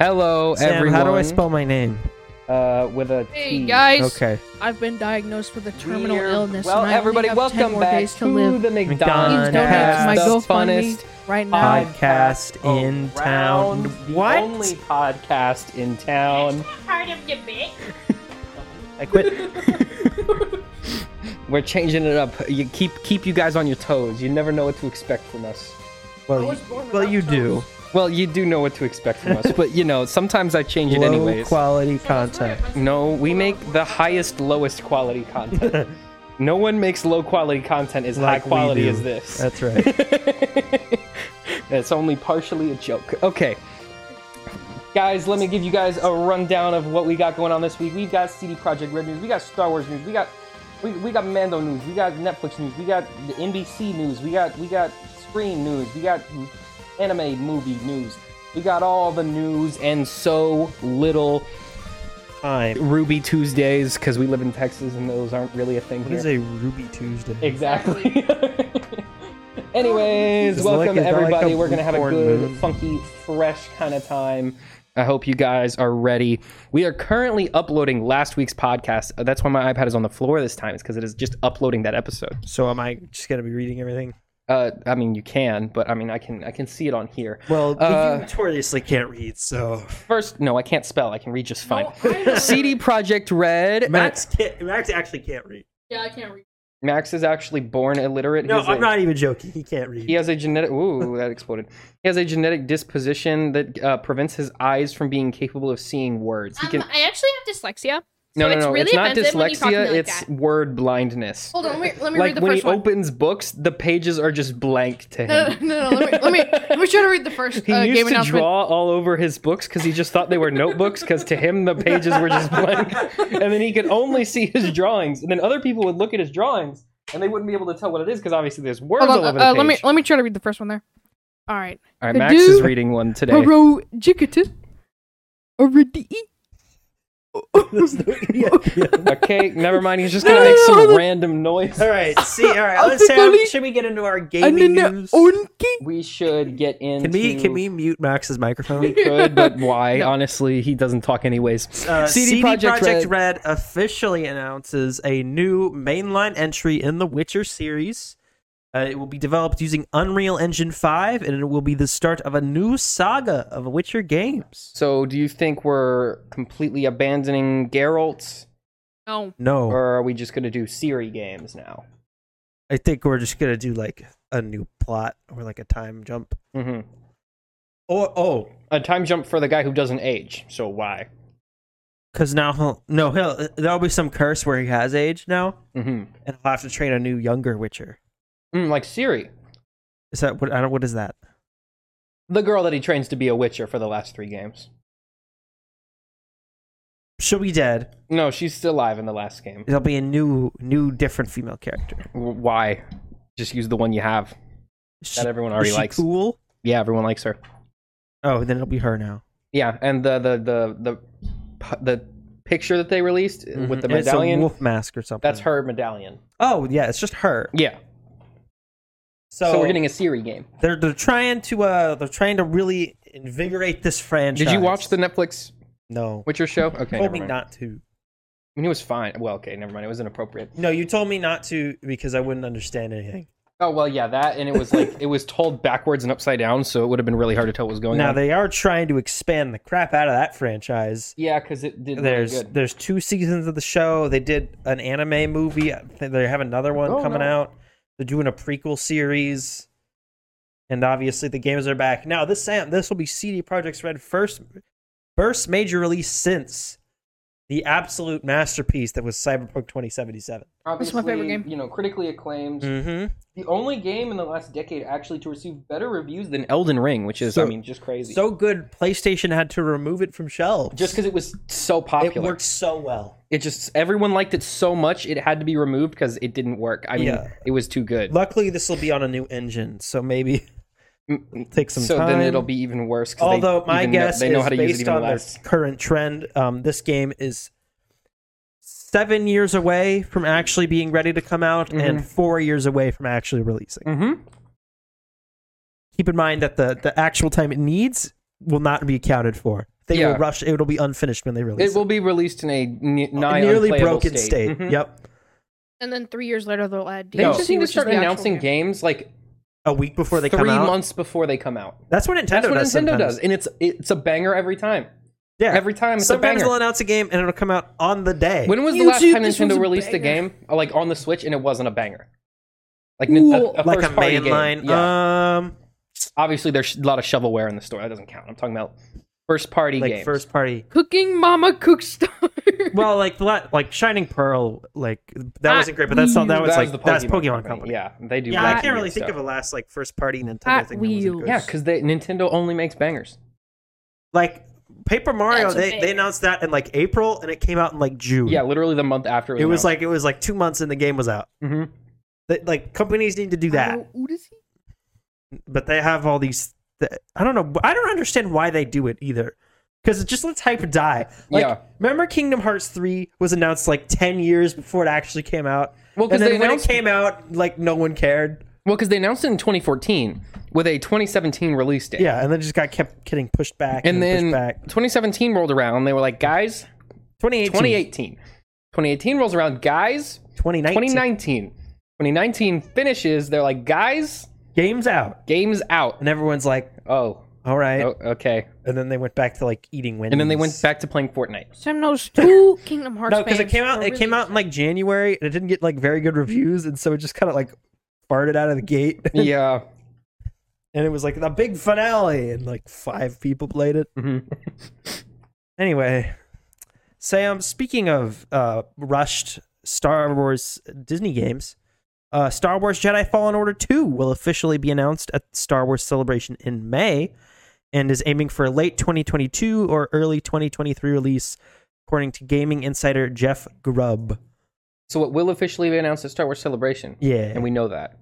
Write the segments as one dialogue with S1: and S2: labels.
S1: Hello,
S2: Sam,
S1: everyone.
S2: how do I spell my name?
S1: Uh, with a T.
S3: Hey guys,
S2: Hmm, Okay.
S3: I've been diagnosed with a terminal
S1: We're-
S3: illness.
S1: Well,
S3: and I
S1: everybody,
S3: only have 10
S1: welcome
S3: more
S1: back
S3: days to,
S1: to
S3: live.
S1: the
S2: McDonald's.
S3: Please
S1: McDonald's.
S3: donate to my
S1: the
S3: GoFundMe
S1: funnest
S3: right now.
S2: Hi. Podcast in
S1: around,
S2: town.
S1: The
S2: What?
S1: only podcast in town.
S4: part of the bit.
S2: I quit.
S1: We're changing it up. You keep keep you guys on your toes. You never know what to expect from us.
S2: Well, you, well, you do.
S1: Well, you do know what to expect from us, but you know sometimes I change it
S2: Low
S1: anyways.
S2: quality content.
S1: no, we make the highest, lowest quality content. no one makes low quality content as
S2: Like
S1: high
S2: we
S1: quality
S2: do.
S1: as this.
S2: That's right.
S1: That's only partially a joke. Okay. Guys, let me give you guys a rundown of what we got going on this week. We've got CD Projekt Red news, we got Star Wars news, we got we, we got Mando news, we got Netflix news, we got the NBC news, we got we got Screen news, we got anime movie news. We got all the news and so little
S2: Fine.
S1: Ruby Tuesdays because we live in Texas and those aren't really a thing
S2: What
S1: here.
S2: is a Ruby Tuesday?
S1: Exactly. Anyways,
S2: Is it like-
S1: welcome
S2: is that like
S1: everybody.
S2: a
S1: We're gonna have a
S2: popcorn
S1: good,
S2: moon?
S1: funky, fresh kind of time. I hope you guys are ready. We are currently uploading last week's podcast. Uh, That's why my iPad is on the floor this time. It's because it is just uploading that episode.
S2: So am I just gonna be reading everything?
S1: Uh, I mean, you can, but I mean, I can, I can see it on here.
S2: Well,
S1: Uh,
S2: you notoriously can't read, so
S1: First, no, I can't spell. I can read just fine.
S3: Oh, I-
S1: CD Project Red.
S2: Max can't, Max actually can't read.
S3: yeah, I can't read.
S1: Max is actually born illiterate.
S2: No,
S1: He's a-
S2: I'm not even joking. He can't read.
S1: He has a genetic. Ooh, that exploded. He has a genetic disposition that uh, prevents his eyes from being capable of seeing words. He
S4: Um,
S1: can.
S4: I actually have dyslexia.
S1: no, no,
S4: it's
S1: no.
S4: really
S1: it's not
S4: offensive when you talk to me
S1: dyslexia.
S4: like
S1: it's
S4: that.
S1: word blindness.
S3: Hold on, wait, let me
S1: Like
S3: read Oh, the
S1: when he
S3: first one.
S1: opens books, the pages are just blank to
S3: no, no,
S1: him.
S3: no, no, let me, let me, let me try to read the first
S1: He
S3: uh, game
S1: used to
S3: announcement.
S1: draw all over his books because he just thought they were notebooks because to him the pages were just blank, and then he could only see his drawings. And then other people would look at his drawings and they wouldn't be able to tell what it is because obviously there's words
S3: Hold
S1: all over
S3: on,
S1: the
S3: uh,
S1: page.
S3: let me, let me try to read the first one there. All right.
S1: all right, Max is
S3: Hadoo-
S1: reading one today.
S3: Haro jikata. Aridi.
S2: There's no idea.
S1: Okay, never mind. He's just
S3: No,
S1: gonna
S3: no,
S1: make
S3: no,
S1: some
S3: hold on.
S1: random noise.
S2: all right. See. All right.
S3: I'll
S2: Let's
S3: take
S2: have,
S3: Oli-
S2: Should we get into our gaming
S3: Anana
S2: news?
S3: onki.
S1: We should get into.
S2: Can we can we mute Max's microphone?
S1: Could, but why? Honestly, he doesn't talk anyways.
S2: Uh,
S1: CD
S2: CD,
S1: Projekt
S2: Projekt
S1: Red-
S2: Red. officially announces a new mainline entry in the Witcher series. Uh, it will be developed using Unreal Engine 5, and it will be the start of a new saga of Witcher games.
S1: So, do you think we're completely abandoning Geralt,
S3: No.
S2: No,
S1: or are we just gonna do Siri games now?
S2: I think we're just gonna do like a new plot or like a time jump.
S1: hmm
S2: Or oh,
S1: A time jump for the guy who doesn't age. So why?
S2: because now he'll no he'll there'll be some curse where he has age now,
S1: hmm
S2: and he'll have to train a new younger Witcher.
S1: Mm, like Siri,
S2: Is that what? I don't. What is that?
S1: the girl that he trains to be a Witcher for the last three games.
S2: She'll be dead.
S1: No, she's still alive in the last game.
S2: It'll be a new, new, different female character.
S1: W- Why? Just use the one you have
S2: She-
S1: that everyone
S2: Is
S1: already
S2: she
S1: likes.
S2: cool?
S1: Yeah, everyone likes her.
S2: Oh, then it'll be her now.
S1: Yeah, and the the the the the picture that they released with the
S2: Mm-hmm. And It's a
S1: medallion.
S2: wolf mask or something.
S1: That's her medallion.
S2: Oh yeah, it's just her.
S1: Yeah.
S2: So,
S1: we're getting a Siri game.
S2: They're they're trying to uh they're trying to really invigorate this franchise.
S1: Did you watch the Netflix
S2: No.
S1: Witcher show? Okay,
S2: you told
S1: never
S2: me
S1: mind.
S2: not to.
S1: I mean, it was fine. Well, okay, never mind. It was inappropriate.
S2: No, you told me not to because I wouldn't understand anything.
S1: Oh well, yeah, that and it was like it was told backwards and upside down, so it would have been really hard to tell what was going
S2: now
S1: on.
S2: they are trying to expand the crap out of that franchise.
S1: yeah, because it did
S2: There's
S1: really good.
S2: there's two seasons of the show. They did an anime movie. I think They have another one
S1: Oh,
S2: coming
S1: no.
S2: out. They're doing a prequel series, and obviously the games are back now. This Sam, this will be CD Projekt's Red first first major release since the absolute masterpiece that was Cyberpunk 2077.
S3: That's my favorite
S1: Obviously,
S3: game.
S1: You know, critically acclaimed.
S2: Mm-hmm.
S1: The only game in the last decade actually to receive better reviews than Elden Ring, which is I
S2: So-
S1: mean just crazy.
S2: So good, PlayStation had to remove it from shelves.
S1: just because it was so
S2: it
S1: popular.
S2: worked so well.
S1: it just everyone liked it so much it had to be removed because it didn't work. I mean,
S2: Yeah.
S1: it was too good.
S2: Luckily, this will be on a new engine, so maybe take some
S1: Mm, so
S2: time.
S1: then it'll be even worse. 'cause they
S2: Although my
S1: even know-
S2: guess
S1: they know
S2: is
S1: how to
S2: based
S1: use it even
S2: on
S1: less.
S2: the current trend, um, this game is seven years away from actually being ready to come out and four years away from actually releasing.
S1: Mm-hmm.
S2: Keep in mind that the, the actual time it needs will not be accounted for. they
S1: Yeah.
S2: will rush. It'll be unfinished when they release.
S1: It will be released in a ne- nigh
S2: nearly
S1: unplayable
S2: broken state.
S1: Mhm.
S2: Yep,
S3: And then three years later, they'll add
S1: They
S3: DLC,
S1: just need to
S3: which is
S1: start
S3: the actual
S1: announcing
S3: game.
S1: games like
S2: a week before they
S1: three
S2: come out.
S1: months before they come out.
S2: That's what Nintendo
S1: That's what
S2: does.
S1: Nintendo
S2: sometimes.
S1: does, and it's it's a banger every time.
S2: Yeah,
S1: Every time it's
S2: sometimes
S1: a
S2: they'll
S1: banger.
S2: announce a game and it'll come out on the day.
S1: When was the
S3: You
S1: last
S3: dude,
S1: time
S3: this one's
S1: Nintendo
S3: a
S1: released a
S3: banger.
S1: game uh, like on the Switch and it wasn't a banger? Like nin- a,
S3: Ooh.
S1: a
S2: like a
S1: first party game.
S2: mainline.
S1: Yeah.
S2: Um,
S1: Obviously, there's a lot of shovelware in the store. That doesn't count. I'm talking about first party
S2: like
S1: games.
S2: first party.
S3: Cooking Mama Cookstar.
S2: Well, like the la- like Shining Pearl, like that
S3: Ah,
S2: wasn't great, but that's not that
S1: That
S2: was like
S1: the
S2: that's Pokemon Company.
S1: Yeah, they do.
S2: Yeah,
S1: wacky
S2: I can't
S1: weird
S2: really think
S1: stuff.
S2: of a last like first party Nintendo
S3: Hot
S2: thing. that wasn't
S3: Wheels.
S2: good.
S1: Yeah, because Nintendo only makes bangers.
S2: like Paper Mario,
S5: That's a
S2: they, they
S5: banger.
S2: announced that in like April and it came out in like June.
S1: Yeah, literally the month after
S2: it was like it was like two months and the game was out.
S1: like hmm
S2: That like companies need to do
S3: Oh,
S2: that,
S3: Odyssey?
S2: but they have all these. th- I don't know. I don't understand why they do it either, because it just lets hype die. Like,
S1: Yeah.
S2: Remember, Kingdom Hearts three was announced like ten years before it actually came out.
S1: Well,
S2: and
S1: 'cause
S2: then
S1: they
S2: when it
S1: announced-
S2: came out, like no one cared.
S1: well because they announced it in 2014 with a 2017 release date.
S2: Yeah, and then just got kept getting pushed back and,
S1: and then
S2: pushed back.
S1: 2017 rolled around. They were like, guys,
S2: 2018,
S1: 2018. 2018 rolls around, guys.
S2: 2019,
S1: 2019. 2019 finishes. They're like, guys,
S2: games out,
S1: games out.
S2: and everyone's like,
S1: Oh,
S2: "All right."
S1: oh okay.
S2: And then they went back to like eating Wendy's.
S1: And then they went back to playing Fortnite.
S3: Sam knows two Kingdom Hearts.
S2: No, because it
S3: fans
S2: came out.
S3: were
S2: It came
S3: really
S2: out in like January, and it didn't get like very good reviews, and so it just kind of like farted out of the gate.
S1: yeah.
S2: and it was like the big finale, and like five people played it.
S1: Mhm.
S2: Anyway, Sam. Speaking of uh, rushed Star Wars Disney games, uh, Star Wars Jedi Fallen Order Two will officially be announced at Star Wars Celebration in May, and is aiming for a late 2022 or early 2023 release, according to gaming insider Jeff Grubb.
S1: So it will officially be announced at Star Wars Celebration.
S2: Yeah,
S1: And we know that.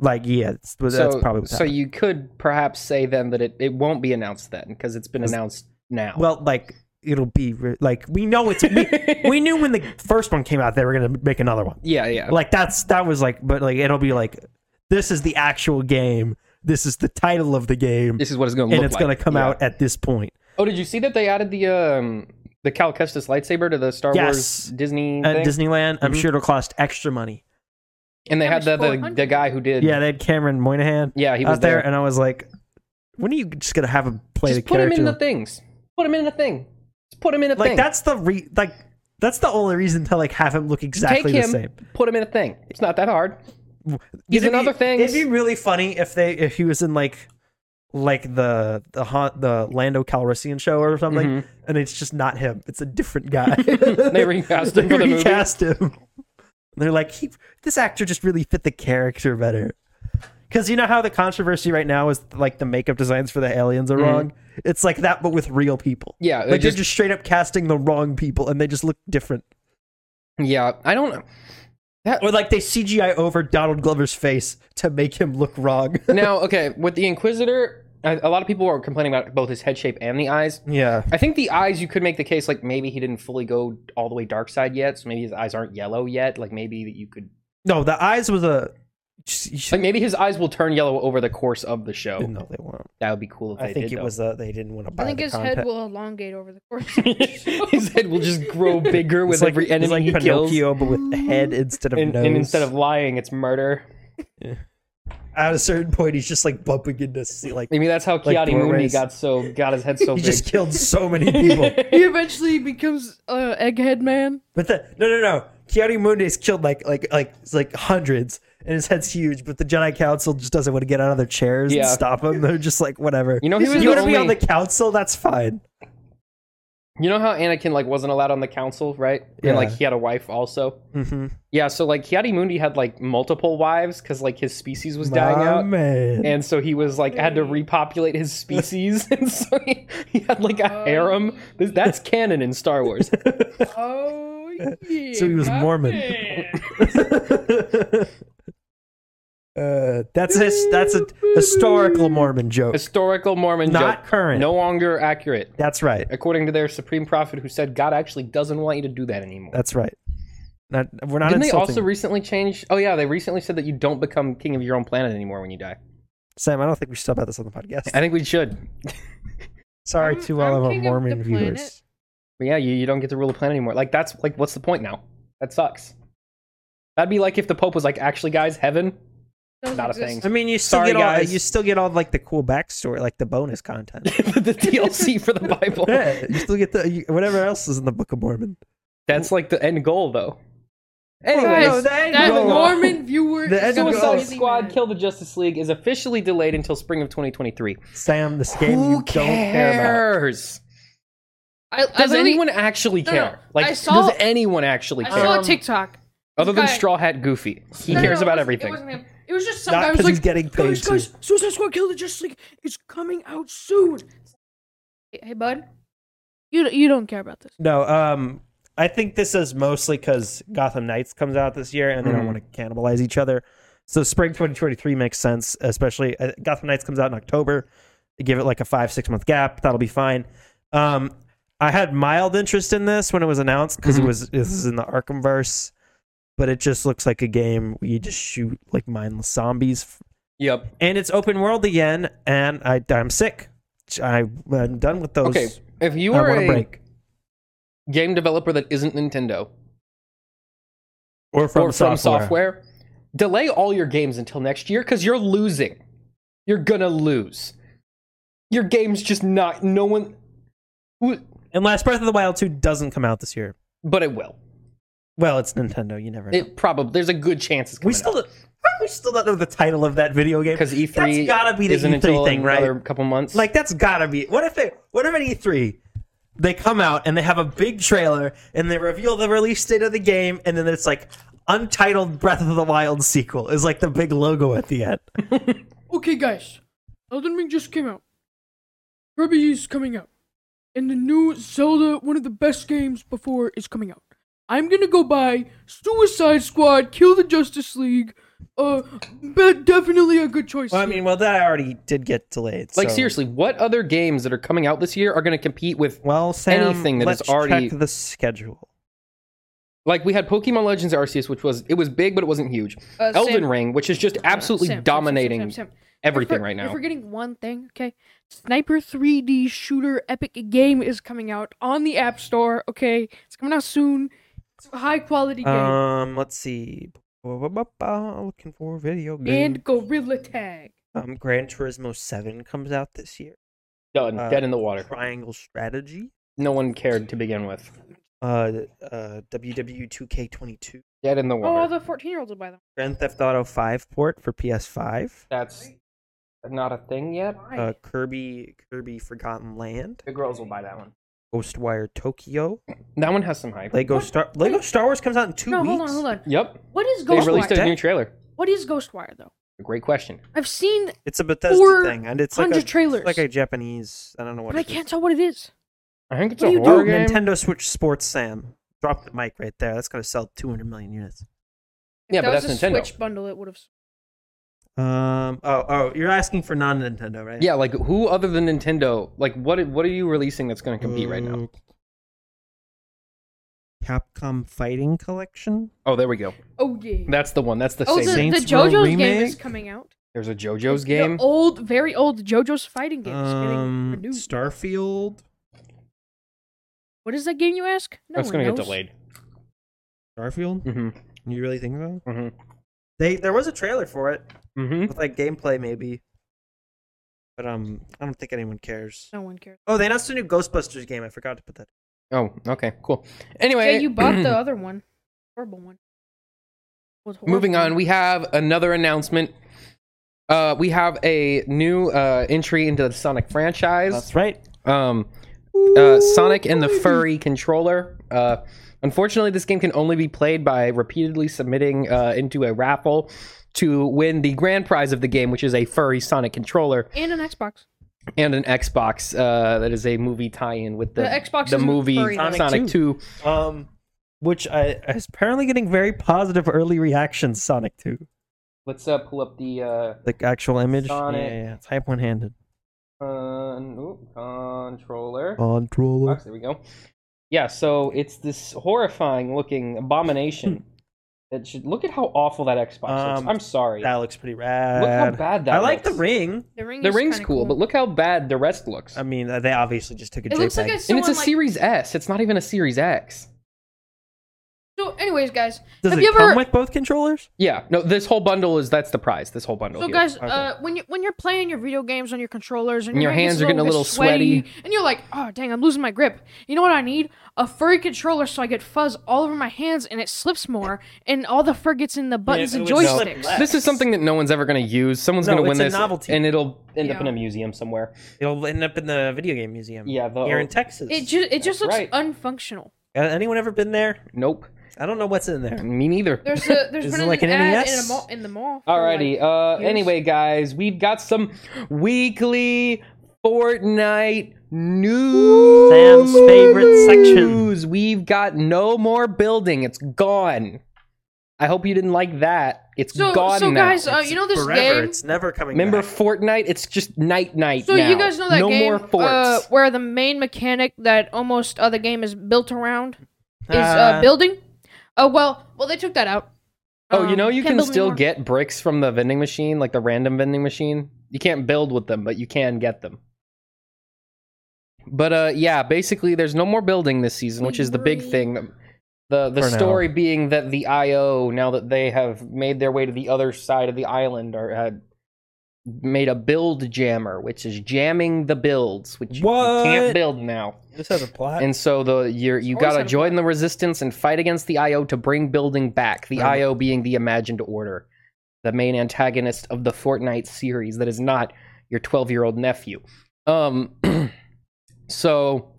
S2: Like, yeah, that's, that's
S1: so,
S2: probably what's
S1: so
S2: happening.
S1: you could perhaps say then that it, it won't be announced then because it's been
S2: Is-
S1: announced now.
S2: Well, like it'll be re- like we know it's we, we knew when the first one came out they were gonna make another one.
S1: yeah, yeah.
S2: Like that's that was like, but like it'll be like this is the actual game. This is the title of the game,
S1: this is what it's going to look
S2: and it's
S1: like.
S2: gonna come
S1: Yeah.
S2: out at this point.
S1: Oh, did you see that they added the um the Cal Kestis lightsaber to the Star
S2: Yes. Uh,
S1: Wars Disney
S2: At
S1: thing?
S2: Disneyland, I'm
S1: Mhm.
S2: sure it'll cost extra money.
S1: and they
S3: That
S1: had
S3: was
S1: the, the
S3: 400.
S1: the guy who did.
S2: Yeah, they had Cameron Moynihan
S1: yeah, he was
S2: out there,
S1: there.
S2: and I was like, when are you just gonna have him play
S1: Just
S2: the
S1: put him
S2: character?
S1: in the things. Put him in the thing. Just put him in a
S2: like
S1: thing.
S2: that's the re- like that's the only reason to like have him look
S1: Take
S2: exactly the
S1: him,
S2: same.
S1: put him in a thing. It's not that hard. He's in
S2: It'd be-
S1: other things.
S2: It'd be really funny if they if he was in like like the the haunt the Lando Calrissian show or something, and it's just not him. It's a different guy.
S1: Mm-hmm. they recast him
S2: They
S1: for the movie.
S2: recast him. They're like, he, this actor just really fit the character better. Because you know how the controversy right now is like the makeup designs for the aliens are wrong. It's like that, but with real people.
S1: Mm-hmm. Yeah, they
S2: like
S1: just-
S2: you're just straight up casting the wrong people, and they just look different.
S1: Yeah, I don't.
S2: Or like they CGI over Donald Glover's face to make him look wrong.
S1: Now, okay, with the Inquisitor, a a lot of people are complaining about both his head shape and the eyes.
S2: yeah,
S1: I think the eyes you could make the case like maybe he didn't fully go all the way dark side yet, so maybe his eyes aren't yellow yet. Like maybe that you could
S2: No, the eyes was a. just- you should-
S1: like maybe his eyes will turn yellow over the course of the show.
S2: no, they won't.
S1: That would be cool if they
S2: I think
S1: did,
S2: it
S1: though.
S2: was the they didn't want to buy.
S3: I think
S2: the
S3: his
S2: content.
S3: head will elongate over the course.
S1: his head will just grow bigger with
S2: It's like,
S1: every
S2: it's
S1: enemy
S2: like
S1: he
S2: Pinocchio,
S1: kills.
S2: but with a
S3: Mm.
S2: head instead of
S1: And,
S2: nose.
S1: and instead of lying, it's murder.
S2: at a certain point, he's just like bumping into see, like
S1: Maybe that's how
S2: Like
S1: Kiadi Mundi
S2: doorways.
S1: got so got his head so
S2: he
S1: big.
S2: just killed so many people.
S3: he eventually becomes uh, Egghead Man.
S2: but the, no, no, no, Keanu Munde's killed like like like it's like hundreds, and his head's huge. But the Jedi Council just doesn't want to get out of their chairs and
S1: Yeah.
S2: stop him. They're just like whatever.
S1: You know, he was
S2: you
S1: the
S2: want to be on
S1: only-
S2: the council? That's fine.
S1: You know how Anakin like wasn't allowed on the council, right?
S2: Yeah.
S1: And like he had a wife also.
S2: Mm-hmm.
S1: Yeah, so like Kiadi Mundi had like multiple wives because like his species was dying out.
S2: man.
S1: and so he was like had to repopulate his species and so he, he had like a harem this, that's canon in star wars
S3: Oh yeah.
S2: So he was Mormon. Uh, that's his. That's a historical Mormon joke.
S1: historical mormon
S2: Not
S1: joke.
S2: current.
S1: no longer accurate
S2: That's right.
S1: according to their supreme prophet who said god actually doesn't want you to do that anymore
S2: That's right. Not, we're not
S1: didn't they
S2: insulting.
S1: also recently change oh yeah they recently said that you don't become king of your own planet anymore when you die
S2: Sam, I don't think we should talk about this on the podcast.
S1: i think we should
S2: Sorry
S3: I'm-
S2: to all
S3: I'm
S2: of our
S3: king of the
S2: Mormon
S3: planet.
S2: viewers.
S1: But yeah, you, you don't get to rule the planet anymore. Like that's like what's the point now? That sucks. That'd be like if the Pope was like, actually, guys, heaven.
S3: Doesn't
S1: Not a
S3: exist.
S1: thing.
S2: I mean, you still
S1: Sorry,
S2: get all
S1: guys.
S2: you still get all like the cool backstory, like the bonus content.
S1: the DLC for the Bible.
S2: yeah, you still get the you, whatever else is in the Book of Mormon.
S1: That's like the end goal, though.
S3: Guys,
S1: Anyways,
S3: no,
S2: the end
S3: That
S1: Go.
S3: Mormon viewer
S2: The end
S3: is so
S1: Suicide
S2: goal.
S3: easy,
S1: Squad
S3: man.
S1: Kill the Justice League is officially delayed until spring of 2023.
S2: Sam, this game you don't care about.
S1: cares?
S6: I, I
S1: Does
S6: literally,
S1: anyone actually
S6: No,
S1: care?
S6: no,
S1: Like,
S6: I saw-
S1: does anyone actually
S6: I
S1: care?
S6: saw
S3: Um,
S6: a TikTok.
S1: Other than
S6: guy-
S1: Straw Hat Goofy, he
S6: No, no,
S1: cares
S6: no,
S1: about
S6: it wasn't-
S1: everything.
S6: It, wasn't him. it was just some guy
S2: Not
S6: who was
S2: because
S6: like,
S2: he's getting paid
S3: Guys,
S2: to.
S3: guys, Suicide Squad Kill the Justice League is coming out soon.
S6: "Hey, hey, bud,
S3: You you don't care about this.
S2: No, um, I think this is mostly because Gotham Knights comes out this year, and they
S1: Mhm.
S2: don't want to cannibalize each other. So spring 2023 makes sense, especially uh, Gotham Knights comes out in October. They give it like a five six month gap. That'll be fine. Um, I had mild interest in this when it was announced because
S1: Mhm.
S2: it was this is in the Arkhamverse, but it just looks like a game where you just shoot like mindless zombies
S1: Yep.
S2: and it's open world again, and I, I'm sick. I, I'm done with those.
S1: Okay, if you
S2: I
S1: are
S2: want
S1: a
S2: a break.
S1: game developer that isn't Nintendo
S2: Or from,
S1: or from software, delay all your games until next year because you're losing. You're gonna lose. Your game's just not. No one. who-
S2: Unless Breath of the Wild 2 doesn't come out this year.
S1: But it will.
S2: Well, it's Nintendo. You never know.
S1: It probably. There's a good chance it's coming
S2: we still how do we still don't know the title of that video game.
S1: because E3
S2: That's gotta be the
S1: isn't
S2: E3
S1: until
S2: thing, right?
S1: another couple months.
S2: Like that's gotta be. What if it? What if at E3 they come out and they have a big trailer and they reveal the release date of the game and then it's like untitled Breath of the Wild sequel is like the big logo at the end.
S3: Okay, guys. Elden Ring just came out. Kirby is coming out. And the new Zelda, one of the best games before, is coming out. I'm gonna go buy Suicide Squad, Kill the Justice League. Uh, but definitely a good choice.
S2: Well, I
S3: here.
S2: mean, well, that already did get delayed.
S1: Like
S2: so-
S1: seriously, what other games that are coming out this year are going to compete with?
S2: Well, Sam,
S1: anything that is
S2: let's
S1: already-
S2: check the schedule.
S1: Like we had Pokemon Legends Arceus, which was it was big but it wasn't huge.
S6: Uh,
S1: Elden
S6: Sam-
S1: Ring, which is just absolutely
S3: Sam, Sam, Sam, Sam,
S1: dominating
S3: Sam, Sam.
S1: everything
S3: You're for-
S1: right
S3: You're
S1: now.
S3: forgetting one thing, okay? Sniper 3D shooter epic game is coming out on the App Store, okay? It's coming out soon. It's a high quality game.
S2: Um, let's see. Ba-ba-ba-ba, Looking for a video game.
S3: and Gorilla Tag.
S2: um, Gran Turismo Seven comes out this year.
S1: Done,
S2: Uh,
S1: dead in the water.
S2: Triangle Strategy.
S1: No one cared to begin with.
S2: Uh, uh, WW Two K Twenty Two.
S1: Dead in the water.
S3: Oh, the 14 year olds will buy them.
S2: Grand Theft Auto Five port for PS Five.
S1: That's not a thing yet.
S2: Uh, Kirby Kirby Forgotten Land.
S1: The girls will buy that one.
S2: Ghostwire Tokyo.
S1: That one has some hype.
S2: Lego Star Lego Star Wars comes out in two
S3: no,
S2: weeks.
S3: hold on, hold on.
S1: yep,
S3: What is
S1: they released
S3: Ghostwire?
S1: a
S2: Ghostwire.
S1: new trailer.
S3: What is Ghostwire, though?
S1: Great question.
S3: I've seen,
S2: It's a Bethesda
S3: Four
S2: thing, and it's like a
S3: hundred
S2: it's
S3: trailers.
S2: like a Japanese. I don't know what.
S3: but I
S2: it is.
S3: can't tell what it is.
S1: I think it's
S3: What
S1: a
S3: do you do?
S1: horror
S2: Oh,
S1: game.
S2: Nintendo Switch Sports Sam. Drop the mic right there. That's gonna sell 200 million units.
S1: Yeah,
S3: If
S1: but
S3: that was
S1: that's
S3: a
S1: Nintendo.
S3: Switch bundle, it would have.
S2: Um. Oh. Oh. You're asking for non-Nintendo, right?
S1: Yeah, like who other than Nintendo? Like what? What are you releasing that's going to compete right now?
S2: Uh, Capcom Fighting Collection.
S1: Oh, there we go.
S3: Oh, yeah.
S1: That's the one. That's the
S3: oh, the,
S1: same.
S2: Saints
S3: the
S2: Row
S3: JoJo's game is
S2: remake?
S3: coming out.
S1: There's a JoJo's game.
S3: The old, very old JoJo's fighting game is getting
S2: Um.
S3: renewed.
S2: Starfield.
S3: What is that game, you ask? No
S1: That's
S3: one
S1: going to get
S3: knows.
S1: delayed.
S2: Starfield.
S1: Mm-hmm.
S2: You really think so?
S1: Mm-hmm.
S2: They there was a trailer for it
S1: Mm-hmm.
S2: with like gameplay maybe, but um I don't think anyone cares.
S3: No one cares.
S2: Oh, they announced a new Ghostbusters game. I forgot to put that.
S1: Oh, okay, cool. Anyway,
S3: yeah, you bought the other one. Horrible one. Was horrible.
S1: Moving on, we have another announcement. Uh, we have a new uh, entry into the Sonic franchise.
S2: right.
S1: Um, uh, Sonic and the Furry controller. Uh, unfortunately, this game can only be played by repeatedly submitting uh, into a raffle to win the grand prize of the game, which is a furry Sonic controller
S3: And an Xbox.
S1: and an Xbox. Uh, that is a movie tie-in with the,
S3: The Xbox
S1: the
S3: isn't
S1: movie
S3: furry, though.
S1: Sonic,
S2: Sonic
S1: 2.
S2: Um, which I is apparently getting very positive early reactions. Sonic Two,
S1: Let's uh, pull up the. Uh,
S2: the actual image.
S1: Sonic.
S2: Yeah, yeah, yeah. It's hype one-handed.
S1: Con- ooh, controller.
S2: Oh. Controller.
S1: Box, there we go. Yeah, so it's this horrifying looking abomination That should look at how awful that Xbox
S2: Um,
S1: looks. I'm sorry.
S2: That looks pretty
S1: look how
S2: rad.
S1: bad that.
S2: I like the
S1: looks.
S2: ring.
S3: The ring.
S1: The
S3: is
S1: ring's
S3: kinda
S1: cool, but look how bad the rest looks.
S2: I mean, uh, they obviously just took a
S3: It looks like
S2: JPEG.
S3: a
S1: and
S3: someone
S1: it's a
S3: like.
S1: Series S. It's not even a Series X.
S3: So, anyways, guys.
S2: Does
S3: have
S2: it
S3: you
S2: come
S3: ever-
S2: with both controllers?
S1: Yeah. No, this whole bundle is that's the prize. This whole bundle.
S3: So,
S1: here.
S3: guys,
S2: Okay.
S3: uh, when you when you're playing your video games on your controllers and,
S1: And your
S3: hand
S1: hands
S3: gets
S1: are getting a little
S3: bit
S1: sweaty.
S3: and you're like, oh dang, I'm losing my grip. You know what I need? A furry controller so I get fuzz all over my hands and it slips more, and all the fur gets in the buttons
S2: it
S3: and
S2: would slip
S3: joysticks.
S2: less.
S1: this is something that no one's ever going to use. Someone's
S2: No,
S1: going to win
S2: it's a
S1: this,
S2: novelty.
S1: and it'll end up
S3: Yeah.
S1: in a museum somewhere.
S2: It'll end up in the video game museum.
S1: Yeah, the-
S2: here in Texas.
S3: It just it
S1: That's
S3: just looks
S1: right.
S3: unfunctional.
S2: Has anyone ever been there?
S1: Nope,
S2: I don't know what's in there.
S1: me neither.
S3: There's a there's
S2: Is
S3: been
S2: it
S3: an
S2: like an
S3: ad
S2: NES?
S3: in, a mall, in the mall. for, like-
S1: E Alrighty. Uh,
S3: here's-
S1: anyway, guys, we've got some weekly Fortnite news.
S2: Sam's favorite section.
S1: We've got no more building. It's gone. I hope you didn't like that. It's
S3: so
S1: gone
S3: so
S1: now.
S3: guys, uh,
S2: It's
S3: you know this
S2: forever.
S3: game.
S2: It's never coming.
S1: Remember
S2: back.
S1: Fortnite? It's just night night.
S3: So
S1: now.
S3: you guys know that
S1: no
S3: game
S1: more forts.
S3: uh, where the main mechanic that almost uh, the game is built around is uh,
S2: Uh,
S3: building. Oh well, well they took that out.
S1: Oh, you
S3: Um,
S1: know you
S3: can't
S1: can
S3: build
S1: still
S3: anymore.
S1: get bricks from the vending machine, like the random vending machine. You can't build with them, but you can get them. But uh yeah, basically there's no more building this season, which is the big thing. The the
S2: For now.
S1: story being that the IO now that they have made their way to the other side of the island are uh, made a build jammer, which is jamming the builds, which you- you
S2: What?
S1: can't build now.
S2: This has a plot.
S1: And so the you're, you
S3: Always
S1: gotta
S3: had a
S1: join
S3: plan.
S1: the resistance and fight against the IO to bring building back. The
S3: Uh-huh.
S2: Right.
S1: IO being the imagined order, the main antagonist of the Fortnite series that is not your 12 year old nephew. Um, so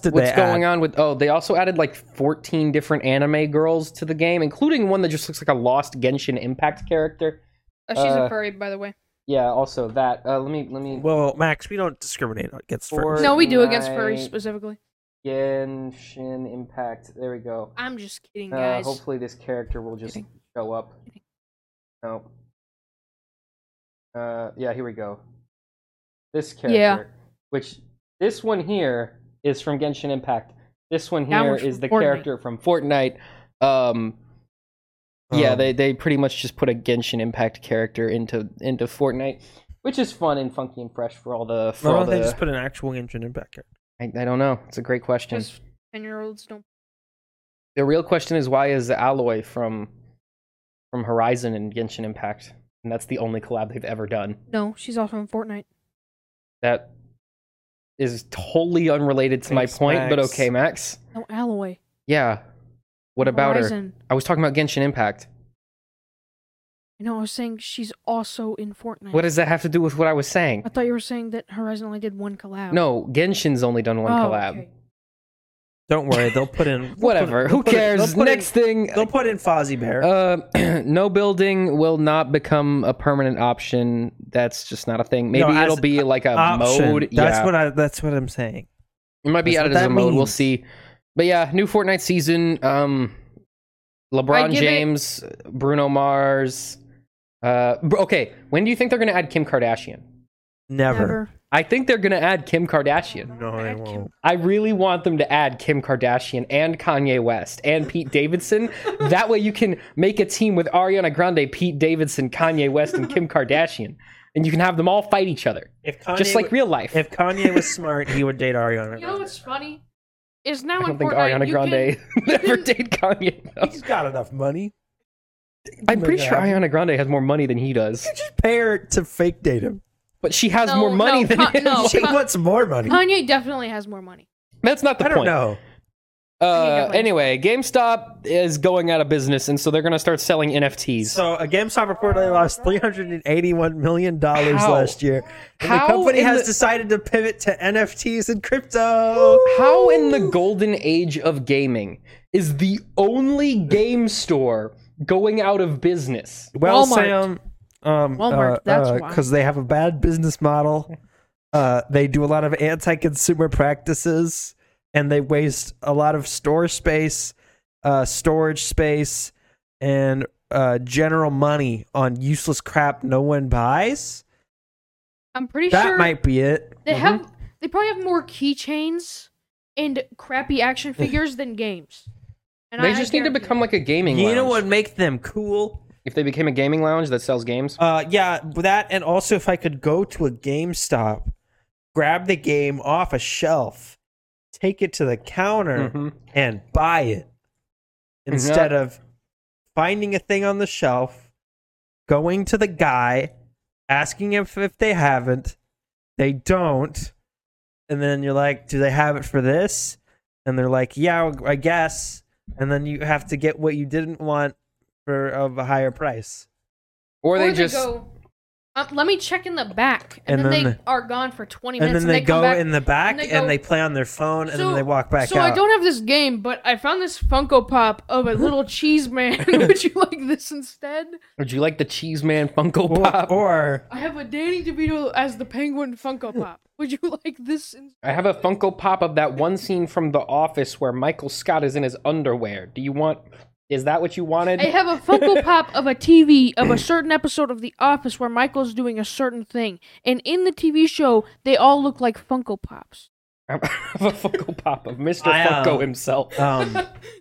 S1: that's
S2: did
S1: what's
S2: they
S1: going on with. Oh, they also added like 14 different anime girls to the game, including one that just looks like a lost Genshin Impact character.
S3: Oh, she's
S1: uh,
S3: a furry, by the way.
S1: Yeah, also that. Uh, let me let me
S2: well, Max, we don't discriminate against
S1: Or-
S2: furries.
S3: No, we do against furries
S1: my-
S3: specifically.
S1: Genshin Impact. There we go.
S3: I'm just kidding,
S1: Uh,
S3: guys.
S1: hopefully, this character will just
S3: Kidding.
S1: show up.
S3: Kidding.
S1: No. Uh, yeah, here we go. This character,
S3: Yeah.
S1: which this one here is from Genshin Impact. This one
S3: That
S1: here
S3: one's
S1: is
S3: from
S1: the
S3: Fortnite.
S1: character from Fortnite. Um, yeah,
S2: Um,
S1: they they pretty much just put a Genshin Impact character into into Fortnite, which is fun and funky and fresh for all the for
S2: Why
S1: all
S2: don't
S1: the.
S2: they just put an actual engine in back here?
S1: I, I don't know. It's a great question.
S3: Because ten year olds don't.
S1: The real question is why is Alloy from from Horizon and Genshin Impact? And that's the only collab they've ever done.
S3: No, she's also in Fortnite.
S1: That is totally unrelated to my
S2: Thanks,
S1: point, but
S2: Max.
S1: okay, Max.
S3: No alloy.
S1: Yeah. What about her?
S3: Horizon.
S1: I was talking about Genshin Impact.
S3: her? No, I was saying she's also in Fortnite.
S1: What does that have to do with what I was saying?
S3: I thought you were saying that Horizon only did one collab.
S1: No, Genshin's only done one
S3: Oh,
S1: collab.
S3: okay.
S2: Don't worry, they'll put in they'll put-
S1: Whatever.
S2: they'll
S1: Who
S2: put in- they'll
S1: cares?
S2: put in-
S1: Next thing.
S2: they'll put in Fozzie Bear.
S1: Uh, no building will not become a permanent option. That's just not a thing. Maybe
S2: No, as
S1: it'll be like a
S2: Option.
S1: mode.
S2: That's
S1: yeah.
S2: what I. That's what I'm saying.
S1: It might be
S2: That's
S1: added
S2: what
S1: as a
S2: that
S1: mode. We'll
S2: means.
S1: see. But yeah, new Fortnite season. Um,
S3: I
S1: LeBron
S3: give it-
S1: James, Bruno Mars. Uh, br- okay. When do you think they're gonna add Kim Kardashian?
S2: Never.
S3: Never.
S1: I think they're gonna add Kim Kardashian.
S2: No,
S3: I
S2: I
S3: can't-
S2: won't.
S1: I really want them to add Kim Kardashian and Kanye West and Pete Davidson. that way, you can make a team with Ariana Grande, Pete Davidson, Kanye West, and Kim Kardashian, and you can have them all fight each other,
S2: If Kanye
S1: just like
S2: wa-
S1: real life.
S2: if Kanye was smart, he would date Ariana.
S3: You know
S2: Grande.
S3: what's funny? Is now
S1: I
S3: in
S1: don't think
S3: Fortnite,
S1: Ariana
S3: you can-
S1: Grande ever
S3: can-
S1: dated Kanye. though.
S2: He's got enough money.
S1: I'm
S2: Make
S1: pretty
S2: that
S1: sure
S2: happen.
S1: Ariana Grande has more money than he does,
S2: Just pay her to fake date him.
S1: but she has
S3: No,
S1: more money
S3: no,
S1: than
S3: Ka-
S1: him.
S3: no.
S2: She wants more money.
S3: Kanye definitely has more money.
S1: That's not the
S2: I don't
S1: point.
S2: know.
S1: Uh,
S3: definitely-
S1: anyway, GameStop is going out of business, and so they're going to start selling NFTs.
S2: So a GameStop reportedly lost three hundred and eighty-one million dollars
S1: How?
S2: last year. And
S1: How
S2: the company
S1: in
S2: has
S1: the-
S2: decided to pivot to NFTs and crypto.
S1: How in the golden age of gaming is the only game store going out of business?
S2: Well,
S3: Walmart.
S2: Sam, um,
S3: Walmart, that's why.
S2: because they have a bad business model. Uh, they do a lot of anti-consumer practices, and they waste a lot of store space, uh, storage space, and uh, general money on useless crap no one buys.
S3: I'm pretty
S2: that
S3: sure
S2: might be it.
S3: they have. They probably have more keychains and crappy action figures than games. And
S1: they
S3: I- I
S1: just need to
S3: guarantee
S1: become
S3: it.
S1: like a gaming.
S2: You know
S1: lounge.
S2: what would make them cool?
S1: If they became a gaming lounge that sells games,
S2: Uh, yeah, that and also if I could go to a GameStop, grab the game off a shelf, take it to the counter,
S1: Mhm.
S2: and buy it
S1: Mhm.
S2: instead of finding a thing on the shelf, going to the guy, asking if if they haven't, they don't, and then you're like, do they have it for this? And they're like, yeah, I guess, and then you have to get what you didn't want for of a higher price.
S1: or, they, just
S3: go, um, let me check in the back, and,
S2: And
S3: then,
S2: then-
S3: they are gone for twenty
S2: and
S3: minutes,
S2: then they,
S3: come
S2: go
S3: back.
S2: in the back and
S3: they
S2: they,
S3: go-
S2: play on their phone and
S3: So-
S2: then they walk back
S3: so
S2: out.
S3: I don't have this game, but I found this Funko Pop of a little cheese man. Would you like this instead?
S1: Would you like the Cheese Man Funko
S2: or,
S1: Pop?
S2: or
S3: I have a Danny DeVito as the Penguin Funko Pop. Would you like this? In-
S1: I have a Funko Pop of that one scene from The Office where Michael Scott is in his underwear. Do you want? Is that what you wanted?
S3: I have a Funko Pop of a TV of a certain episode of The Office where Michael's doing a certain thing, and in the TV show, they all look like Funko Pops.
S1: I have a Funko Pop of Mr.
S2: I, uh,
S1: Funko himself
S2: um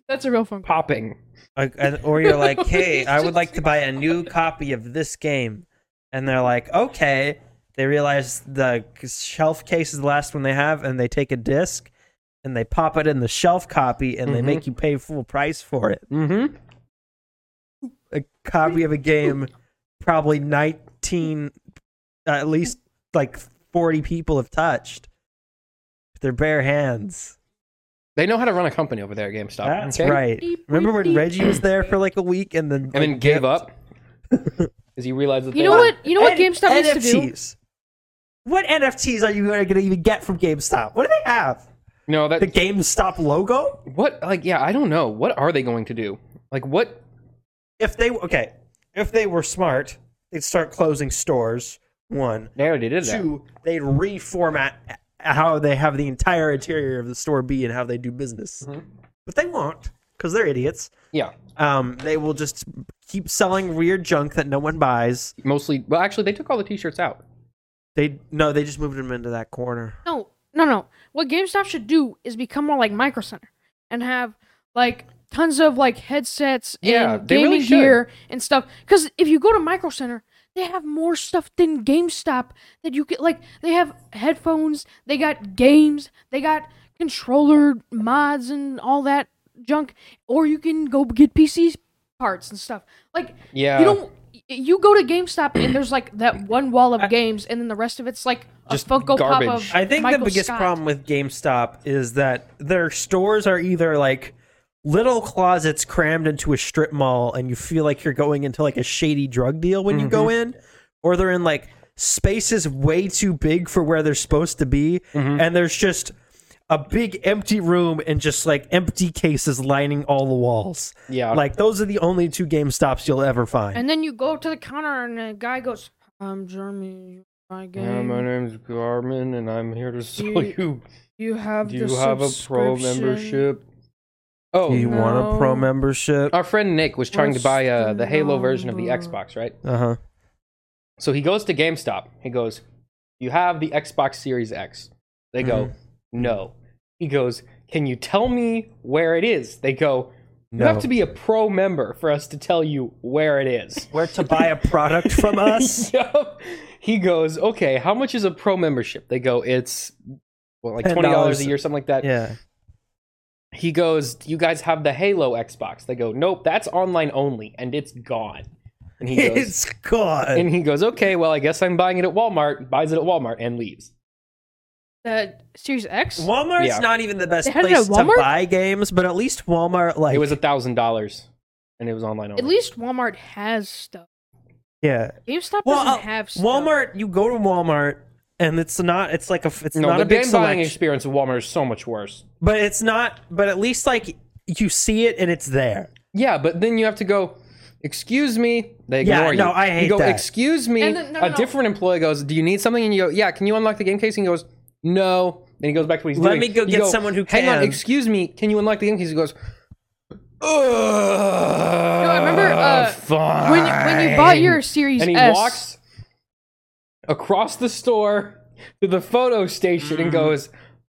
S3: That's a real Funko.
S1: popping.
S2: like, and- or you're like, "Hey, I would like to buy a new copy of this game." And they're like, "Okay." They realize the shelf case is the last one they have and they take a disc and they pop it in the shelf copy and they
S1: Mhm.
S2: make you pay full price for it.
S1: Mm-hmm.
S2: A copy of a game probably 19 at least like 40 people have touched with their bare hands.
S1: They know how to run a company over there at GameStop.
S2: That's
S1: okay?
S2: right. Remember when Reggie was there for like a week and then
S1: And then
S2: like,
S1: gave up because he realized that
S3: You
S1: they
S3: know
S1: were-
S3: what? You know what
S2: N-
S3: GameStop needs to do?
S2: NFTs. What NFTs are you going to even get from GameStop? What do they have?
S1: No, that
S2: The GameStop logo?
S1: what like yeah, I don't know. What are they going to do? Like what?
S2: If they okay, if they were smart, they'd start closing stores. One,
S1: They already did that.
S2: two, they'd reformat how they have the entire interior of the store be and how they do business. But they won't because they're idiots.
S1: Yeah,
S2: Um, they will just keep selling weird junk that no one buys.
S1: mostly. Well, actually, they took all the T-shirts out.
S2: They no, they just moved them into that corner.
S3: No, no, no. What GameStop should do is become more like Micro Center and have like tons of like headsets
S1: Yeah,
S3: and
S1: they
S3: gaming
S1: really should.
S3: gear and stuff. Because if you go to Micro Center, they have more stuff than GameStop that you get. Like they have headphones, they got games, they got controller mods and all that junk. Or you can go get PC parts and stuff. Like
S1: Yeah.
S3: you don't. You go to GameStop and there's like that one wall of games, and then the rest of it's like a
S1: Just
S3: Funko
S1: garbage.
S3: Pop of
S2: I think
S3: Michael
S2: the biggest
S3: Scott.
S2: problem with GameStop is that their stores are either like little closets crammed into a strip mall and you feel like you're going into like a shady drug deal when you go in, or they're in like spaces way too big for where they're supposed to be, and there's just a big empty room and just like empty cases lining all the walls.
S1: Yeah.
S2: Like those are the only two GameStops you'll ever find.
S3: And then you go to the counter, and the guy goes, "I'm Jeremy. My game.
S1: Yeah, my name's Garmin, and I'm here to sell
S3: you-
S1: you.
S3: you have
S1: Do
S3: the
S1: you have a pro
S3: subscription.
S1: membership?
S2: Do you
S1: Oh, Uh,
S2: want a pro
S3: No.
S2: membership?
S1: our friend Nick was trying to buy uh,
S3: What's
S1: the
S3: the
S1: Halo version of the
S3: number?
S1: Xbox, right?
S2: Uh huh.
S1: So he goes to GameStop. He goes, "You have the Xbox Series X." They go, "No." He goes, "Can you tell me where it is?" They go, "You
S2: No.
S1: have to be a pro member for us to tell you where it is."
S2: Where to buy a product from us?
S1: Yup. He goes, "Okay, how much is a pro membership?" They go, "It's well, like
S2: $10
S1: twenty dollars a year, something like that."
S2: Yeah.
S1: He goes, "Do you guys have the Halo Xbox?" They go, "Nope, that's online only, and it's gone." And he goes,
S2: It's gone.
S1: and he goes, "Okay, well, I guess I'm buying it at Walmart." Buys it at Walmart and leaves.
S3: The Series X.
S2: Walmart's
S1: Yeah.
S2: not even the best
S3: They had it
S2: place
S3: at
S2: to
S3: Walmart?
S2: buy games, but at least Walmart like
S1: it was a thousand dollars, and it was online only.
S3: At least Walmart has stuff.
S2: yeah.
S3: GameStop
S2: Well,
S3: doesn't
S2: uh,
S3: have stuff.
S2: Walmart, you go to Walmart and it's not it's like a it's
S1: no,
S2: not
S1: the
S2: a big
S1: game buying
S2: selection,
S1: experience of Walmart is so much worse.
S2: but it's not but at least like you see it and it's there.
S1: Yeah, but then you have to go. Excuse me. They
S2: Yeah,
S1: ignore you.
S2: no, I hate
S1: You go.
S2: that.
S1: Excuse me.
S3: And then- no, no,
S1: a
S3: no.
S1: different employee goes. Do you need something? And you go. Yeah. Can you unlock the game case? And he goes. No. Then he goes back to what he's
S2: Let
S1: doing.
S2: me go
S1: You
S2: get someone who
S1: Hang on.
S2: can."
S1: Excuse me. Can you unlock the game case? He goes. Ugh,
S3: No, I remember uh,
S1: fine.
S3: when when you bought your Series
S1: and he
S3: S.
S1: walks across the store to the
S3: Mm-hmm.
S1: photo station and goes,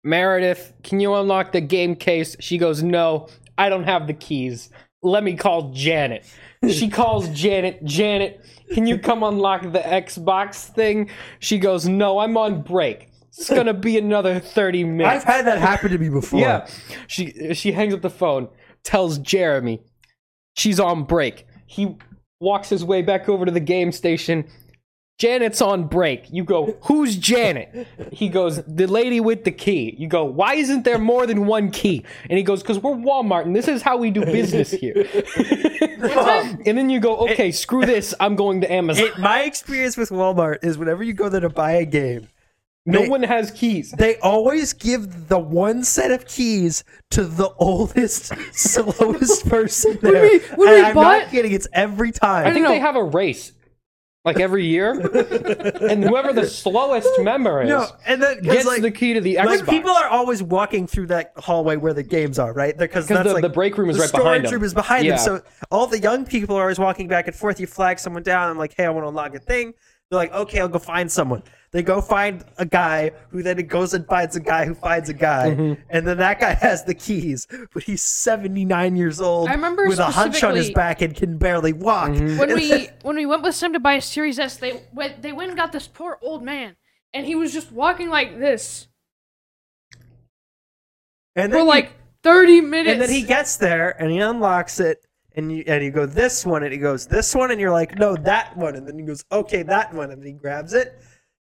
S1: Meredith, can you unlock the game case? She goes, No. I don't have the keys. Let me call Janet. She calls Janet. Janet, can you come unlock the Xbox thing? She goes, No, I'm on break. It's gonna be another 30 minutes.
S2: I've had that happen to me before.
S1: Yeah. She she hangs up the phone, tells Jeremy she's on break. He walks his way back over to the game station. Janet's on break. You go, who's Janet? He goes, the lady with the key. You go, why isn't there more than one key? And he goes, because we're Walmart and this is how we do business here. and then you go, okay, screw this. I'm going to Amazon.
S2: It- my experience with Walmart is whenever you go there to buy a game,
S1: no
S2: it-
S1: one has keys.
S2: they always give the one set of keys to the oldest, slowest person there.
S7: we- when
S2: and
S7: we
S2: I'm
S7: bought-
S2: not kidding; it's every
S1: I
S2: time.
S1: think
S7: No.
S1: they have a race. Like every year, and whoever the slowest member is,
S2: No, and then 'cause,
S1: gets
S2: like,
S1: the key to the Xbox.
S2: Like people are always walking through that hallway where the games are, right? Because that's
S1: the-
S2: like
S1: the break room is
S2: the
S1: right behind
S2: storage
S1: them.
S2: room is behind
S1: Yeah.
S2: them. So all the young people are always walking back and forth. You flag someone down. I'm like, hey, I want to log a thing. They're like, okay, I'll go find someone. They go find a guy who then goes and finds a guy who finds a guy,
S1: Mm-hmm.
S2: and then that guy has the keys, but he's 79 years old.
S3: I remember
S2: with a hunch on his
S3: specifically-
S2: back and can barely walk.
S1: Mm-hmm.
S3: when we when we went with Sim to buy a Series S, they went they went and got this poor old man, and he was just walking like this
S2: And
S3: for
S2: then
S3: like thirty minutes.
S2: and then he gets there and he unlocks it and you and you go this one and he goes this one and you're like no that one and then he goes okay that one and then he grabs it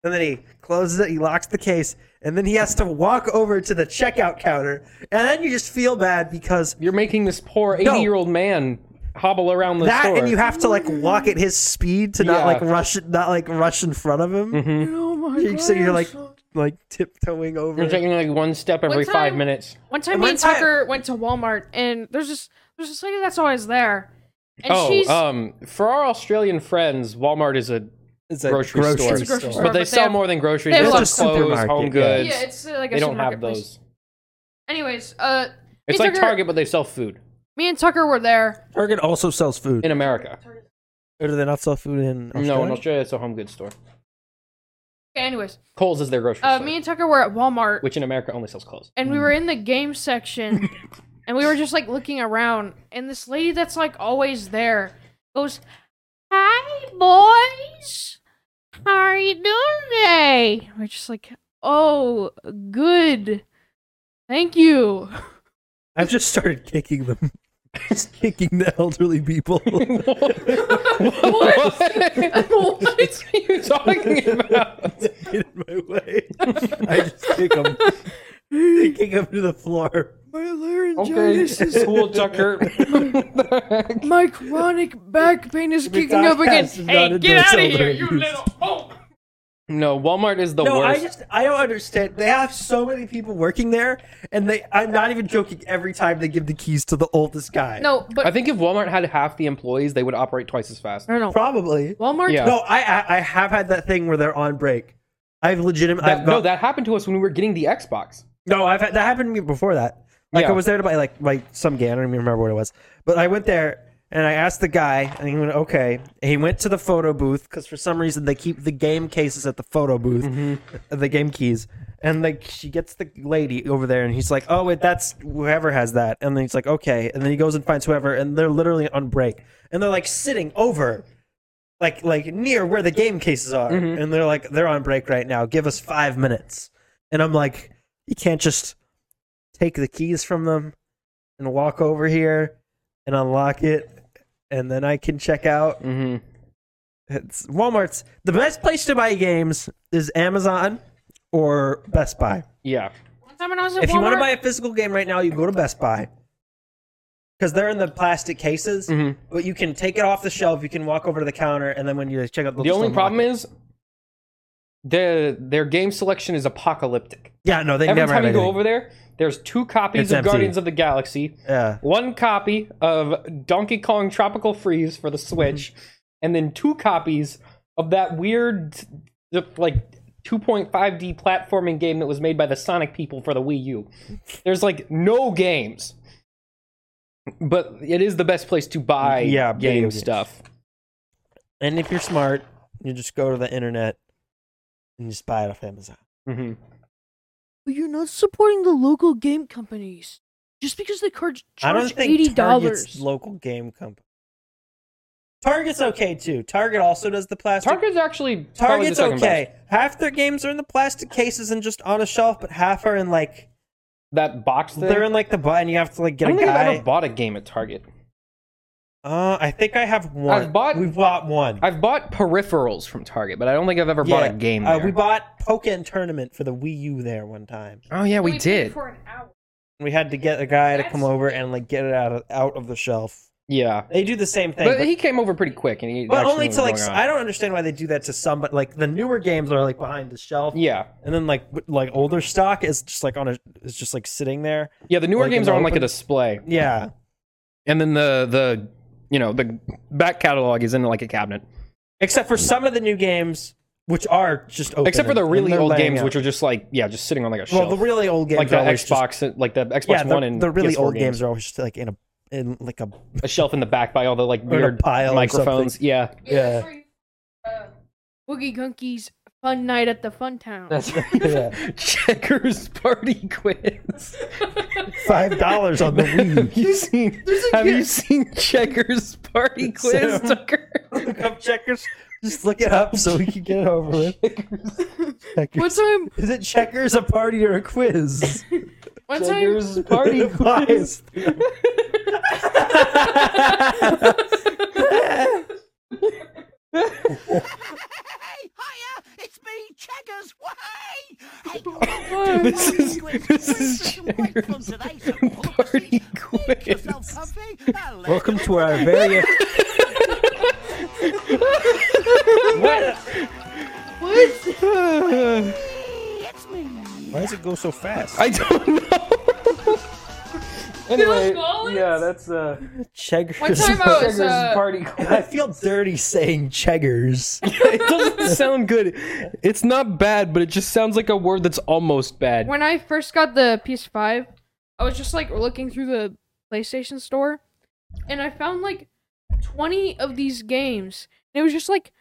S2: and then he closes it he locks the case and then he has to walk over to the checkout counter and then you just feel bad because
S1: You're making this poor 80
S2: No.
S1: year old man hobble around the
S2: that
S1: store.
S2: and you have to like walk at his speed to not
S1: Yeah. Mm-hmm.
S2: like rush not like rush in front of him
S7: Oh my god.
S2: so you're like like tiptoeing over
S1: You're taking like one step every
S3: One
S1: five
S3: time-
S1: minutes.
S3: One time,
S2: And
S3: me
S2: one
S3: and
S2: time-
S3: Tucker went to Walmart, and there's this there's this lady that's always there, and
S1: oh,
S3: she's
S1: um, for our Australian friends, Walmart is a,
S2: it's a
S1: Grocery store. It's a
S3: grocery store.
S1: but they
S3: but they
S1: sell
S3: have-
S1: more than groceries.
S3: they
S1: They
S3: have
S1: sell
S3: a
S1: clothes,
S2: supermarket,
S1: home
S2: yeah.
S1: goods.
S3: yeah, it's uh, like a
S1: they don't have
S3: supermarket place.
S1: those.
S3: Anyways, uh,
S1: It's
S3: me
S1: like
S3: and Tucker,
S1: Target, but they sell food
S3: Me and Tucker were there.
S2: Target also sells food.
S1: in America.
S2: Or do they not sell food in
S1: No, in
S2: Australia?
S1: Australia, it's a home goods store.
S3: Okay, anyways,
S1: Kohl's is their grocery
S3: uh,
S1: store,
S3: me and Tucker were at Walmart,
S1: which in America only sells clothes.
S3: and we were in the game section and we were just like looking around and this lady that's like always there goes hi boys how are you doing today we're just like oh good thank you
S2: I've just started kicking them. just kicking the elderly people.
S1: what? what are you talking about?
S2: Get in my way. I just kick them. kick them to the floor.
S7: My
S1: Okay,
S7: laryngitis is.
S1: cool, Tucker.
S7: My chronic back pain is kicking up again.
S2: Hey,
S3: get out of here you little
S1: no, Walmart is the
S2: No,
S1: worst.
S2: I just I don't understand. They have so many people working there, and they I'm not even joking. Every time they give the keys to the oldest guy,
S3: no but
S1: I think if Walmart had half the employees, they would operate twice as fast.
S3: no no no
S2: probably.
S3: walmart
S1: Yeah.
S2: No, I, I I have had that thing where they're on break. I've legitimate.
S1: That,
S2: I've
S1: no,
S2: got,
S1: that happened to us when we were getting the Xbox.
S2: No, I've had, that happened to me before that. Like
S1: Yeah.
S2: I was there to buy like like some game. I don't even remember what it was, but I went there and I asked the guy, and he went okay. And he went to the photo booth because for some reason they keep the game cases at the photo booth, uh, the game keys. And like she gets the lady over there, and he's like, "Oh wait, that's whoever has that." And then he's like, "Okay." And then he goes and finds whoever, and they're literally on break, and they're like sitting over like like near where the game cases are and they're like they're on break right now give us five minutes and i'm like you can't just take the keys from them and walk over here and unlock it and then i can check out
S1: Mm-hmm.
S2: it's walmart's the best place to buy games is amazon or best buy
S1: Yeah.
S3: one time when i was at
S2: if
S3: walmart
S2: you want to buy a physical game right now you go to best buy because they're in the plastic cases
S1: Mhm.
S2: but you can take it off the shelf you can walk over to the counter and then when you check out
S1: The only problem is their their game selection is apocalyptic.
S2: yeah no they
S1: Every
S2: never
S1: time
S2: have
S1: you go
S2: anything.
S1: over there, there's two copies
S2: It's
S1: of
S2: empty.
S1: Guardians of the Galaxy,
S2: Yeah.
S1: one copy of Donkey Kong Tropical Freeze for the Switch,
S2: Mm-hmm.
S1: and then two copies of that weird the- like 2.5D platforming game that was made by the Sonic people for the Wii U. There's like no games. But it is the best place to buy
S2: Yeah, video
S1: game
S2: games.
S1: stuff.
S2: And if you're smart, you just go to the internet and just buy it off Amazon.
S1: hmm
S7: But you're not supporting the local game companies. Just because they charge
S2: I don't
S7: charge
S2: think
S7: eighty
S2: Target's
S7: dollars.
S2: local game company. Target's okay too. Target also does the plastic.
S1: Target's actually probably the
S2: Target's
S1: second
S2: okay.
S1: best.
S2: Half their games are in the plastic cases and just on a shelf, but half are in like
S1: That box thing.
S2: they're in like the button. You have to like
S1: I
S2: get a
S1: don't think I've
S2: guy.
S1: ever bought a game at Target.
S2: uh, I think I have one.
S1: I've bought-
S2: We've bought one.
S1: I've bought peripherals from Target, but I don't think I've ever bought a game
S2: Uh,
S1: there.
S2: we bought Pokemon Tournament for the Wii U there one time.
S1: oh yeah, we,
S7: paid
S1: did.
S7: for an hour.
S2: We had to get a guy to
S7: That's-
S2: come over and like get it out of, out of the shelf.
S1: Yeah,
S2: They do the same thing,
S1: but,
S2: but,
S1: he came over pretty quick, and he.
S2: but
S1: actually
S2: only
S1: knew what
S2: to like
S1: was
S2: s-
S1: going
S2: I
S1: on.
S2: don't understand why they do that to some. But like the newer games are like behind the shelf,
S1: Yeah,
S2: and then like w- like older stock is just like on a is just like sitting there.
S1: yeah. The newer
S2: Like in
S1: games
S2: the
S1: are on like a
S2: open?
S1: display,
S2: Yeah,
S1: and then the the you know the back catalog is in like a cabinet,
S2: except for some of the new games, which are just open
S1: except for the
S2: and-
S1: really
S2: and they're
S1: old
S2: laying
S1: games,
S2: out.
S1: which are just like yeah, just sitting on like a
S2: well,
S1: shelf,
S2: the really old games
S1: like the
S2: are always just-
S1: Xbox, like the Xbox
S2: yeah, the,
S1: One, and
S2: the really
S1: PS4
S2: old
S1: games.
S2: games are always just like in a in like a
S1: a shelf in the back by all the like
S2: Or in a
S1: weird
S2: pile or
S1: microphones.
S2: something.
S1: Yeah,
S2: Yeah.
S3: uh,
S7: Boogie Gunky's fun night at the Fun Town.
S1: that's
S2: Yeah.
S1: checkers party quiz.
S2: five dollars on the Wii.
S1: Have you seen? Have you seen checkers party quiz,
S2: So-
S1: Tucker?
S2: look up checkers. Just look it up so we can get it over with. Checkers.
S7: One time,
S2: Is it checkers, a party, or a quiz?
S7: one time,
S1: Checkers party quiz.
S2: Quiz.
S8: Hey, hiya! It's me, Checkers. Way! Hey, oh,
S1: This is this is checkers party quiz.
S2: Welcome to our very. Why does it go so fast?
S1: I don't know. anyway,
S7: Collins?
S1: yeah, that's uh,
S2: Checkers.
S7: one time I was.
S1: checkers
S7: Uh,
S1: party
S2: I
S1: quiz.
S2: feel dirty saying checkers.
S1: it doesn't sound good. It's not bad, but it just sounds like a word that's almost bad.
S7: when I first got the PS5, I was just like looking through the PlayStation store, and I found like twenty of these games. And it was just like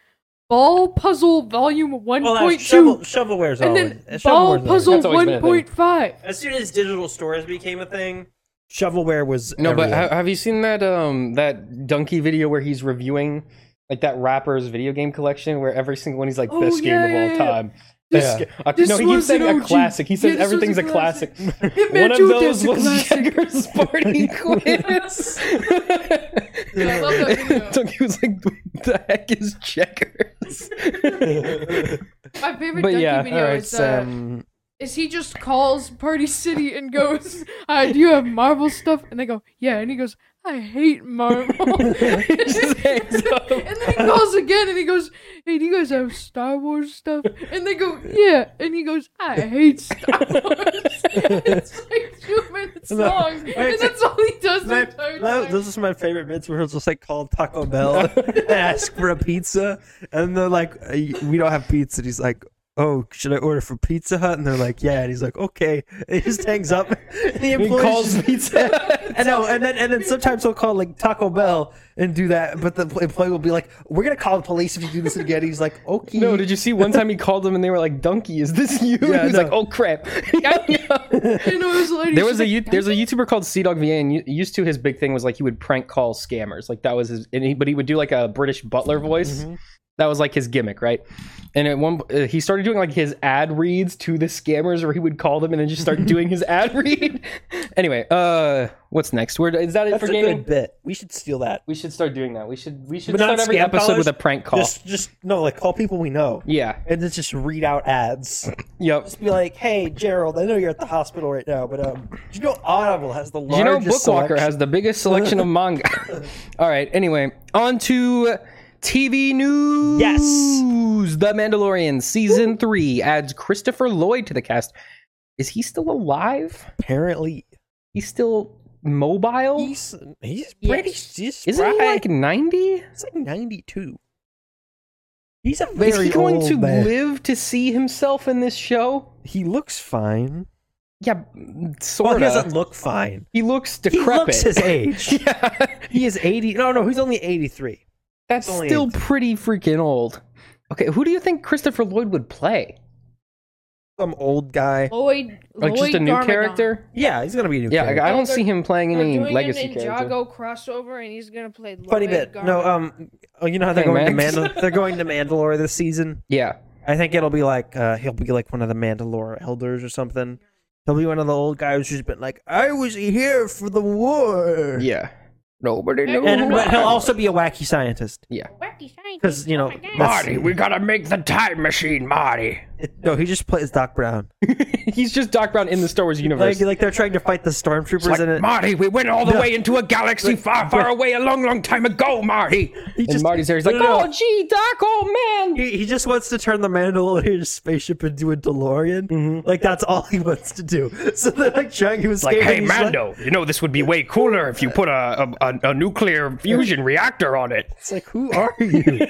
S7: Ball Puzzle Volume One
S2: Well, that's
S7: Point
S2: shovel,
S7: Two,
S2: shovelware's
S7: and
S2: always.
S7: then
S2: shovelware's
S7: Ball
S2: always-
S7: Puzzle
S1: That's always been a thing.
S7: One Point Five.
S9: As soon as digital stores became a thing,
S2: Shovelware was.
S1: No, but
S2: everywhere.
S1: ha- have you seen that um that donkey video where he's reviewing like that rapper's video game collection where every single one he's like
S7: Oh,
S1: best game
S7: yeah,
S1: of all
S7: yeah, yeah.
S1: time.
S2: This-
S1: This, a,
S7: this
S1: no, he keeps
S7: one's an
S1: saying a
S7: OG.
S1: classic. He
S7: Yeah,
S1: says
S7: this one's
S1: everything's
S7: a
S1: a classic.
S7: Hitman
S1: one of
S7: 2,
S1: those
S7: that's a
S1: was
S7: classic.
S1: Jagger's party quiz.
S7: Yeah, I love that video.
S1: Donkey was like, "What the heck is checkers?"
S7: My favorite
S1: But
S7: Ducky
S1: yeah,
S7: video
S2: alright,
S7: is uh,
S2: um,
S7: is he just calls Party City and goes, uh, "Do you have Marvel stuff?" And they go, "Yeah," and he goes, "I hate Marvel." and then
S1: Just hangs up.
S7: he calls again and he goes, "Hey, do you guys have Star Wars stuff?" And they go, "Yeah," and he goes, "I hate Star Wars." it's like two minutes long, and that's all he does the
S2: my-
S7: entire
S2: that-
S7: time.
S2: those are some of my favorite bits where it's just like called Taco Bell and ask for a pizza, and they're like, "Uh, "We don't have pizza." And he's like, "Oh, should I order for Pizza Hut?" And they're like, "Yeah." And he's like, "Okay." And he just hangs up. And the
S1: He
S2: employee
S1: calls pizza.
S2: I know, and then and then sometimes he'll call like Taco Bell and do that, but the employee will be like, "We're gonna call the police if you do this again." He's like, "Okay."
S1: No, did you see one time he called them and they were like, "Donkey, is this you?" And
S2: Yeah,
S1: he's
S2: no.
S1: like, "Oh crap."
S7: And it was like,
S1: there was a you- there's a YouTuber called Sea Dog VA, and you- used to his big thing was like he would prank call scammers, like that was his, and he, but he would do like a British butler voice.
S2: Mm-hmm.
S1: That was like his gimmick, right? And at one, uh, he started doing like his ad reads to the scammers, where he would call them and then just start doing his ad read. anyway, uh, what's next? Where is that it
S2: That's
S1: for
S2: a
S1: gaming?
S2: good bit. We should steal that.
S1: We should start doing that. We should we should
S2: But not
S1: start every
S2: scam
S1: episode
S2: callers,
S1: with a prank call.
S2: Just just no, like call people we know.
S1: yeah.
S2: and then just read out ads.
S1: Yep.
S2: Just be like, "Hey, Gerald, I know you're at the hospital right now, but um, did you know Audible has the largest
S1: you know bookwalker
S2: selection?"
S1: has the biggest selection of manga all right anyway on to tv news
S2: Yes.
S1: the mandalorian season 3 adds christopher lloyd to the cast is he still alive
S2: apparently
S1: he's still mobile
S2: he's he's pretty he's
S1: isn't he
S2: spry.
S1: like 90
S2: he's like 92. He's a very
S1: is he going
S2: old
S1: to
S2: man.
S1: live to see himself in this show
S2: He looks fine.
S1: yeah
S2: Well,
S1: sort
S2: he
S1: of
S2: doesn't look fine.
S1: he looks
S2: He
S1: decrepit
S2: looks his age.
S1: yeah
S2: he is 80. No, no, he's only 83.
S1: That's
S2: Only
S1: still
S2: eight.
S1: pretty freaking old. Okay, who do you think Christopher Lloyd would play?
S2: some old guy.
S3: Lloyd,
S1: Like
S3: Lloyd
S1: just a new
S3: Garmadon.
S1: character?
S2: Yeah, he's gonna be a new.
S1: Yeah,
S2: character.
S1: I, I don't
S3: They're-
S1: see him playing
S3: They're
S1: any
S3: doing
S1: legacy
S3: an
S1: character.
S3: Ninjago crossover, and he's gonna play Lloyd
S2: funny bit.
S3: Garmadon.
S2: No, um, oh, you know how they're
S1: Hey,
S2: going
S1: Max.
S2: to Mandal- they're going to Mandalore this season.
S1: Yeah.
S2: I think it'll be like uh, he'll be like one of the Mandalore elders or something. He'll be one of the old guys who's been like, "I was here for the war."
S1: Yeah. Nobody
S3: And-
S1: knows.
S2: and but he'll
S1: why.
S2: also be a wacky scientist
S1: Yeah.
S3: Wacky scientist.
S2: because you know.
S3: Oh my God.
S2: that's-
S1: gotta make the time machine, Marty.
S2: it- no, he just plays Doc Brown.
S1: He's just Doc Brown in the Star Wars universe.
S2: Like, like they're trying to fight the stormtroopers in it.
S1: Marty, we went all the way into a galaxy far, far away a long, long time ago, Marty.
S2: He
S1: and
S2: just-
S1: Marty's there. He's
S2: No,
S1: like,
S2: no, no.
S1: oh, gee, Doc, oh, man.
S2: He, he just wants to turn the Mandalorian spaceship into a DeLorean. Like that's all he wants to do. So they're like trying to escape.
S10: Like, hey,
S2: and he's like-
S10: Mando, you know, this would be way cooler if you put a, a, a, a nuclear fusion reactor on it.
S2: it's like, who are you?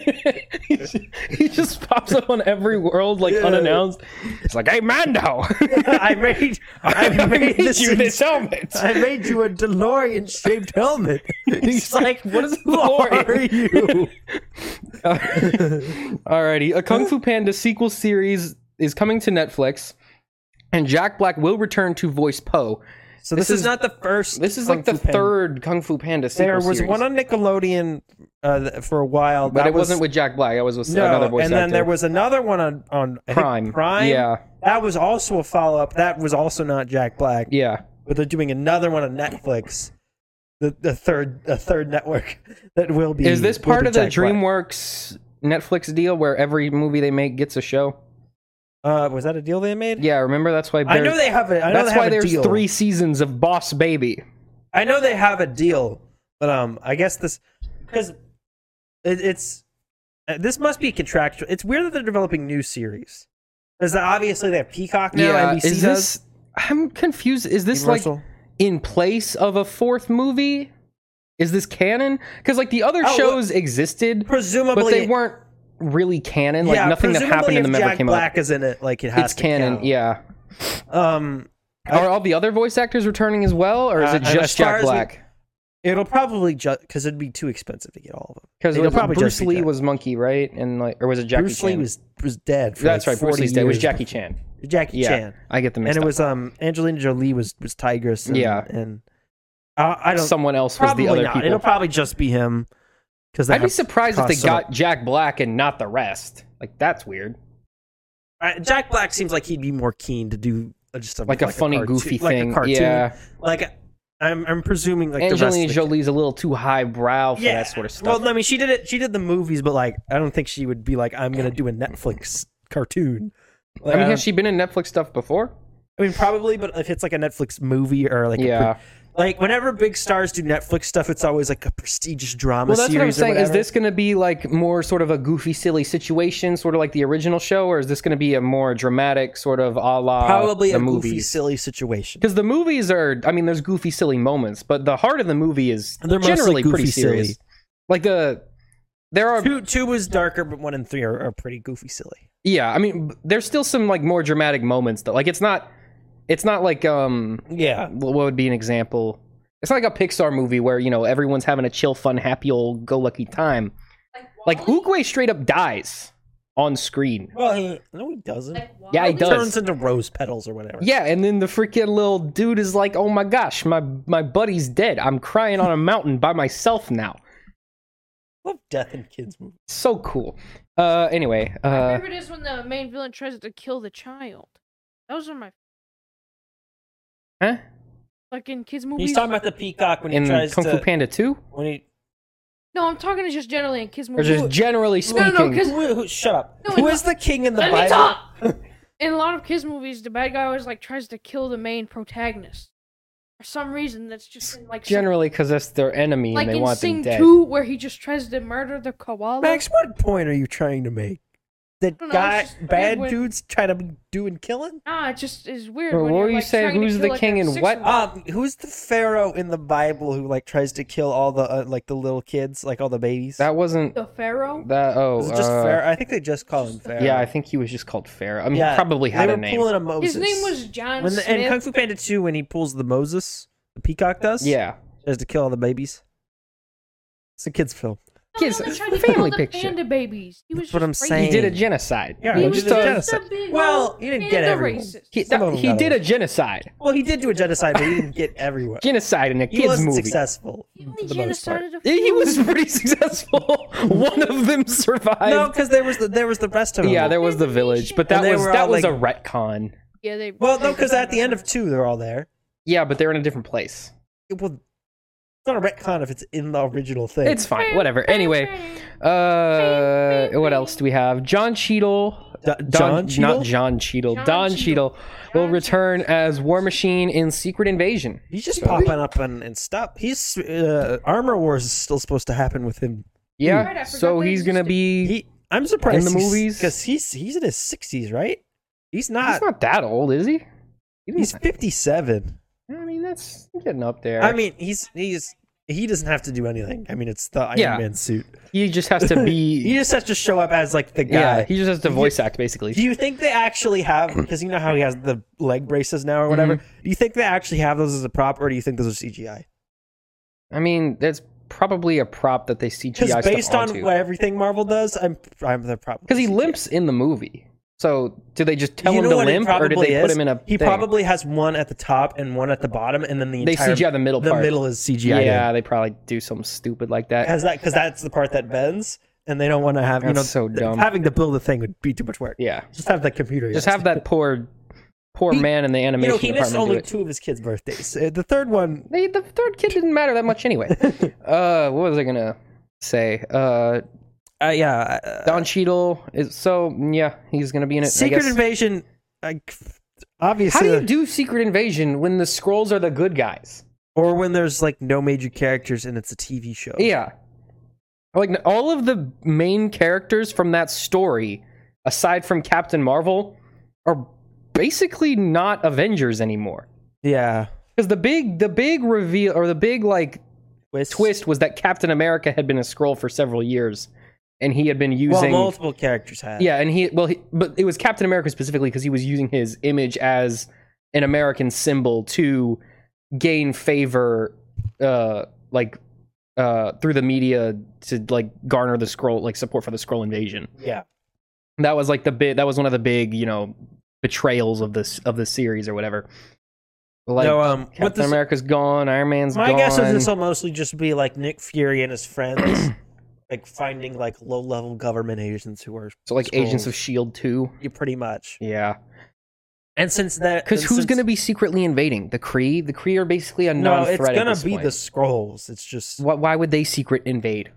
S1: he, just, he just pops up on every world, like, unannounced.
S10: It's like, hey, Mando,
S2: I made, I made
S10: made
S2: this,
S10: you this helmet.
S2: I made you a DeLorean shaped helmet. He's like, what is who
S1: DeLorean?
S2: are you?
S1: Alrighty. A Kung Fu Panda sequel series is coming to Netflix, and Jack Black will return to voice Poe.
S2: So this,
S1: This
S2: is,
S1: is-
S2: not the first.
S1: This is
S2: Kung
S1: like the
S2: Fu Panda.
S1: third Kung Fu Panda sequel
S2: There was
S1: series.
S2: one on Nickelodeon uh, th- for a while,
S1: but
S2: that
S1: it
S2: was-
S1: wasn't with Jack Black. It was with
S2: no,
S1: another voice
S2: and then
S1: actor.
S2: there was another one on on I think
S1: Prime.
S2: Prime,
S1: Yeah.
S2: that was also a follow up. That was also not Jack Black.
S1: Yeah.
S2: but they're doing another one on Netflix, the the third a third network that will be.
S1: Is this
S2: will
S1: part
S2: be
S1: of the
S2: Jack Black.
S1: DreamWorks Netflix deal where every movie they make gets a show?
S2: Uh, was that a deal they made?
S1: Yeah, remember that's why.
S2: I
S1: there-
S2: know they have a. I know
S1: That's
S2: they have
S1: why
S2: a
S1: there's
S2: deal.
S1: three seasons of Boss Baby.
S2: I know they have a deal, but um, I guess this because it, it's uh, this must be contractual. It's weird that they're developing new series because obviously they have Peacock now. NBC
S1: is
S2: does.
S1: this? I'm confused. Is this like
S2: Universal.
S1: in place of a fourth movie? Is this canon? Because like the other
S2: Oh,
S1: shows existed,
S2: presumably
S1: but they weren't really canon. Like
S2: yeah,
S1: nothing that
S2: presumably
S1: happened in
S2: if
S1: them ever
S2: Jack
S1: came
S2: Black
S1: up.
S2: is in it. Like it has
S1: It's
S2: to
S1: canon.
S2: count.
S1: Yeah.
S2: Um, I-
S1: Are all the other voice actors returning as well, or is
S2: Uh,
S1: it
S2: as
S1: just
S2: far
S1: Jack
S2: as we-
S1: Black?
S2: it'll probably just because it'd be too expensive to get all of them.
S1: Because
S2: it'll
S1: probably
S2: probably
S1: Bruce
S2: just be
S1: Lee
S2: Jack.
S1: was Monkey, right? And like, or was it Jackie
S2: Bruce
S1: Chan?
S2: Lee was was dead. For
S1: That's
S2: like
S1: right. Bruce
S2: 40
S1: Lee's dead. It was
S2: years
S1: Jackie Chan.
S2: before- Jackie
S1: Yeah,
S2: Chan.
S1: I get the mixed
S2: and
S1: up.
S2: it was um Angelina Jolie was was Tigress. And,
S1: Yeah.
S2: and uh, I don't
S1: someone else was
S2: probably
S1: the other
S2: not.
S1: people.
S2: It'll probably just be him because
S1: I'd be surprised if they
S2: cost so
S1: got Jack Black and not the rest. Like that's weird.
S2: Jack Black seems like he'd be more keen to do uh, just a,
S1: Like a funny,
S2: cartoon-
S1: goofy
S2: like
S1: thing.
S2: A cartoon.
S1: Yeah.
S2: like I'm I'm presuming like the
S1: Angelina
S2: rest of the-
S1: Jolie's a little too highbrow for
S2: yeah.
S1: that sort of stuff.
S2: Well, I mean, she did it. She did the movies, but like, I don't think she would be like, "I'm gonna do a Netflix cartoon." Like,
S1: I mean,
S2: don't-
S1: has she been in Netflix stuff before?
S2: I mean, probably, but if it's like a Netflix movie or like, a
S1: Yeah.
S2: pre- like whenever big stars do Netflix stuff, it's always like a prestigious drama
S1: Well, that's
S2: series.
S1: what I'm saying.
S2: or
S1: Is
S2: whatever.
S1: this going to be like more sort of a goofy, silly situation, sort of like the original show, or is this going to be a more dramatic sort of a la
S2: probably
S1: the
S2: a goofy,
S1: movies?
S2: silly situation?
S1: Because the movies are, I mean, there's goofy, silly moments, but the heart of the movie is
S2: They're mostly
S1: generally pretty
S2: goofy,
S1: serious.
S2: silly.
S1: Like the there are
S2: Two, two was darker, but one and three are, are pretty goofy, silly.
S1: Yeah, I mean, b- there's still some like more dramatic moments though. Like it's not, it's not like um,
S2: Yeah,
S1: wh- what would be an example? It's not like a Pixar movie where you know everyone's having a chill, fun, happy old go lucky time. Like Oogway straight up dies on screen.
S2: well, he, no, he doesn't.
S1: Yeah, uh, he
S2: He turns
S1: does.
S2: into rose petals or whatever.
S1: Yeah, and then the freaking little dude is like, "Oh my gosh, my my buddy's dead. I'm crying on a mountain by myself now."
S2: I love death in kids movies.
S1: So cool. Uh, anyway,
S3: My
S1: uh,
S3: favorite is when the main villain tries to kill the child. Those are my
S1: huh?
S3: like in kids movies.
S2: He's talking about the peacock when he
S1: In
S2: tries
S1: Kung
S2: to
S1: Fu Panda 2?
S2: when he
S3: no, I'm talking just generally in kids
S1: or
S3: movies.
S1: just generally
S3: no,
S1: speaking?
S3: no, 'cause-
S2: Who- who- shut up.
S3: No,
S2: Who
S3: it's-
S2: is the king in the
S3: Let me
S2: Bible?
S3: talk! in a lot of kids movies, the bad guy always like tries to kill the main protagonist for some reason. That's just in, like some-
S1: generally because that's their enemy
S3: like
S1: and they
S3: in
S1: want
S3: Sing
S1: them dead.
S3: Two, where he just tries to murder the koala.
S2: Max, what point are you trying to make? That
S3: don't know,
S2: guy,
S3: it's just
S2: bad
S3: weird when-
S2: dudes trying to be doing killing?
S3: Nah, it just is weird.
S1: Well,
S3: when
S1: what
S3: you're,
S1: were you
S3: like,
S1: saying?
S3: trying to
S1: Who's
S3: kill,
S1: the
S3: like,
S1: king
S3: a
S1: and what?
S3: six-year-old.
S2: Um, who's the pharaoh in the Bible who like tries to kill all the uh, like the little kids, like all the babies?
S1: That wasn't
S3: the pharaoh.
S1: that. Oh,
S2: Was it just
S1: uh,
S2: pharaoh? I think they just call him pharaoh.
S1: Yeah, I think he was just called Pharaoh. I mean, he probably had
S2: they
S1: a
S2: were
S1: name.
S2: Pulling a Moses.
S3: His name was John
S2: When the,
S3: Smith.
S2: and Kung Fu Panda 2, when he pulls the Moses, the peacock does.
S1: Yeah,
S2: tries to kill all the babies. It's a kids' film.
S1: Kids,
S3: He tried to kill
S1: family
S3: the
S1: picture.
S3: Panda babies. He was
S11: what
S3: just
S11: I'm
S3: racist.
S1: He did a
S11: Dang.
S1: genocide.
S2: Yeah,
S1: He
S2: he
S1: was
S2: did a
S1: a-
S2: genocide. Well, he didn't get
S3: Panda
S2: everyone.
S3: racist.
S1: He,
S11: Some of them
S1: he
S11: got
S1: did a
S11: away.
S1: genocide.
S2: Well, he did do a genocide, but he didn't get everyone.
S1: Genocide in a
S2: He
S1: kids
S2: was
S1: movie.
S2: successful.
S3: He only
S1: For the most part.
S3: genocided a
S1: He
S3: few.
S1: was pretty successful. One of them
S2: No,
S1: survived.
S2: because there was the, there was the rest of them.
S1: yeah, there was the village, but that
S2: And they
S1: was
S2: were
S1: that
S2: all,
S1: was
S2: like-
S1: a retcon.
S3: Yeah, they.
S2: Well, no, because at the end of two, they're all there.
S1: Yeah, but they're in a different place.
S2: It, well, it's not a retcon if it's in the original thing.
S1: It's fine. Whatever. Anyway, uh, what else do we have? John Cheadle.
S2: D- John Cheadle?
S1: Not John Cheadle.
S3: John
S1: Don
S3: Cheadle.
S1: Cheadle will
S3: John
S1: return as War Machine in Secret Invasion.
S2: He's just popping up and, and stop. He's uh, armor wars is still supposed to happen with him.
S1: Yeah.
S3: Right, I forgot
S1: so
S3: they
S1: he's gonna
S3: existed.
S1: be.
S2: He, I'm surprised
S1: In the movies?
S2: because he's he's in his sixties, right? He's not.
S1: he's not that old, is he? He
S2: He's
S1: didn't-
S2: fifty seven.
S1: I mean, that's I'm getting up there.
S2: I mean, he's he's he doesn't have to do anything. I mean, it's the Iron
S1: Yeah.
S2: Man suit.
S1: he just has to
S2: He
S1: be.
S2: just has to show up as like the guy.
S1: yeah, he just has to voice act basically.
S2: Do you think they actually have? Because you know how he has the leg braces
S1: Mm-hmm.
S2: now or whatever. Do you think they actually have those as a prop, or do you think those are CGI?
S1: I mean, that's probably a prop that they CGI
S2: Because
S1: stuff
S2: based on
S1: onto.
S2: what everything Marvel does, I'm I'm the problem.
S1: because he limps in the movie. So do they just tell him to
S2: what it
S1: limp, or did they
S2: probably
S1: put
S2: is?
S1: him in a?
S2: He
S1: thing?
S2: probably has one at the top and one at the bottom, and then the
S1: They
S2: entire
S1: CGI the middle
S2: The
S1: part.
S2: middle is CGI.
S1: Yeah,
S2: in.
S1: they probably do something stupid like that.
S2: has that because that's the part that bends, and they don't want to have you
S1: That's
S2: know
S1: so
S2: th-
S1: dumb.
S2: having to build a thing would be too much work.
S1: yeah,
S2: Just have the computer.
S1: just
S2: guys.
S1: have that poor, poor
S2: He-
S1: man in the
S2: You
S1: animation
S2: know, he missed
S1: department do
S2: only
S1: it.
S2: two of his kids' birthdays. Uh, The third one,
S1: They, the third kid didn't matter that much anyway. uh, what was I gonna say? Uh,
S2: uh, yeah, uh,
S1: Don Cheadle is so yeah, he's gonna be in it. I
S2: Secret
S1: guess.
S2: Invasion. Like,
S1: How
S2: obviously,
S1: do you do Secret Invasion when the scrolls are the good guys?
S2: or when there's like no major characters and it's a TV show.
S1: Yeah. Like n- all of the main characters from that story, aside from Captain Marvel, are basically not Avengers anymore.
S2: yeah.
S1: Because the big the big reveal or the big like
S2: Twist.
S1: twist was that Captain America had been a scroll for several years and he had been
S2: Well,
S1: using
S2: multiple characters have.
S1: Yeah, and he well he, but it was Captain America specifically because he was using his image as an American symbol to gain favor uh like uh through the media to like garner the scroll like support for the scroll invasion.
S2: Yeah.
S1: That was like the bit that was one of the big, you know, betrayals of this of the series or whatever. Like
S2: no, um, what
S1: Captain
S2: this,
S1: America's gone, Iron Man's
S2: my
S1: gone.
S2: guess is this will mostly just be like Nick Fury and his friends, like finding like low-level government agents who are
S1: so like Agents of
S2: Skrulls.
S1: Shield 2.
S2: you pretty much.
S1: Yeah.
S2: And since that,
S1: Because
S2: and
S1: who's
S2: since-
S1: going to be secretly invading the Kree? The Kree are basically a
S2: No,
S1: non-threat.
S2: it's
S1: at
S2: gonna
S1: this
S2: be
S1: point.
S2: the scrolls. It's just
S1: Why, why would they secret invade?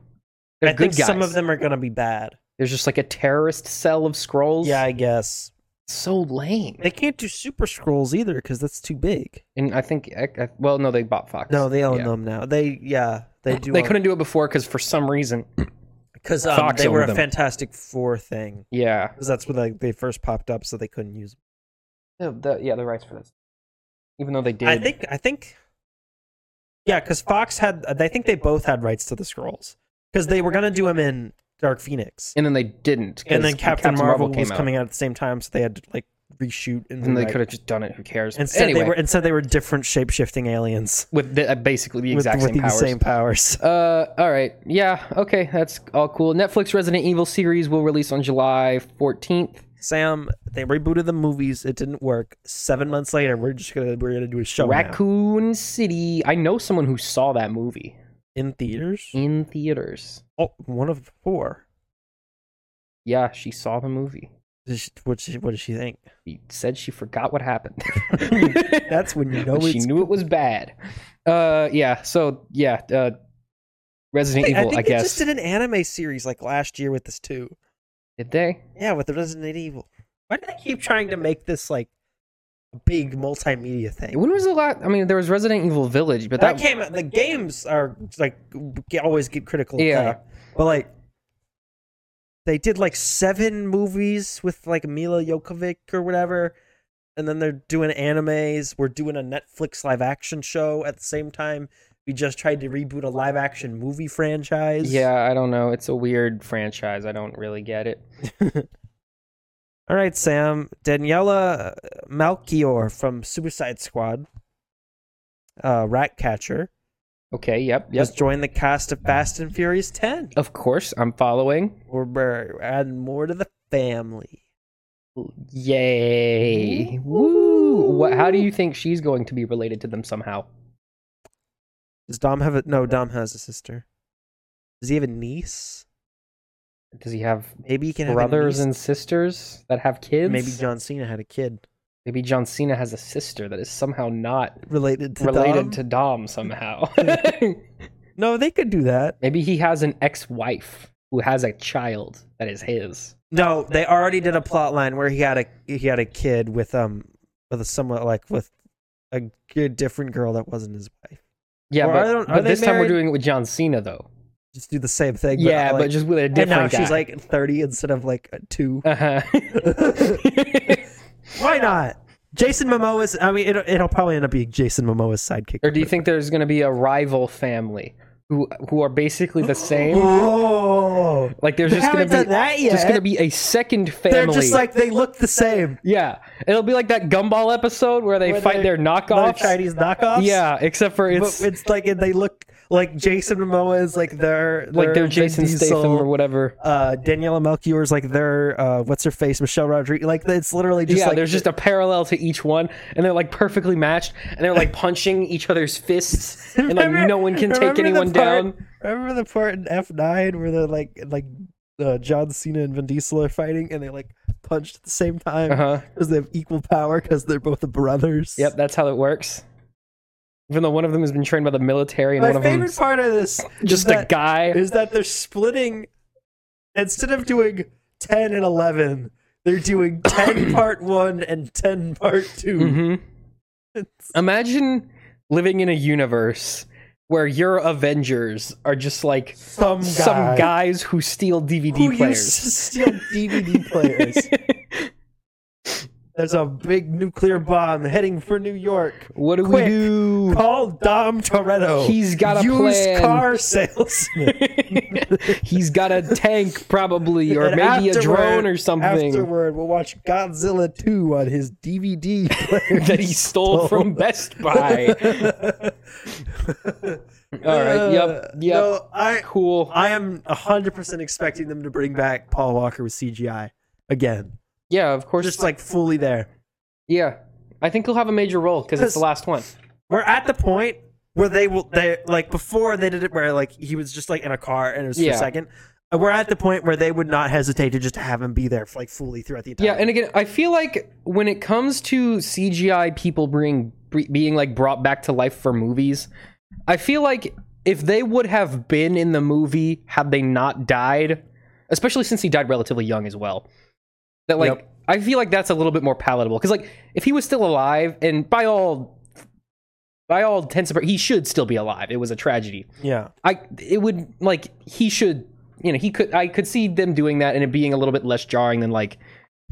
S1: They're
S2: I
S1: good
S2: think
S1: guys.
S2: some of them are gonna be bad.
S1: There's just like a terrorist cell of scrolls.
S2: Yeah, I guess
S1: so lame.
S2: they can't do super scrolls either because that's too big.
S1: And I think, I, I- well, no, they bought Fox.
S2: No, they own
S1: Yeah.
S2: them now. They yeah, they do.
S1: They couldn't do it before because for some reason,
S2: because um,
S1: Fox
S2: they were
S1: owned
S2: a
S1: them.
S2: Fantastic Four thing.
S1: yeah,
S2: Because that's when like, they first popped up, so they couldn't use. Them.
S1: the, the- yeah, the rights for this. Even though they did,
S2: I think I think. Yeah, because Fox had. I think they both had rights to the scrolls because they were gonna do them in Dark Phoenix,
S1: and then they didn't. 'cause
S2: and then Captain, Marvel, was
S1: out.
S2: coming out at the same time, so they had to like reshoot and,
S1: and they
S2: rewrite.
S1: could have just done it. Who cares?
S2: Instead,
S1: anyway,
S2: they were instead they were different shape shifting aliens
S1: with the, uh, basically the
S2: with,
S1: exact
S2: with
S1: same
S2: the
S1: powers.
S2: same powers.
S1: Uh, all right. Yeah. Okay. That's all cool. Netflix Resident Evil series will release on July 14th.
S2: Sam, they rebooted the movies. It didn't work. Seven months later, we're just gonna we're gonna do a show now.
S1: Raccoon City. I know someone who saw that movie
S2: in theaters.
S1: in theaters.
S2: Oh, one of four.
S1: Yeah, she saw the movie.
S2: Does she- What she- what does she think?
S1: She said she forgot what happened.
S2: That's when you know
S1: But she
S2: it's
S1: knew it was bad. Uh, yeah. So yeah, uh, Resident
S2: I
S1: Evil.
S2: think
S1: I,
S2: they
S1: guess
S2: just did an anime series like last year with this too.
S1: did they?
S2: Yeah, with the Resident Evil. Why do they keep trying to make this like a big multimedia thing?
S1: When was the last? I mean, there was Resident Evil Village, but
S2: that
S1: that
S2: came out. The games are like g- always get critical. acclaim.
S1: Yeah.
S2: but like they did like seven movies with like Mila Jokovic or whatever, and then they're doing animes. We're doing a Netflix live action show at the same time. We just tried to reboot a live action movie franchise.
S1: yeah, I don't know. It's a weird franchise. I don't really get it.
S2: All right, Sam. Daniela Malchior from Suicide Squad, uh, Ratcatcher,
S1: Okay, yep, yep.
S2: Just join the cast of Fast and Furious 10.
S1: Of course, I'm following.
S2: We're, we're adding more to the family.
S1: Yay. Woo. What, how do you think she's going to be related to them somehow?
S2: Does Dom have a. No, Dom has a sister. Does he have a niece?
S1: Does he have
S2: Maybe he can
S1: brothers
S2: have a
S1: and
S2: niece.
S1: sisters that have kids?
S2: Maybe John Cena had a kid
S1: Maybe John Cena has a sister that is somehow not
S2: related to
S1: related
S2: Dom.
S1: to Dom somehow.
S2: No, they could do that.
S1: Maybe he has an ex-wife who has a child that is his.
S2: No, they already did a plot line where he had a he had a kid with um with a somewhat like with a good different girl that wasn't his wife.
S1: Yeah,
S2: Or
S1: but,
S2: I don't- are
S1: but
S2: they
S1: this time we're
S2: married?
S1: doing it with John Cena though.
S2: Just do the same thing.
S1: yeah,
S2: like,
S1: but just with a
S2: and
S1: different
S2: now
S1: guy.
S2: she's like thirty instead of like two.
S1: uh-huh.
S2: Why not? Jason Momoa's. I mean, it'll, it'll probably end up being Jason Momoa's sidekick.
S1: or do you think there's going to be a rival family who who are basically the same?
S2: Oh,
S1: Like there's
S2: They
S1: just going to
S2: haven't done
S1: be
S2: that yet.
S1: just going to be a second family.
S2: they're just like they look the same.
S1: yeah, it'll be like that gumball episode where they
S2: Where
S1: fight
S2: they're-
S1: their knockoffs.
S2: They're Chinese knockoffs.
S1: yeah, except for
S2: But
S1: it's
S2: it's like and they look like Jason Momoa is like their
S1: like
S2: their
S1: they're
S2: Vin
S1: Jason
S2: Diesel.
S1: Statham or whatever.
S2: uh Daniela Melchior is like their uh what's her face Michelle Rodriguez like it's literally just
S1: yeah,
S2: like
S1: there's just a parallel to each one, and they're like perfectly matched, and they're like punching each other's fists, and like
S2: Remember-
S1: no one can take
S2: remember the
S1: anyone
S2: part-
S1: down.
S2: Remember the part in F9 where they're like like uh, John Cena and Vin Diesel are fighting and they like punched at the same time
S1: Uh
S2: because
S1: huh.
S2: they have equal power because they're both brothers.
S1: Yep, that's how it works. Even though one of them has been trained by the military, and
S2: My
S1: one of
S2: favorite
S1: them's
S2: part of this is
S1: just a
S2: that,
S1: guy.
S2: is that they're splitting instead of doing 10 and 11 they're doing 10 part 1 and 10 part 2
S1: hmm Imagine living in a universe where your Avengers are just like
S2: some guy
S1: some guys who steal DVD
S2: who used to
S1: players.
S2: steal DVD players. There's a big nuclear bomb heading for New York.
S1: what do
S2: Quick.
S1: we do?
S2: Call Dom Toretto.
S1: He's got a
S2: Used
S1: plan.
S2: car salesman.
S1: He's got a tank, probably, or
S2: And
S1: maybe a
S2: afterward-
S1: drone or something
S2: Afterward, we'll watch Godzilla 2 on his DVD player.
S1: that he stole from Best Buy. All right. Yep. Yep.
S2: Uh, No, I
S1: cool.
S2: I am 100% expecting them to bring back Paul Walker with CGI again.
S1: Yeah. Of course.
S2: Just like fully there.
S1: yeah. I think he'll have a major role because it's the
S2: Cause-
S1: last one.
S2: we're at the point where they will they like before they did it where like he was just like in a car and it was for
S1: Yeah.
S2: a second Uh, we're at the point where they would not hesitate to just have him be there for like fully throughout the entire
S1: Yeah, and again, I feel like when it comes to CGI people being being like brought back to life for movies, I feel like if they would have been in the movie had they not died, especially since he died relatively young as well. That like
S2: Yep.
S1: I feel like that's a little bit more palatable cuz like if he was still alive and by all by all intents and pur- he should still be alive. It was a tragedy.
S2: yeah
S1: I it would like he should you know he could I could see them doing that and it being a little bit less jarring than like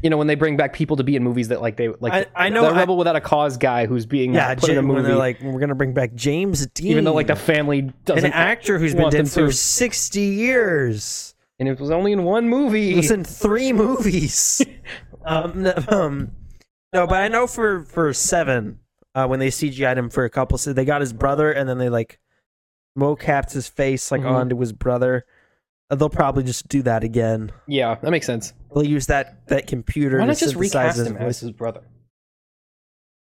S1: you know when they bring back people to be in movies that like they like
S2: I- I know
S1: the
S2: I-
S1: rebel without a cause guy who's being
S2: yeah
S1: put in a
S2: Jim, when
S1: movie
S2: they're like we're gonna bring back James Dean
S1: even though like the family
S2: an
S1: doesn't
S2: actor who's been
S1: want them
S2: dead
S1: to.
S2: for 60 years
S1: and it was only in one movie
S2: it was in three movies um, no, um no but I know for for seven uh when they CGI'd him for a couple so they got his brother and then they like mocapped his face like
S1: Mhm.
S2: onto his brother Uh, they'll probably just do that again
S1: yeah that makes sense
S2: they'll use that that computer
S1: why
S2: to
S1: not just
S2: synthesize
S1: recast
S2: his
S1: him as
S2: voice
S1: his brother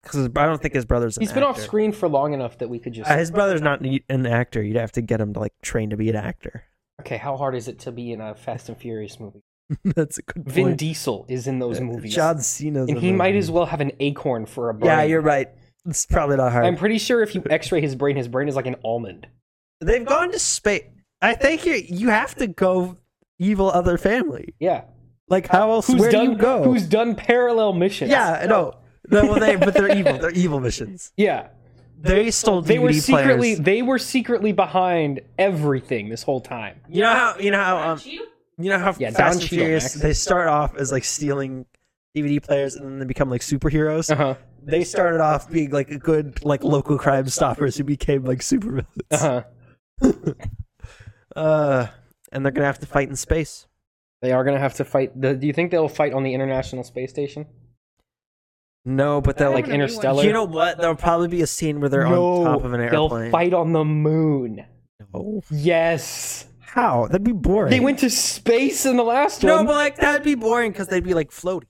S2: because I don't think his brother's an
S1: he's been off
S2: actor.
S1: screen for long enough that we could just
S2: Uh, his brother's not an an actor you'd have to get him to like train to be an actor
S1: okay how hard is it to be in a Fast and Furious movie
S2: that's a good
S1: Vin
S2: point
S1: Diesel is in those movies
S2: John Cena's
S1: and
S2: uh, in
S1: he
S2: that
S1: might
S2: movie.
S1: as well have an acorn for a brain
S2: yeah you're right it's probably not hard
S1: I'm pretty sure if you X-ray his brain, his brain is like an almond.
S2: They've gone to space. I think you you have to go evil other family.
S1: Yeah.
S2: Like how else? where
S1: done?
S2: do you go?
S1: Who's done parallel missions?
S2: yeah, no, no. Well, they but they're evil. They're evil missions.
S1: Yeah.
S2: They stole DVD
S1: They were secretly
S2: players.
S1: they were secretly behind everything this whole time.
S2: You know how you know how um, you know how
S1: Yeah, Don
S2: Fast and
S1: Cheadle,
S2: Furious
S1: Max.
S2: they start off as like stealing DVD players and then they become like superheroes.
S1: Uh-huh.
S2: They started off being like a good like local crime stoppers who became like supervillains.
S1: Uh-huh.
S2: Uh, and they're gonna have to fight in space.
S1: They are gonna have to fight the do you think they'll fight on the International Space Station?
S2: No, but they'll
S3: They're
S1: like
S2: like.
S3: having a new one.
S1: Interstellar.
S2: You know what? There'll probably be a scene where they're on top of an
S1: They'll
S2: airplane.
S1: fight on the moon.
S2: No.
S1: Yes.
S2: How? That'd be boring.
S1: They went to space in the last
S2: No,
S1: one.
S2: but like that'd be boring because they'd be like floating,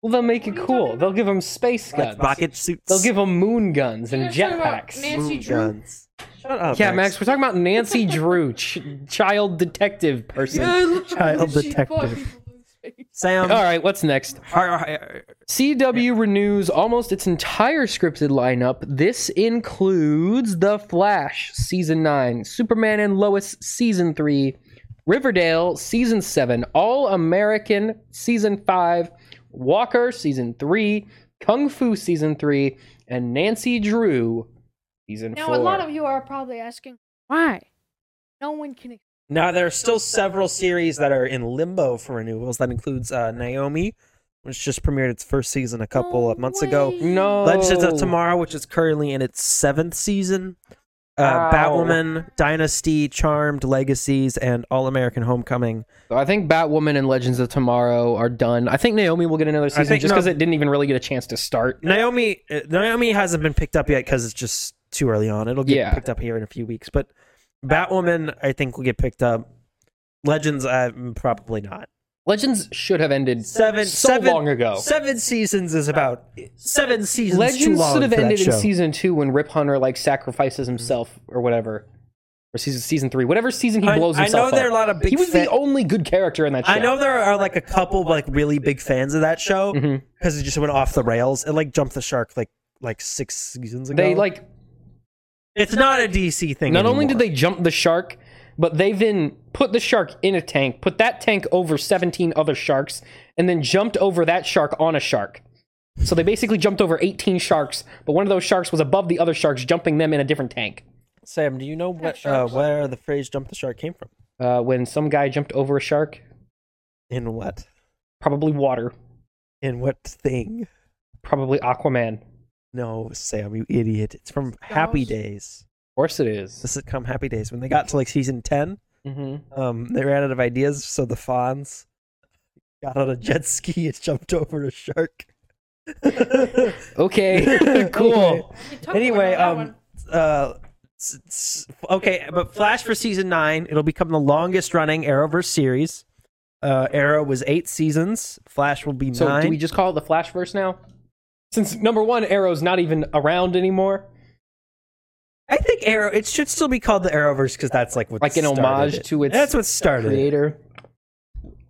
S1: well, they'll make it cool. They'll give them space guns.
S2: like rocket suits.
S1: They'll give them moon guns
S3: You
S1: and
S3: guys talking about
S1: jetpacks.
S3: Nancy
S2: moon
S3: Drew.
S2: guns. Shut up.
S1: Yeah, Max, we're talking about Nancy Drew, ch- child detective person.
S2: Child
S3: She fought
S2: detective.
S3: people in space.
S2: Sam.
S1: All right, what's next?
S2: har- har-
S1: CW renews almost its entire scripted lineup. This includes The Flash season 9, Superman and Lois season 3, Riverdale season 7, All American season 5, Walker season 3, Kung Fu season 3, and Nancy Drew season
S3: Now,
S1: 4.
S3: a lot of you are probably asking why. No one can.
S2: Now there are still several series that are in limbo for renewals. That includes uh, Naomi, which just premiered its first season a couple of months ago.
S1: no.
S2: Legends of Tomorrow, which is currently in its seventh season. Uh,
S1: Wow.
S2: Batwoman, Dynasty, Charmed, Legacies, and All American Homecoming.
S1: So I think Batwoman and Legends of Tomorrow are done. I think Naomi will get another season
S2: think-
S1: just because
S2: no.
S1: it didn't even really get a chance to start.
S2: Naomi, uh, Naomi hasn't been picked up yet because it's just too early on. It'll get
S1: Yeah.
S2: picked up here in a few weeks. But Batwoman, I think will get picked up. Legends, uh, probably not.
S1: Legends should have ended
S2: Seven,
S1: so
S2: seven-
S1: long ago.
S2: Seven seasons is about seven seasons. too
S1: Legends
S2: long
S1: should have
S2: for that
S1: ended in
S2: show. Mm-hmm.
S1: season two when Rip Hunter like sacrifices himself or whatever, or season season three, whatever season he
S2: I-
S1: blows
S2: I know
S1: himself
S2: there are
S1: up.
S2: a lot of big
S1: he was
S2: fa-
S1: the only good character in that show.
S2: I know there are like a couple like really big fans of that show because
S1: Mhm.
S2: it just went off the rails. It like jumped the shark like like six seasons ago.
S1: they like
S2: it's not a DC thing.
S1: not only did
S2: anymore.
S1: they jump the shark, but they then put the shark in a tank, put that tank over seventeen other sharks, and then jumped over that shark on a shark. So they basically jumped over eighteen sharks, but one of those sharks was above the other sharks, jumping them in a different tank.
S2: Sam, do you know what uh, where the phrase "jump the shark" came from?
S1: Uh, when some guy jumped over a shark,
S2: In what?
S1: probably water,
S2: In what thing?
S1: probably Aquaman.
S2: No, Sam, you idiot! It's from Happy Days.
S1: Of course it is.
S2: This is come Happy Days when they got to like season ten.
S1: Mm-hmm.
S2: Um, they ran out of ideas, so the Fonz got on a jet ski and jumped over a shark.
S1: Okay, cool.
S2: anyway, um, uh, s- s- okay, but Flash for season nine, it'll become the longest running Arrowverse series. Uh, Arrow was eight seasons. Flash will be
S1: so
S2: nine.
S1: do we just call it the Flashverse now? Since number one, Arrow's not even around anymore,
S2: I think Arrow. It should still be called the Arrowverse because that's like what
S1: Like an
S2: started
S1: homage
S2: it.
S1: to its
S2: That's what started. it.
S1: creator.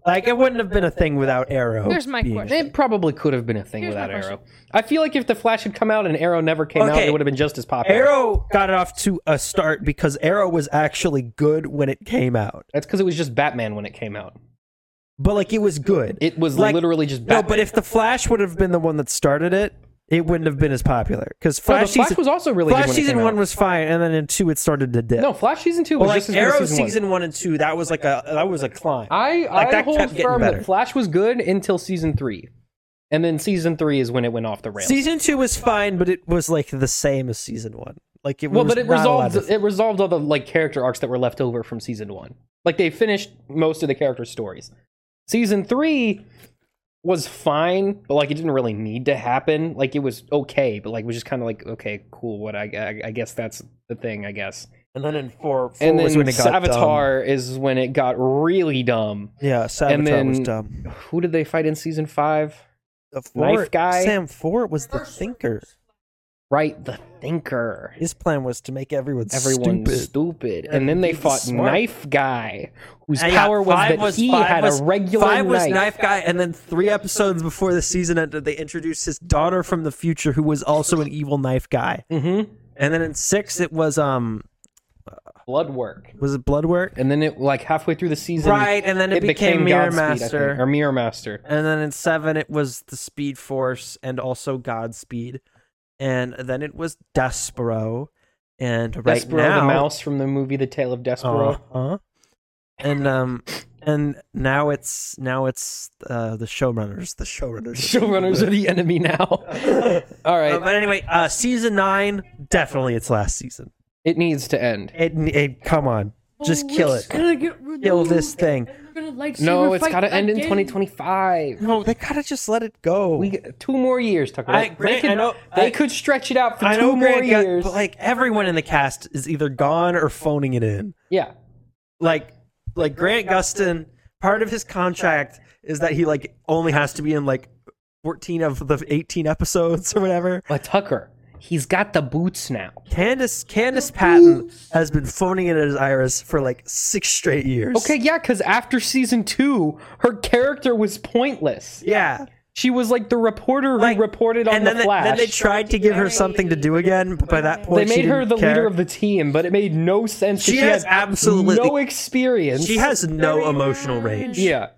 S2: Like it wouldn't have been a thing without Arrow.
S3: Here's my
S2: being-
S3: question.
S1: It probably could have been a thing
S3: Here's my
S1: without
S3: question.
S1: Arrow. I feel like if the Flash had come out and Arrow never came out,
S2: Okay.
S1: it would have been just as popular.
S2: Arrow got off to a start because Arrow was actually good when it came out.
S1: That's because it was just Batman when it came out.
S2: But like it was good.
S1: It was
S2: Like-
S1: literally just
S2: No,
S1: Batman.
S2: but if the Flash would have been the one that started it, it wouldn't have been as popular because
S1: No,
S2: Flash,
S1: the Flash
S2: season,
S1: was also really
S2: Flash
S1: good when it
S2: season
S1: came
S2: one
S1: out.
S2: was fine, and then in two it started to dip.
S1: no Flash season two
S2: but
S1: was
S2: like
S1: just as good as
S2: Arrow
S1: season, one.
S2: season one. and two, that was like a that was a climb.
S1: I
S2: Like,
S1: I
S2: that
S1: hold
S2: kept getting
S1: firm
S2: better.
S1: that Flash was good until season three, and then season three is when it went off the rails.
S2: season two was fine, but it was like the same as season one. Like it
S1: well,
S2: was
S1: but it
S2: not a lot
S1: resolved
S2: of-
S1: it resolved all the like character arcs that were left over from season one. Like they finished most of the character stories. Season three was fine, but like it didn't really need to happen. Like it was okay, but like it was just kind of like okay, cool. What I, I I guess that's the thing. I guess.
S2: and then in four, four
S1: And
S2: was
S1: then
S2: when it got dumb.
S1: Avatar is when it got really dumb.
S2: Yeah, Savitar was
S1: then-
S2: dumb.
S1: Who did they fight in season five?
S2: The
S1: Knife
S2: four-
S1: Guy.
S2: Sam Four was the thinker.
S1: Right, the Thinker.
S2: His plan was to make everyone
S1: Everyone's
S2: stupid.
S1: stupid. And then they
S2: he's
S1: fought
S2: smart.
S1: Knife Guy, whose
S2: And yeah,
S1: power was
S2: five
S1: that he
S2: five
S1: had
S2: was-
S1: a regular
S2: five was
S1: knife.
S2: knife guy, and then three episodes before the season ended, they introduced his daughter from the future, who was also an evil knife guy.
S1: Mm-hmm.
S2: And then in six, it was um,
S1: Blood work.
S2: was it Bloodwork?
S1: And then it like halfway through the season,
S2: Right, and then it, became, Mirror
S1: Godspeed, I think,
S2: Master,
S1: or Mirror Master.
S2: and then in seven, it was the Speed Force, and also Godspeed, and then it was Despero, and right
S1: Despero
S2: now,
S1: the mouse from the movie The Tale of Despero.
S2: Uh-huh. And um and now it's now it's uh the showrunners, the showrunners.
S1: Showrunners are the enemy now. All right,
S2: Uh, but anyway, uh season 9 definitely its last season.
S1: it needs to end.
S2: It, it come on. Just
S7: "Oh,
S2: kill
S3: it's
S2: it.
S3: Gonna get rid
S2: Kill
S3: of
S2: this thing.
S3: We're gonna lightsaber
S1: No, it's
S3: fight
S1: got to end in
S3: again.
S1: 2025.
S2: No, they gotta just let it go.
S1: We got two more years, Tucker.
S2: I-
S1: They
S2: Grant,
S1: could-
S2: I know-
S1: they
S2: I-
S1: could stretch it out for
S2: I
S1: two
S2: know
S1: more
S2: Grant got-
S1: years.
S2: but like everyone in the cast is either gone or phoning it in.
S1: yeah,
S2: Like, like Grant Gustin, part of his contract is that he like only has to be in like 14 of the 18 episodes or whatever.
S1: but Tucker, he's got the boots now.
S2: Candace Candace Patton has been phoning it as Iris for like six straight years.
S1: Okay, yeah, because after season two, her character was pointless.
S2: Yeah.
S1: She was like the reporter
S2: Like,
S1: who reported on
S2: and
S1: the
S2: then, they-
S1: Flash.
S2: then they tried to give her something to do again, but by that point
S1: They
S2: she
S1: made her
S2: didn't
S1: the leader
S2: care.
S1: of the team, but it made no sense. 'cause
S2: She has
S1: had
S2: absolutely-
S1: no experience.
S2: She has no emotional range.
S1: yeah.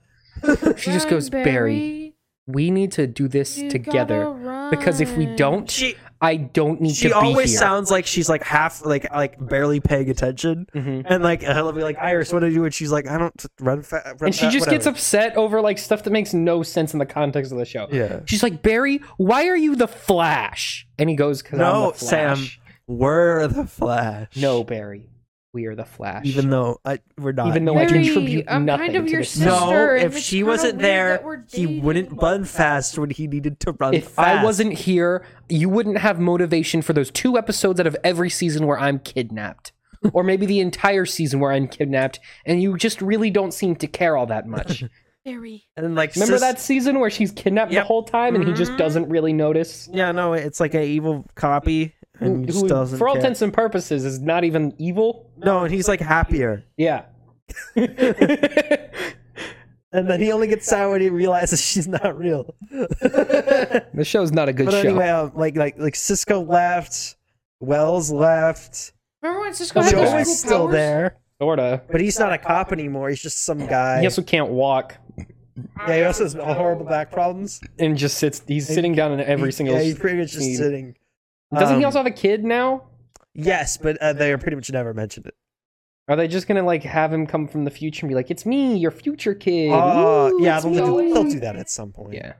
S1: she just goes,
S3: Run,
S1: Barry, we need to do this
S3: you
S1: together
S3: gotta
S1: because if we
S3: run."
S1: don't,
S2: She
S1: I don't need
S2: she
S1: to
S2: always
S1: be here.
S2: sounds like she's like half like like barely paying attention,
S1: Mm-hmm.
S2: and like I'll be like Iris, what do you do? And she's like, I don't run fast.
S1: and she just gets upset over like stuff that makes no sense in the context of the show.
S2: Yeah.
S1: She's like, "Barry, why are you the Flash?" And he goes, "Cause I'm
S2: No,
S1: the Flash."
S2: Sam, we're the Flash.
S1: No, Barry, we are the Flash.
S2: even though I, we're not.
S1: even though I
S3: Barry,
S1: contribute
S3: I'm kind
S1: nothing
S3: of
S1: to
S3: your
S1: this.
S3: sister.
S2: no,
S3: sister, and
S2: if
S3: it's
S2: she
S3: kinda
S2: wasn't
S3: weird that we're
S2: there, he
S3: dating.
S2: wouldn't run fast when he needed to run
S1: If
S2: fast.
S1: I wasn't here, you wouldn't have motivation for those two episodes out of every season where I'm kidnapped. or maybe the entire season where I'm kidnapped, and you just really don't seem to care all that much.
S3: Barry.
S2: and like
S1: Remember
S2: sis-
S1: that season where she's kidnapped
S2: Yep. Mm-hmm.
S1: the whole time and he just doesn't really notice?
S2: Yeah, no, it's like an evil copy, and he just
S1: Who,
S2: doesn't.
S1: for all
S2: care.
S1: intents and purposes, is not even evil.
S2: no, and he's like happier.
S1: Yeah. the
S2: And then he only gets sad when he realizes she's not real.
S1: show's not a good
S2: But
S1: show.
S2: anyway, um, like like like Cisco left, Wells left,
S3: Remember when Cisco had those
S2: Joe
S3: cool
S2: is still
S3: powers?
S2: there,
S1: Sorta.
S2: but he's not a cop anymore. He's just some guy.
S1: He also can't walk
S2: Yeah, he also has horrible back problems.
S1: and just sits. He's sitting down in every single.
S2: Yeah, he's pretty much just
S1: scene.
S2: sitting.
S1: Doesn't he
S2: um,
S1: also have a kid now?
S2: Yes, but uh, they pretty much never mentioned it.
S1: Are they just gonna like have him come from the future and be like, "It's me, your future kid"?
S2: Oh,
S1: Woo,
S2: yeah,
S1: it's
S2: they'll
S1: me."
S2: do, they'll do that at some point.
S1: Yeah.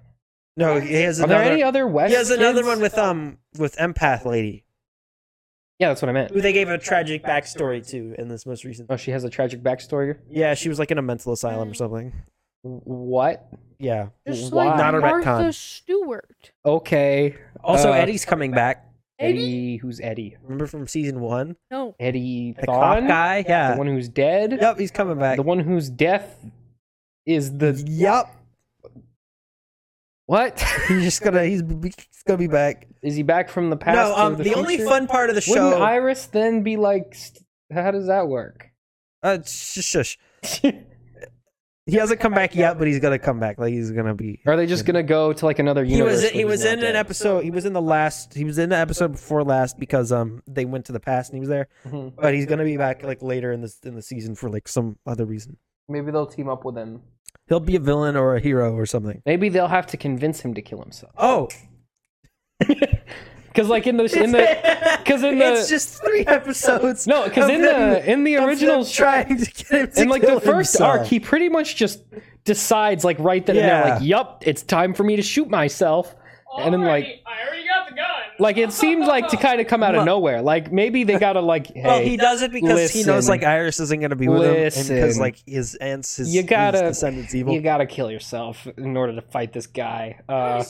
S2: No, he has
S1: Are there any
S2: another.
S1: other West?
S2: He has another
S1: kids?
S2: one with um with empath lady
S1: Yeah, that's what I meant.
S2: who they gave a tragic backstory to in this most recent.
S1: Oh, she has a tragic backstory.
S2: Yeah, she was like in a mental asylum or something.
S1: What?
S2: Yeah.
S3: Just
S1: Why?
S3: like
S2: Not a retcon.
S3: Martha Stewart.
S1: Okay.
S2: Also,
S1: Uh,
S2: Eddie's coming back.
S1: Eddie?
S3: Eddie?
S1: who's Eddie?
S2: Remember from season one?
S3: No.
S1: Eddie Thawne,
S2: The cop guy. Yeah.
S1: the one who's dead.
S2: Yep, he's coming back.
S1: the one whose death is the
S2: Yep.
S1: what
S2: He's just gonna. He's, he's gonna be back.
S1: is he back from the past
S2: No,
S1: to
S2: um,
S1: the,
S2: the, only
S1: future?
S2: fun part of the
S1: wouldn't
S2: show.
S1: iris then be like st- how does that work
S2: uh, shush, shush. He hasn't come back yet, but he's gonna come back. Like he's gonna be.
S1: are they just gonna go to like another
S2: He
S1: universe
S2: was.
S1: where
S2: He
S1: he's
S2: was
S1: not
S2: in an
S1: dead?
S2: episode. He was in the last. He was in the episode before last because um they went to the past and he was there.
S1: Mhm.
S2: But he's gonna be back like later in this in the season for like some other reason.
S1: maybe they'll team up with him
S2: He'll be a villain or a hero or something.
S1: maybe they'll have to convince him to kill himself
S2: Oh,
S1: because like in the in the because in the
S2: it's just three episodes.
S1: no because
S2: of
S1: in
S2: them-
S1: the in the
S2: of them
S1: original
S2: trying to get him to
S1: and like the
S2: kill
S1: first
S2: himself.
S1: arc he pretty much just decides like right then and there
S2: Yeah.
S1: like yup it's time for me to shoot myself and then like
S7: I already got the gun.
S1: like it seems like to kind of come out of
S2: Well-
S1: nowhere like maybe they gotta like hey
S2: well, he does it because he knows
S1: listen.
S2: like Iris isn't going to be with him, and because
S1: Listen.
S2: like his aunts, his,
S1: you gotta
S2: his descendants, evil.
S1: you gotta kill yourself in order to fight this guy uh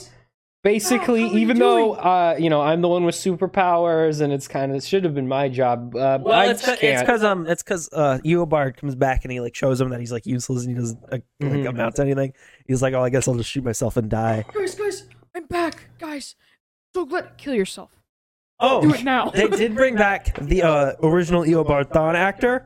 S1: basically
S3: How- how are you
S1: even though uh you know i'm the one with superpowers and it's kind of it should have been my job uh
S2: well,
S1: i
S2: it's
S1: just can't
S2: because um, it's because uh, Eobard comes back and he like shows him that he's like useless and he doesn't like, like,
S1: Mhm.
S2: amount to anything. He's like, oh, I guess I'll just shoot myself and die.
S3: Guys, guys, I'm back. Guys, so glad. Kill yourself. Do
S2: Oh,
S3: it now.
S2: they did bring back the uh, original Eobard Thawne actor,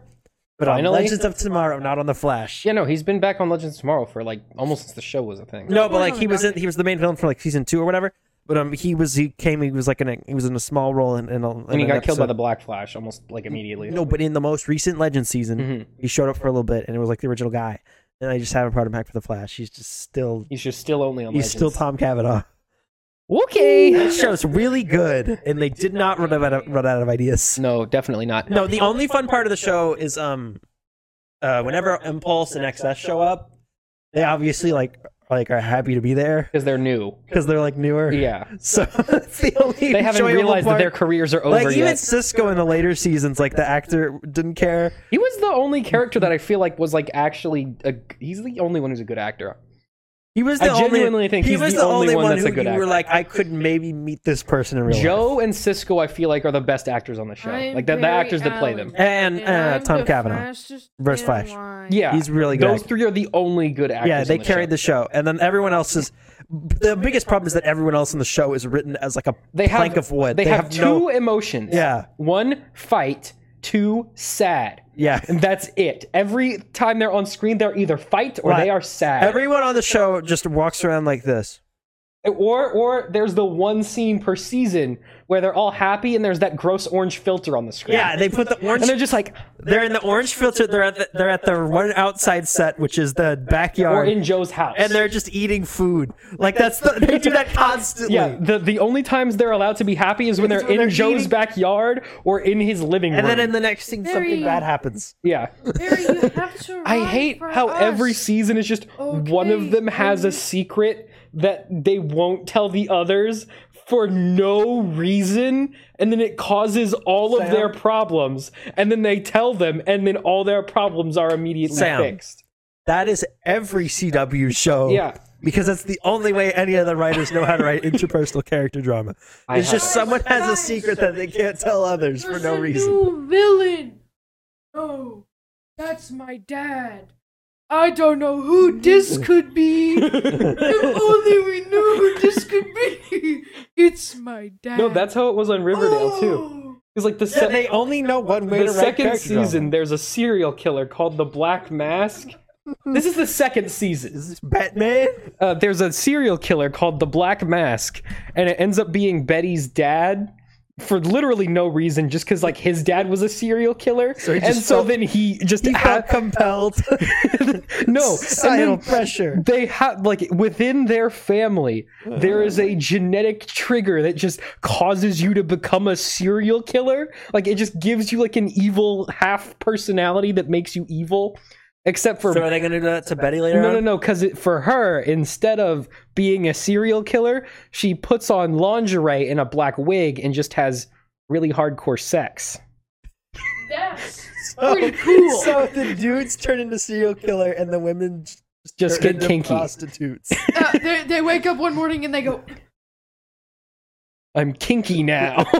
S2: but on
S1: Finally?
S2: Legends of Tomorrow, not on the Flash.
S1: yeah no he's been back on legends of tomorrow for like almost since the show was a thing
S2: No, but like he was in, he was the main villain for like season two or whatever. But um, he was he came he was like in a he was in a small role in, in, a, in
S1: and he
S2: an
S1: got killed by
S2: episode.
S1: the black flash almost like immediately
S2: No, but in the most recent Legend season,
S1: Mhm.
S2: he showed up for a little bit, and it was like the original guy. And I just haven't brought him back for the Flash. He's just still
S1: he's just still only on
S2: he's
S1: legends
S2: still Tom Cavanaugh.
S1: okay
S2: That show's really good, and they did not run out of, run out of ideas.
S1: no definitely not
S2: No, the only fun part of the show is um, uh, whenever Impulse and XS show up, they obviously like like are happy to be there
S1: because they're new.
S2: because they're like newer.
S1: Yeah,
S2: So it's the only
S1: they haven't
S2: enjoyable
S1: realized
S2: part.
S1: that their careers are over
S2: like
S1: yet.
S2: even Cisco in the later seasons, like the actor didn't care.
S1: He was the only character that I feel like was like actually. A, he's the only one who's a good actor.
S2: He was
S1: I
S2: the only.
S1: genuinely think
S2: he
S1: he's
S2: was
S1: the only one that's
S2: who
S1: a good
S2: you
S1: actor.
S2: were like, I could maybe meet this person in real life.
S1: Joe and Cisco, I feel like, are the best actors on the show.
S3: I'm
S1: like the, the
S3: Barry
S1: actors that play
S3: Allen,
S1: them.
S2: And, uh,
S3: I'm
S2: Tom
S3: the
S2: Cavanaugh
S3: fastest
S2: versus
S3: in
S2: Flash.
S3: line.
S1: Yeah,
S2: He's really good.
S1: Those
S2: actor.
S1: three are the only good actors.
S2: yeah, they
S1: on the
S2: carried
S1: show.
S2: the show, and then everyone else is. The biggest problem is that everyone else in the show is written as like a
S1: they have,
S2: plank of wood.
S1: They, have, two
S2: no-
S1: emotions.
S2: Yeah.
S1: one fight, two sad.
S2: yeah.
S1: And that's it. Every time they're on screen, they're either fight or
S2: Right.
S1: they are sad.
S2: Everyone on the show just walks around like this.
S1: or or there's the one scene per season where they're all happy and there's that gross orange filter on the screen.
S2: Yeah, they put the
S1: And
S2: orange.
S1: they're just like,
S2: They're in the orange filter. They're at the, they're at the one outside set, which is the
S1: or
S2: backyard,
S1: in Joe's house.
S2: and they're just eating food. Like that's the, they do that constantly.
S1: yeah, the, the only times they're allowed to be happy is when they're in
S2: they're
S1: Joe's
S2: eating.
S1: backyard or in his living
S2: And
S1: room.
S2: then in the next scene, something
S3: Very-
S2: bad happens.
S1: yeah.
S3: Barry, you have to
S1: I
S3: ride
S1: hate
S3: for
S1: how
S3: us.
S1: every season is just one
S3: Okay, Mm-hmm.
S1: of them has a
S3: and-
S1: secret that they won't tell the others for no reason and then it causes all of their problems and then they tell them and then all their problems are immediately
S2: Sam.
S1: fixed.
S2: That is every CW show.
S1: Yeah.
S2: Because that's the only way any of the writers know how to write interpersonal character drama.
S1: I
S2: it's just
S1: have-
S2: someone has a secret that they can't tell others for
S3: There's
S2: no
S3: a
S2: reason.
S3: New villain.
S7: Oh, that's my dad. I don't know who this could be. if only we knew who this could be. It's my dad.
S1: No, that's how it was on Riverdale
S3: Oh.
S1: too. It's like the
S2: So
S1: se-
S2: they only know one way
S1: the
S2: to write
S1: second
S2: character drama.
S1: season there's a serial killer called the Black Mask. this is the second season.
S2: Is this Batman?
S1: uh, there's a serial killer called the Black Mask, and it ends up being Betty's dad for literally no reason, just because like his dad was a serial killer,
S2: he
S1: and
S2: just
S1: so
S2: felt-
S1: then he just
S2: He
S1: ha-
S2: felt compelled.
S1: no,
S2: Societal
S1: and then
S2: pressure.
S1: they have like within their family there is
S2: Uh.
S1: a genetic trigger that just causes you to become a serial killer. Like it just gives you like an evil half personality that makes you evil. Except for
S2: So are they going to do that to Betty later?
S1: no, no,
S2: on?
S1: no. Because for her, instead of being a serial killer, she puts on lingerie and a black wig and just has really hardcore sex.
S3: That's
S2: So,
S3: pretty cool.
S2: Oh, so the dudes turn into serial killer and the women j-
S1: Just
S2: turn
S1: get
S2: into
S1: kinky.
S2: prostitutes.
S3: Uh, they, they wake up one morning and they go,
S1: I'm kinky now.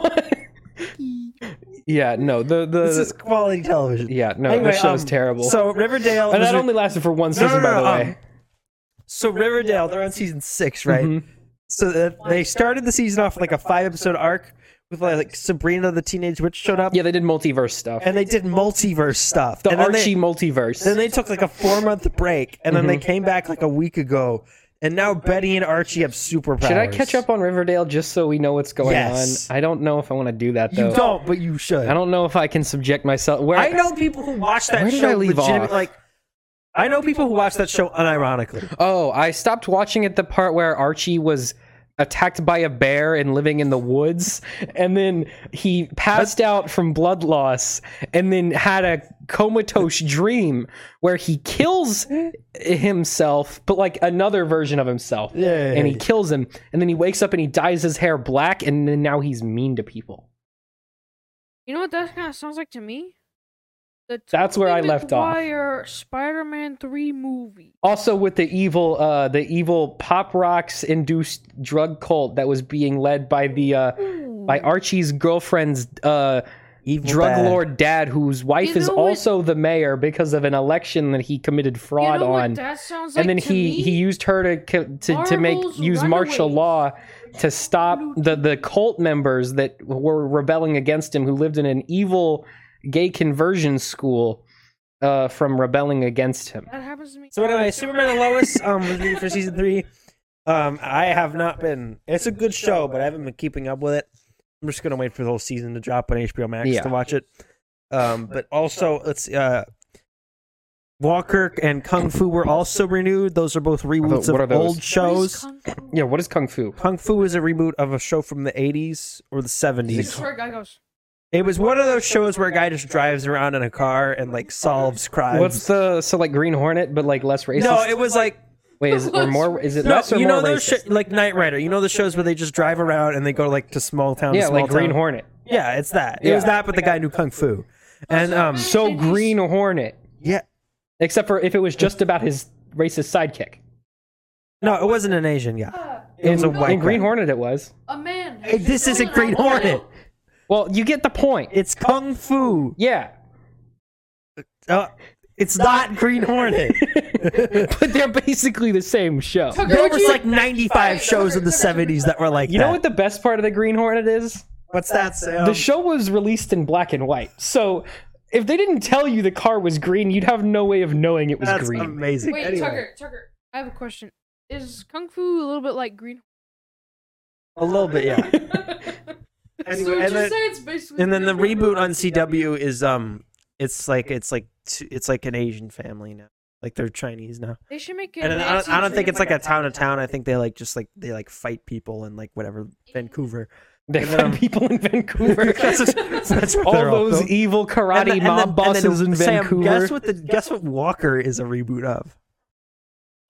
S1: yeah, no. The the
S2: this is quality television.
S1: yeah, no.
S2: Anyway,
S1: the show's
S2: um,
S1: terrible.
S2: So Riverdale.
S1: and
S2: this
S1: that
S2: is-
S1: only lasted for one
S2: no,
S1: season,
S2: no, no,
S1: by the
S2: um,
S1: way.
S2: so Riverdale, they're on season six, right?
S1: Mhm.
S2: So that- they started the season off with like a five episode arc with like, like Sabrina the Teenage Witch showed up,
S1: Yeah, they did multiverse stuff.
S2: and they did multiverse stuff.
S1: the
S2: and then they-
S1: Archie Mm-hmm. multiverse.
S2: Then they took like a four month break, and then they came back like a week ago, and now Betty and Archie have superpowers.
S1: should I catch up on Riverdale just so we know what's going
S2: Yes.
S1: on? I don't know if I want to do that
S2: You
S1: though.
S2: don't, but you should.
S1: I don't know if I can subject myself. Where
S2: I know people who watch that
S1: Where did
S2: show.
S1: I leave
S2: legitimate-
S1: off?
S2: Like, I know people who watch that show unironically.
S1: Oh, I stopped watching at the part where Archie was attacked by a bear and living in the woods and then he passed out from blood loss and then had a comatose dream where he kills himself but like another version of himself
S2: Yeah, yeah,
S1: and he
S2: yeah.
S1: kills him and then he wakes up and he dyes his hair black and then now he's mean to people
S3: you know what that kind of sounds like to me? The
S1: That's where
S3: Tobey
S1: I left off.
S3: Maguire Spider-Man 3 movie.
S1: also with the evil uh the evil pop rocks induced drug cult that was being led by the uh by
S3: Mm-hmm.
S1: Archie's girlfriend's uh
S2: Evil
S1: drug
S2: bad.
S1: lord dad, whose wife
S3: You
S1: is
S3: know what-
S1: also the mayor because of an election that he committed fraud
S3: you know
S1: on.
S3: What that sounds like
S1: and then
S3: to
S1: he,
S3: me?
S1: he used her to co- to, to make
S3: Marvel's
S1: use martial
S3: Runaways.
S1: law to stop the, the cult members that were rebelling against him who lived in an evil gay conversion school uh, from rebelling against him.
S3: That happens to me.
S2: So anyway, Superman and Lois um, was new for season three. Um, I have not been. It's a good show, but I haven't been keeping up with it. I'm just gonna wait for the whole season to drop on HBO Max
S1: Yeah.
S2: to watch it. Um, but also, let's uh, Walker and Kung Fu were also renewed. Those are both reboots
S1: what are
S2: of
S1: those?
S2: old shows.
S1: Yeah, what is Kung Fu?
S2: Kung Fu is a reboot of a show from the 80s or the 70s.
S3: This is where guy goes.
S2: It was one of those shows where a guy just drives around in a car and like solves crimes.
S1: What's the so like Green Hornet but like less racist?
S2: no, it was like
S1: Wait, is it or more? Is it
S2: No,
S1: less or
S2: you
S1: more
S2: know those
S1: racist?
S2: sh- like Knight Rider. You know the shows where they just drive around and they go like to small town. to
S1: yeah,
S2: small
S1: like Green
S2: town?
S1: Hornet.
S2: Yeah, it's that. It
S1: Yeah.
S2: was that, but the guy knew kung fu, and um,
S1: So Green Hornet.
S2: yeah,
S1: Except for if it was just about his racist sidekick.
S2: no, it wasn't an Asian guy. It was a
S1: In,
S2: white
S1: in Green
S2: guy.
S1: Hornet, it was.
S3: A man.
S2: Hey, this isn't Green Hornet.
S1: Well, you get the point.
S2: It's kung fu.
S1: Yeah.
S2: Uh, it's not Green Hornet.
S1: but they're basically the same show.
S2: There was like 95 shows in the 70s that were like
S1: You know
S2: that.
S1: what the best part of the Green Hornet is?
S2: What's that, Sam?
S1: The show was released in black and white. So if they didn't tell you the car was green, you'd have no way of knowing it was
S2: That's
S1: green.
S2: amazing.
S3: Wait,
S2: Anyway,
S3: Tucker, Tucker, I have a question. Is Kung Fu a little bit like Green?
S2: a little bit, yeah.
S3: so
S2: anyway,
S3: just
S2: and, then,
S3: say it's basically.
S2: and then the reboot on CW is um, it's like it's like t- it's like an Asian family now. Like they're Chinese now.
S3: They should make it.
S2: And I don't, I don't think it's like a town to town. I think they like just like they like fight people in like whatever Vancouver.
S1: They
S2: And
S1: find
S2: then, um,
S1: people in Vancouver.
S2: That's- that's what
S1: all
S2: they're E
S1: those
S2: called.
S1: evil
S2: And
S1: karate
S2: then- and
S1: mob
S2: then- and then,
S1: bosses in
S2: Sam,
S1: Vancouver.
S2: Guess what the guess what Walker is a reboot of?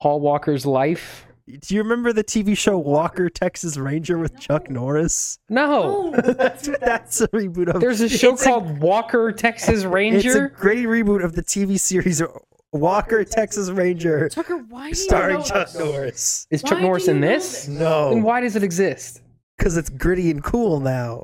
S1: Paul Walker's life.
S2: Do you remember the TV show Walker Texas Ranger with Chuck Norris?
S1: No,
S3: Oh,
S2: That's that's a reboot of.
S1: there's a show
S2: It's
S1: called Walker Texas
S2: It's a
S1: Ranger.
S2: great reboot of the TV series Walker Texas Ranger,
S3: Tucker, why do you
S2: starring
S3: know
S2: Chuck
S3: this?
S2: Norris.
S1: Is Chuck
S3: Why
S1: Norris
S3: do you
S1: in
S3: know
S1: this?
S3: this?
S1: Then
S2: No,
S1: why does it exist?
S2: because it's gritty and cool now.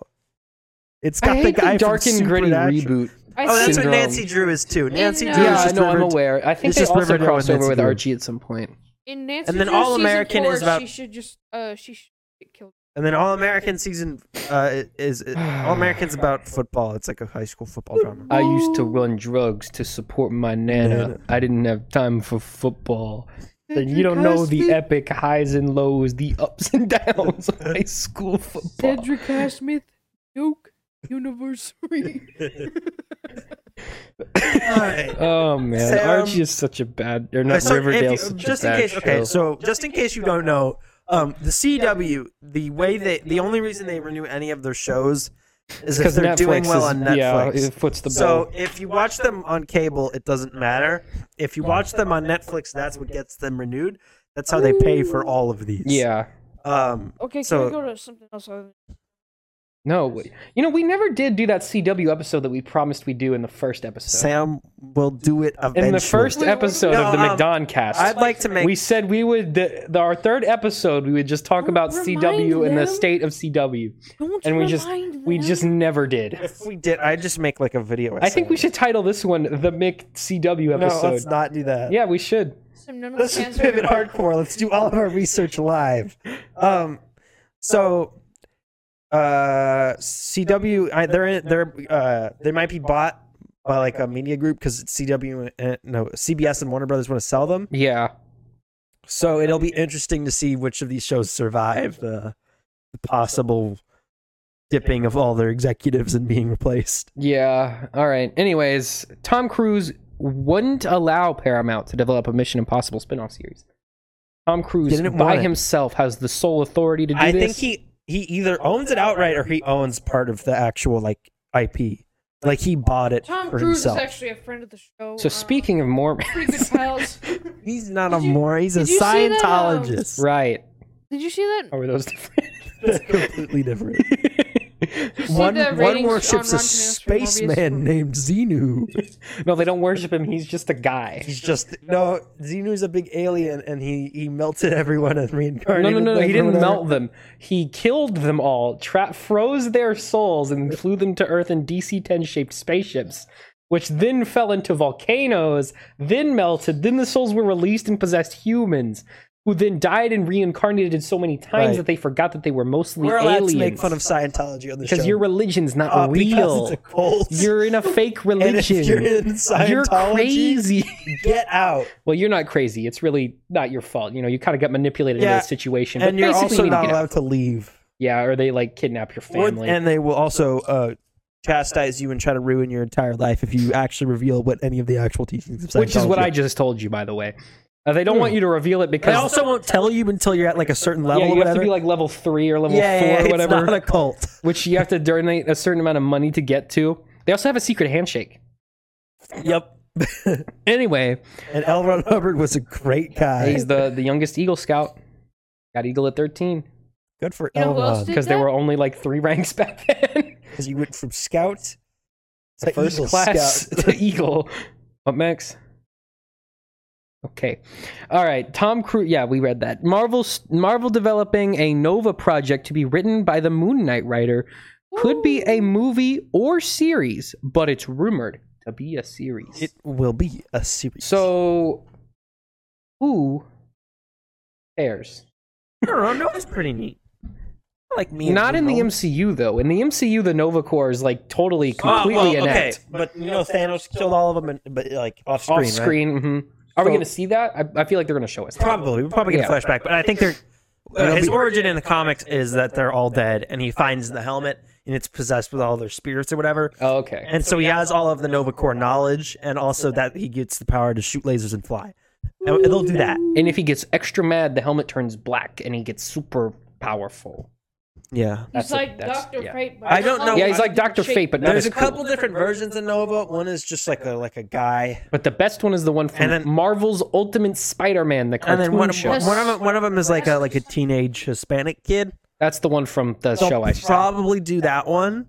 S2: It's
S1: I
S2: got
S1: hate
S2: the guy
S1: the dark
S2: from
S1: and gritty
S2: Supernatural.
S1: reboot.
S3: I
S2: Oh, that's
S3: think-
S1: Syndrome.
S2: what Nancy Drew is too. Nancy
S3: no.
S2: Drew is
S1: Yeah, I
S2: just
S1: know. I'm
S2: Riverdale-
S1: aware. I think
S2: it's
S1: they
S2: just
S1: also
S2: Riverdale
S1: crossed
S2: and
S1: over with
S2: Nancy
S1: RG at some point.
S3: in Nancy
S2: And then
S3: Drew
S2: All
S3: season
S2: American
S3: four,
S2: is about-
S3: She should just. Uh, she should get killed.
S2: And then All American season uh, is All American's about football. It's like a high school football drama.
S1: I used
S3: Oh.
S1: to run drugs to support my nana.
S2: Nana.
S1: I didn't have time for football. Then you don't know the epic highs and lows, the ups and downs of high school football.
S7: Cedric Smith, Duke University.
S2: All right.
S1: Oh man,
S2: Sam-
S1: Archie is such a bad. Or not
S2: So if
S1: Riverdale.
S2: you-
S1: such
S2: just
S1: a
S2: in
S1: bad
S2: case, okay.
S1: show.
S2: So just in case you don't know, um, the CW, the way they, the only reason they renew any of their shows is if
S1: because
S2: they're
S1: Netflix
S2: doing well
S1: is,
S2: on Netflix.
S1: yeah, it foots the
S2: so
S1: bill.
S2: if you watch them on cable, it doesn't matter. If you watch them on Netflix, that's what gets them renewed. That's how they pay for all of these.
S1: Yeah,
S2: Um,
S3: Okay, can
S2: So-
S3: we go to something else? other than-
S1: no, w- you know we never did do that CW episode that we promised we do in the first episode.
S2: Sam will do it eventually.
S1: in the first
S3: Wait, what-
S1: episode
S2: No,
S1: of the
S2: um,
S1: McDon cast,
S2: I'd like to make.
S1: we said we would the, the, our third episode we would just talk
S3: Re-
S1: about
S3: remind
S1: CW and the
S3: them.
S1: state of CW,
S3: Don't
S1: and we just
S3: remind them.
S1: we just never did.
S2: if we did, I just make like a video.
S1: I think we
S2: essay.
S1: should title this one the Mick CW
S2: No,
S1: episode.
S2: let's not do that.
S1: yeah, we should.
S3: Some none of
S2: Let's
S3: the
S2: just
S3: fans
S2: pivot
S3: are-
S2: hardcore. Let's do all of our research live. Um, so uh, CW, I, they're in, they're uh, they might be bought by like a media group because CW, and, no CBS and Warner Brothers want to sell them.
S1: Yeah,
S2: So it'll be interesting to see which of these shows survive the, the possible dipping of all their executives and being replaced.
S1: yeah. All right. Anyways, Tom Cruise wouldn't allow Paramount to develop a Mission Impossible spin-off series. Tom Cruise
S2: Didn't
S1: by
S2: want it.
S1: himself has the sole authority to do
S2: I
S1: this.
S2: think he he either owns it outright or he owns part of the actual like IP. Like he bought it
S3: Tom
S2: for
S3: Cruise
S2: himself.
S3: is actually a friend of the show.
S1: So
S3: um,
S1: speaking of more,
S3: pretty good pals.
S2: He's not a
S3: Did you-
S2: moron. He's a
S3: did you see that, um,
S2: Scientologist.
S1: right?
S3: Did you see that?
S1: Or were those different?
S2: That's completely different.
S3: Did you see
S2: one
S3: the
S2: one
S3: ratings
S2: worships a
S3: on Rotten Tomatoes for Morbius?
S2: spaceman named Xenu.
S1: no, they don't worship him. He's just a guy.
S2: He's just no. Xenu's a big alien, and he he melted everyone and
S1: No,
S2: reincarnated.
S1: no, no, no.
S2: them
S1: He
S2: or
S1: didn't
S2: whatever.
S1: melt them. He killed them all, tra- froze their souls, and flew them to Earth in DC 10 shaped spaceships, which then fell into volcanoes, then melted. Then the souls were released and possessed humans, who then died and reincarnated so many times
S2: Right.
S1: that they forgot that they were mostly
S2: We're allowed
S1: aliens.
S2: to make fun of Scientology on the show
S1: because your religion's not
S2: Uh, because
S1: real.
S2: it's a cult.
S1: You're in a fake
S2: and if
S1: religion.
S2: you're in
S1: You're
S2: Scientology,
S1: crazy.
S2: Get out.
S1: Well, you're not crazy. It's really not your fault. You know, you kind of got manipulated
S2: Yeah,
S1: into a situation.
S2: and
S1: but
S2: you're
S1: basically you
S2: also
S1: need to
S2: not
S1: get out.
S2: allowed to leave.
S1: Yeah, or they like kidnap your
S2: Or-
S1: family.
S2: and they will also uh, chastise you and try to ruin your entire life if you actually reveal what any of the actual teachings of Scientology.
S1: which is what I
S2: are.
S1: just told you, by the way. Uh, they don't want you to reveal it
S2: They
S1: because
S2: also won't tell you until you're at like a certain level.
S1: yeah,
S2: or
S1: you have
S2: whatever.
S1: to be like level three or level
S2: yeah,
S1: four
S2: yeah,
S1: or whatever,
S2: It's not a cult.
S1: which you have to donate a certain amount of money to get to. They also have a secret handshake.
S2: yep.
S1: Anyway,
S2: And L. Ron Hubbard was a great guy.
S1: he's the, the youngest Eagle Scout. Got Eagle at 13
S2: Good for
S3: You know
S2: L.
S3: who else
S2: Ron
S3: did
S1: because there
S3: that?
S1: were only like three ranks back then.
S2: because he went from scout to
S12: first
S2: Eagle
S1: Class
S2: Scout.
S1: to Eagle. What, Max? Okay. All right. Tom Cruise. Yeah, we read that. Marvel, Marvel developing a Nova project to be written by the Moon Knight writer could be a movie or series, but it's rumored to be a series.
S2: It will be a series.
S1: so, who cares?
S2: I don't know. It's pretty neat. I Like me, and
S1: Not in the
S2: Nemo.
S1: MCU though. In the MCU, the Nova Corps is like totally completely
S2: Oh, well,
S1: inept.
S2: But you know, Thanos killed all of them, and, but like off screen.
S1: Off
S2: right?
S1: screen. mhm. Are we
S2: So-
S1: going to see that? I, I feel like they're going to show us. That.
S2: Probably, we're probably gonna
S1: Yeah.
S2: flashback, but I think they're. Uh, his
S12: be-
S2: origin in the comics is that they're all dead, and he finds the helmet, and it's possessed with all their spirits or whatever.
S1: Oh, okay.
S2: And so he has all of the Nova Corps knowledge, and also that he gets the power to shoot lasers and fly. And they'll do that.
S1: And if he gets extra mad, the helmet turns black and he gets super powerful.
S2: Yeah.
S1: That's
S3: He's
S1: a-
S3: like
S1: that's-
S3: Dr.
S1: yeah.
S3: Fate. but
S2: Oh, I don't know-
S1: Yeah, he's like
S3: Shape-
S1: Dr. Fate, but not
S2: There's
S1: as
S2: a
S1: cool.
S2: couple different versions of Nova. One is just like a like a guy,
S1: But the best one is the one from
S2: And then-
S1: Marvel's Ultimate Spider-Man, the
S2: and
S1: cartoon
S2: then one of,
S1: show.
S2: one of them, one of them is like a like a teenage Hispanic kid.
S1: That's the one from the
S2: They'll
S1: show. I saw.
S2: probably do that one.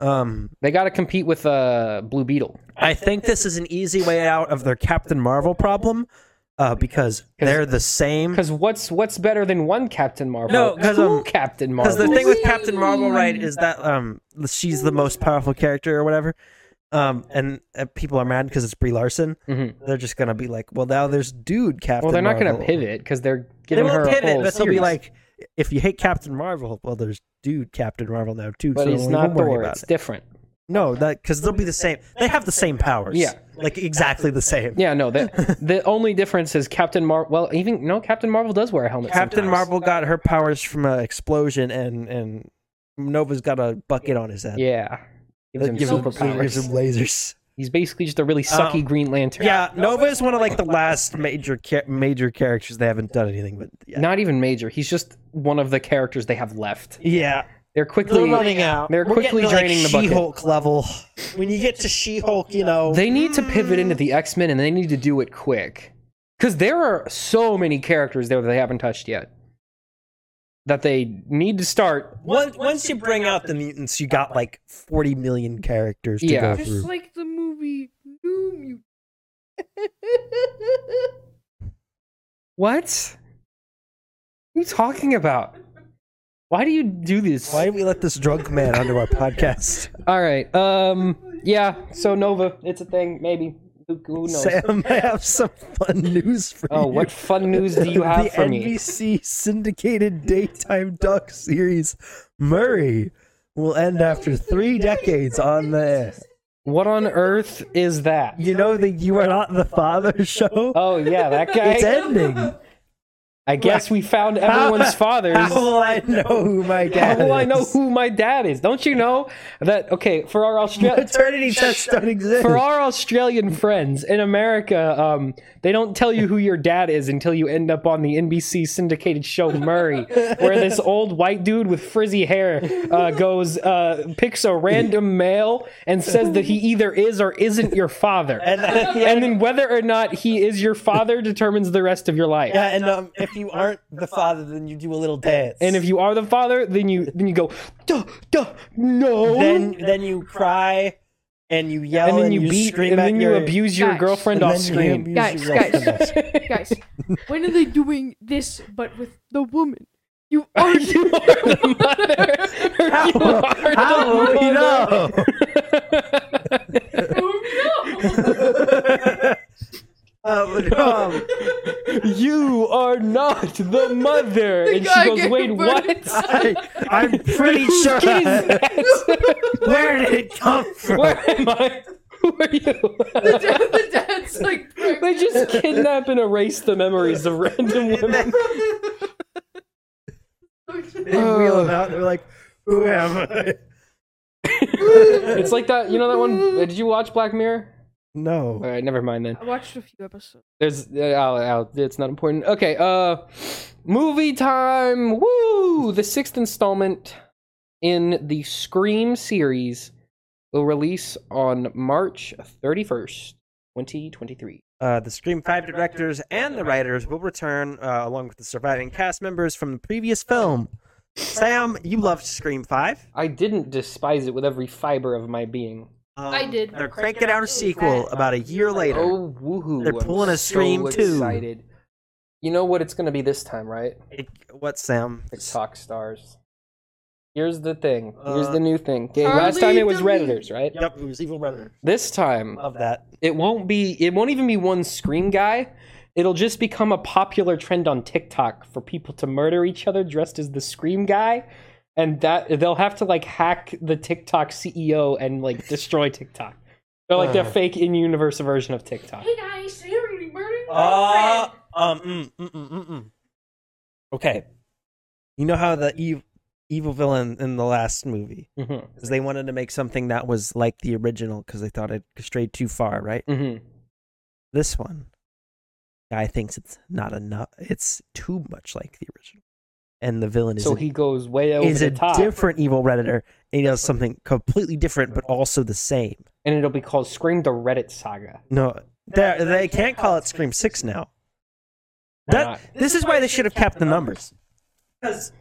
S2: Um,
S1: They got to compete with uh, Blue Beetle.
S2: I think this is an easy way out of their Captain Marvel problem, uh, because they're the same.
S1: Because what's what's better than one Captain Marvel?
S2: No, 'cause,
S1: Two
S2: um,
S1: Captain Marvel.
S2: Because the thing with Captain Marvel, right, is that um she's the most powerful character or whatever, um, and uh, people are mad because it's Brie Larson.
S1: Mhm.
S2: They're just gonna be like, well, now there's dude Captain.
S1: well, they're not going to
S2: Marvel.
S1: pivot because they're
S2: They
S1: giving her
S2: won't
S1: a
S2: pivot,
S1: whole
S2: but they'll be
S1: series.
S2: like, if you hate Captain Marvel, well, there's dude Captain Marvel now too.
S1: but
S2: so
S1: it's
S2: we
S1: not
S2: won't worry
S1: Thor.
S2: about
S1: It's
S2: it.
S1: different.
S2: No, that because they'll be the same. They have the same powers.
S1: Yeah.
S2: like exactly the same.
S1: Yeah, no. The the only difference is Captain Marvel. Well, even no, Captain Marvel does wear a helmet.
S2: Captain
S1: sometimes.
S2: Marvel got her powers from an explosion, and and Nova's got a bucket on his head.
S1: Yeah. Gives
S2: That
S1: him
S2: gives gives
S1: superpowers.
S2: him lasers.
S1: He's basically just a really sucky
S2: Um,
S1: Green Lantern.
S2: Yeah, Nova is one of like the last major cha- major characters they haven't done anything with. Yet.
S1: Not even major. He's just one of the characters they have left.
S2: Yeah,
S1: They're
S2: they're
S1: quickly
S2: running out.
S1: They're
S2: We're getting
S1: quickly
S2: to, like,
S1: draining the bucket.
S2: She-Hulk level. When you get to She-Hulk, you know
S1: They need to pivot into the X Men and they need to do it quick. Because there are so many characters there that they haven't touched yet that they need to start.
S2: once once you bring out the mutants, you got like forty million characters to
S1: Yeah.
S2: go
S3: Just
S2: through.
S3: like the movie New Mutants.
S1: What? What are you talking about? Why do you do this?
S2: Why did we let this drunk man onto our podcast?
S1: All right. Um. Yeah. So Nova, it's a thing. Maybe. Who, who knows?
S2: Sam, I have some fun news for you.
S1: oh, what fun news do you have
S2: the
S1: for me?
S2: NBC syndicated daytime doc series Murray will end after three decades on the air.
S1: What on earth is that?
S2: You know the You Are Not the Father show?
S1: Oh yeah, that
S2: It's
S1: guy.
S2: ending.
S1: I guess we found everyone's fathers.
S2: How will I know who my
S1: How
S2: dad
S1: will I know
S2: is?
S1: who my dad is? Don't you know that? Okay, for our Australian
S2: Paternity tests don't exist.
S1: for our Australian friends in America, um, they don't tell you who your dad is until you end up on the NBC syndicated show Murray, where this old white dude with frizzy hair uh, goes uh, picks a random male and says that he either is or isn't your father,
S2: and, at the
S1: and
S2: end-
S1: then whether or not he is your father determines the rest of your life.
S2: yeah, and um, if you aren't the father, then you do a little dance.
S1: And if you are the father, then you then you go, duh, duh, no.
S2: then then you cry and you yell
S1: and
S2: and,
S1: then you, beat,
S2: scream
S1: and
S2: at
S1: then you
S2: your,
S1: abuse your
S3: Guys.
S1: girlfriend
S2: and
S1: off
S2: then you
S1: screen.
S2: abuse
S3: Guys,
S2: your
S3: guys.
S2: girlfriend.
S3: Guys, when are they doing this but with the woman? You are
S1: Are you are the mother? Are you are
S2: How will we know? Uh, but, um,
S1: You are not the mother. And she
S3: guy
S1: goes,
S3: gave
S1: wait,
S3: birth.
S1: what?
S2: I, I'm pretty sure.
S1: Whose kid is that?
S2: Where did it come from?
S1: Where am I? Who are you?
S3: the dad's like
S1: they just kidnap and erase the memories of random women.
S2: They wheel him out and they're like, "Who am I?"
S1: It's like that. You know that one? Uh, Did you watch Black Mirror? All
S2: No.
S1: right, never mind then.
S3: I watched a few episodes.
S1: There's, uh, I'll, I'll, it's not important. Okay, uh, movie time. Woo! The sixth installment in the Scream series will release on March 31st, 2023.
S2: Uh, the Scream 5 directors and the writers will return uh, along with the surviving cast members from the previous film. Sam, you loved Scream 5.
S1: I didn't despise it with every fiber of my being.
S2: Um,
S3: I did.
S2: They're cranking out a sequel about a year later.
S1: Oh, woohoo.
S2: They're
S1: I'm
S2: pulling a Scream
S1: so
S2: too.
S1: excited. You know what it's going to be this time, right?
S2: It- what, Sam?
S1: TikTok stars. Here's the thing. Here's
S2: Uh,
S1: the new thing. Okay, last time it was
S3: Charlie
S1: Redditors, right?
S2: Yep, it was Evil Runner.
S1: This time,
S2: Love that.
S1: it won't be it won't even be one scream guy it'll just become a popular trend on tiktok for people to murder each other dressed as the scream guy and that they'll have to like hack the tiktok ceo and like destroy tiktok they're like the
S2: Uh.
S1: fake in-universe version of tiktok
S3: Hey guys, seriously, murdering
S2: Uh, um, mm, mm, mm, mm, mm. Okay. You know how the ev- evil villain in the last movie
S1: mm-hmm.
S2: because they wanted to make something that was like the original because they thought it strayed too far, right?
S1: Mm-hmm.
S2: This one, guy thinks it's not enough. It's too much like the original, and the villain is
S1: so
S2: a,
S1: he goes way over
S2: is
S1: the
S2: a
S1: top
S2: different evil redditor. And he does something completely different, but also the same.
S1: and it'll be called scream the reddit saga
S2: No, they they can't call it Scream Six now.
S1: Why
S2: That
S1: not?
S2: this is why they should have kept the numbers. Because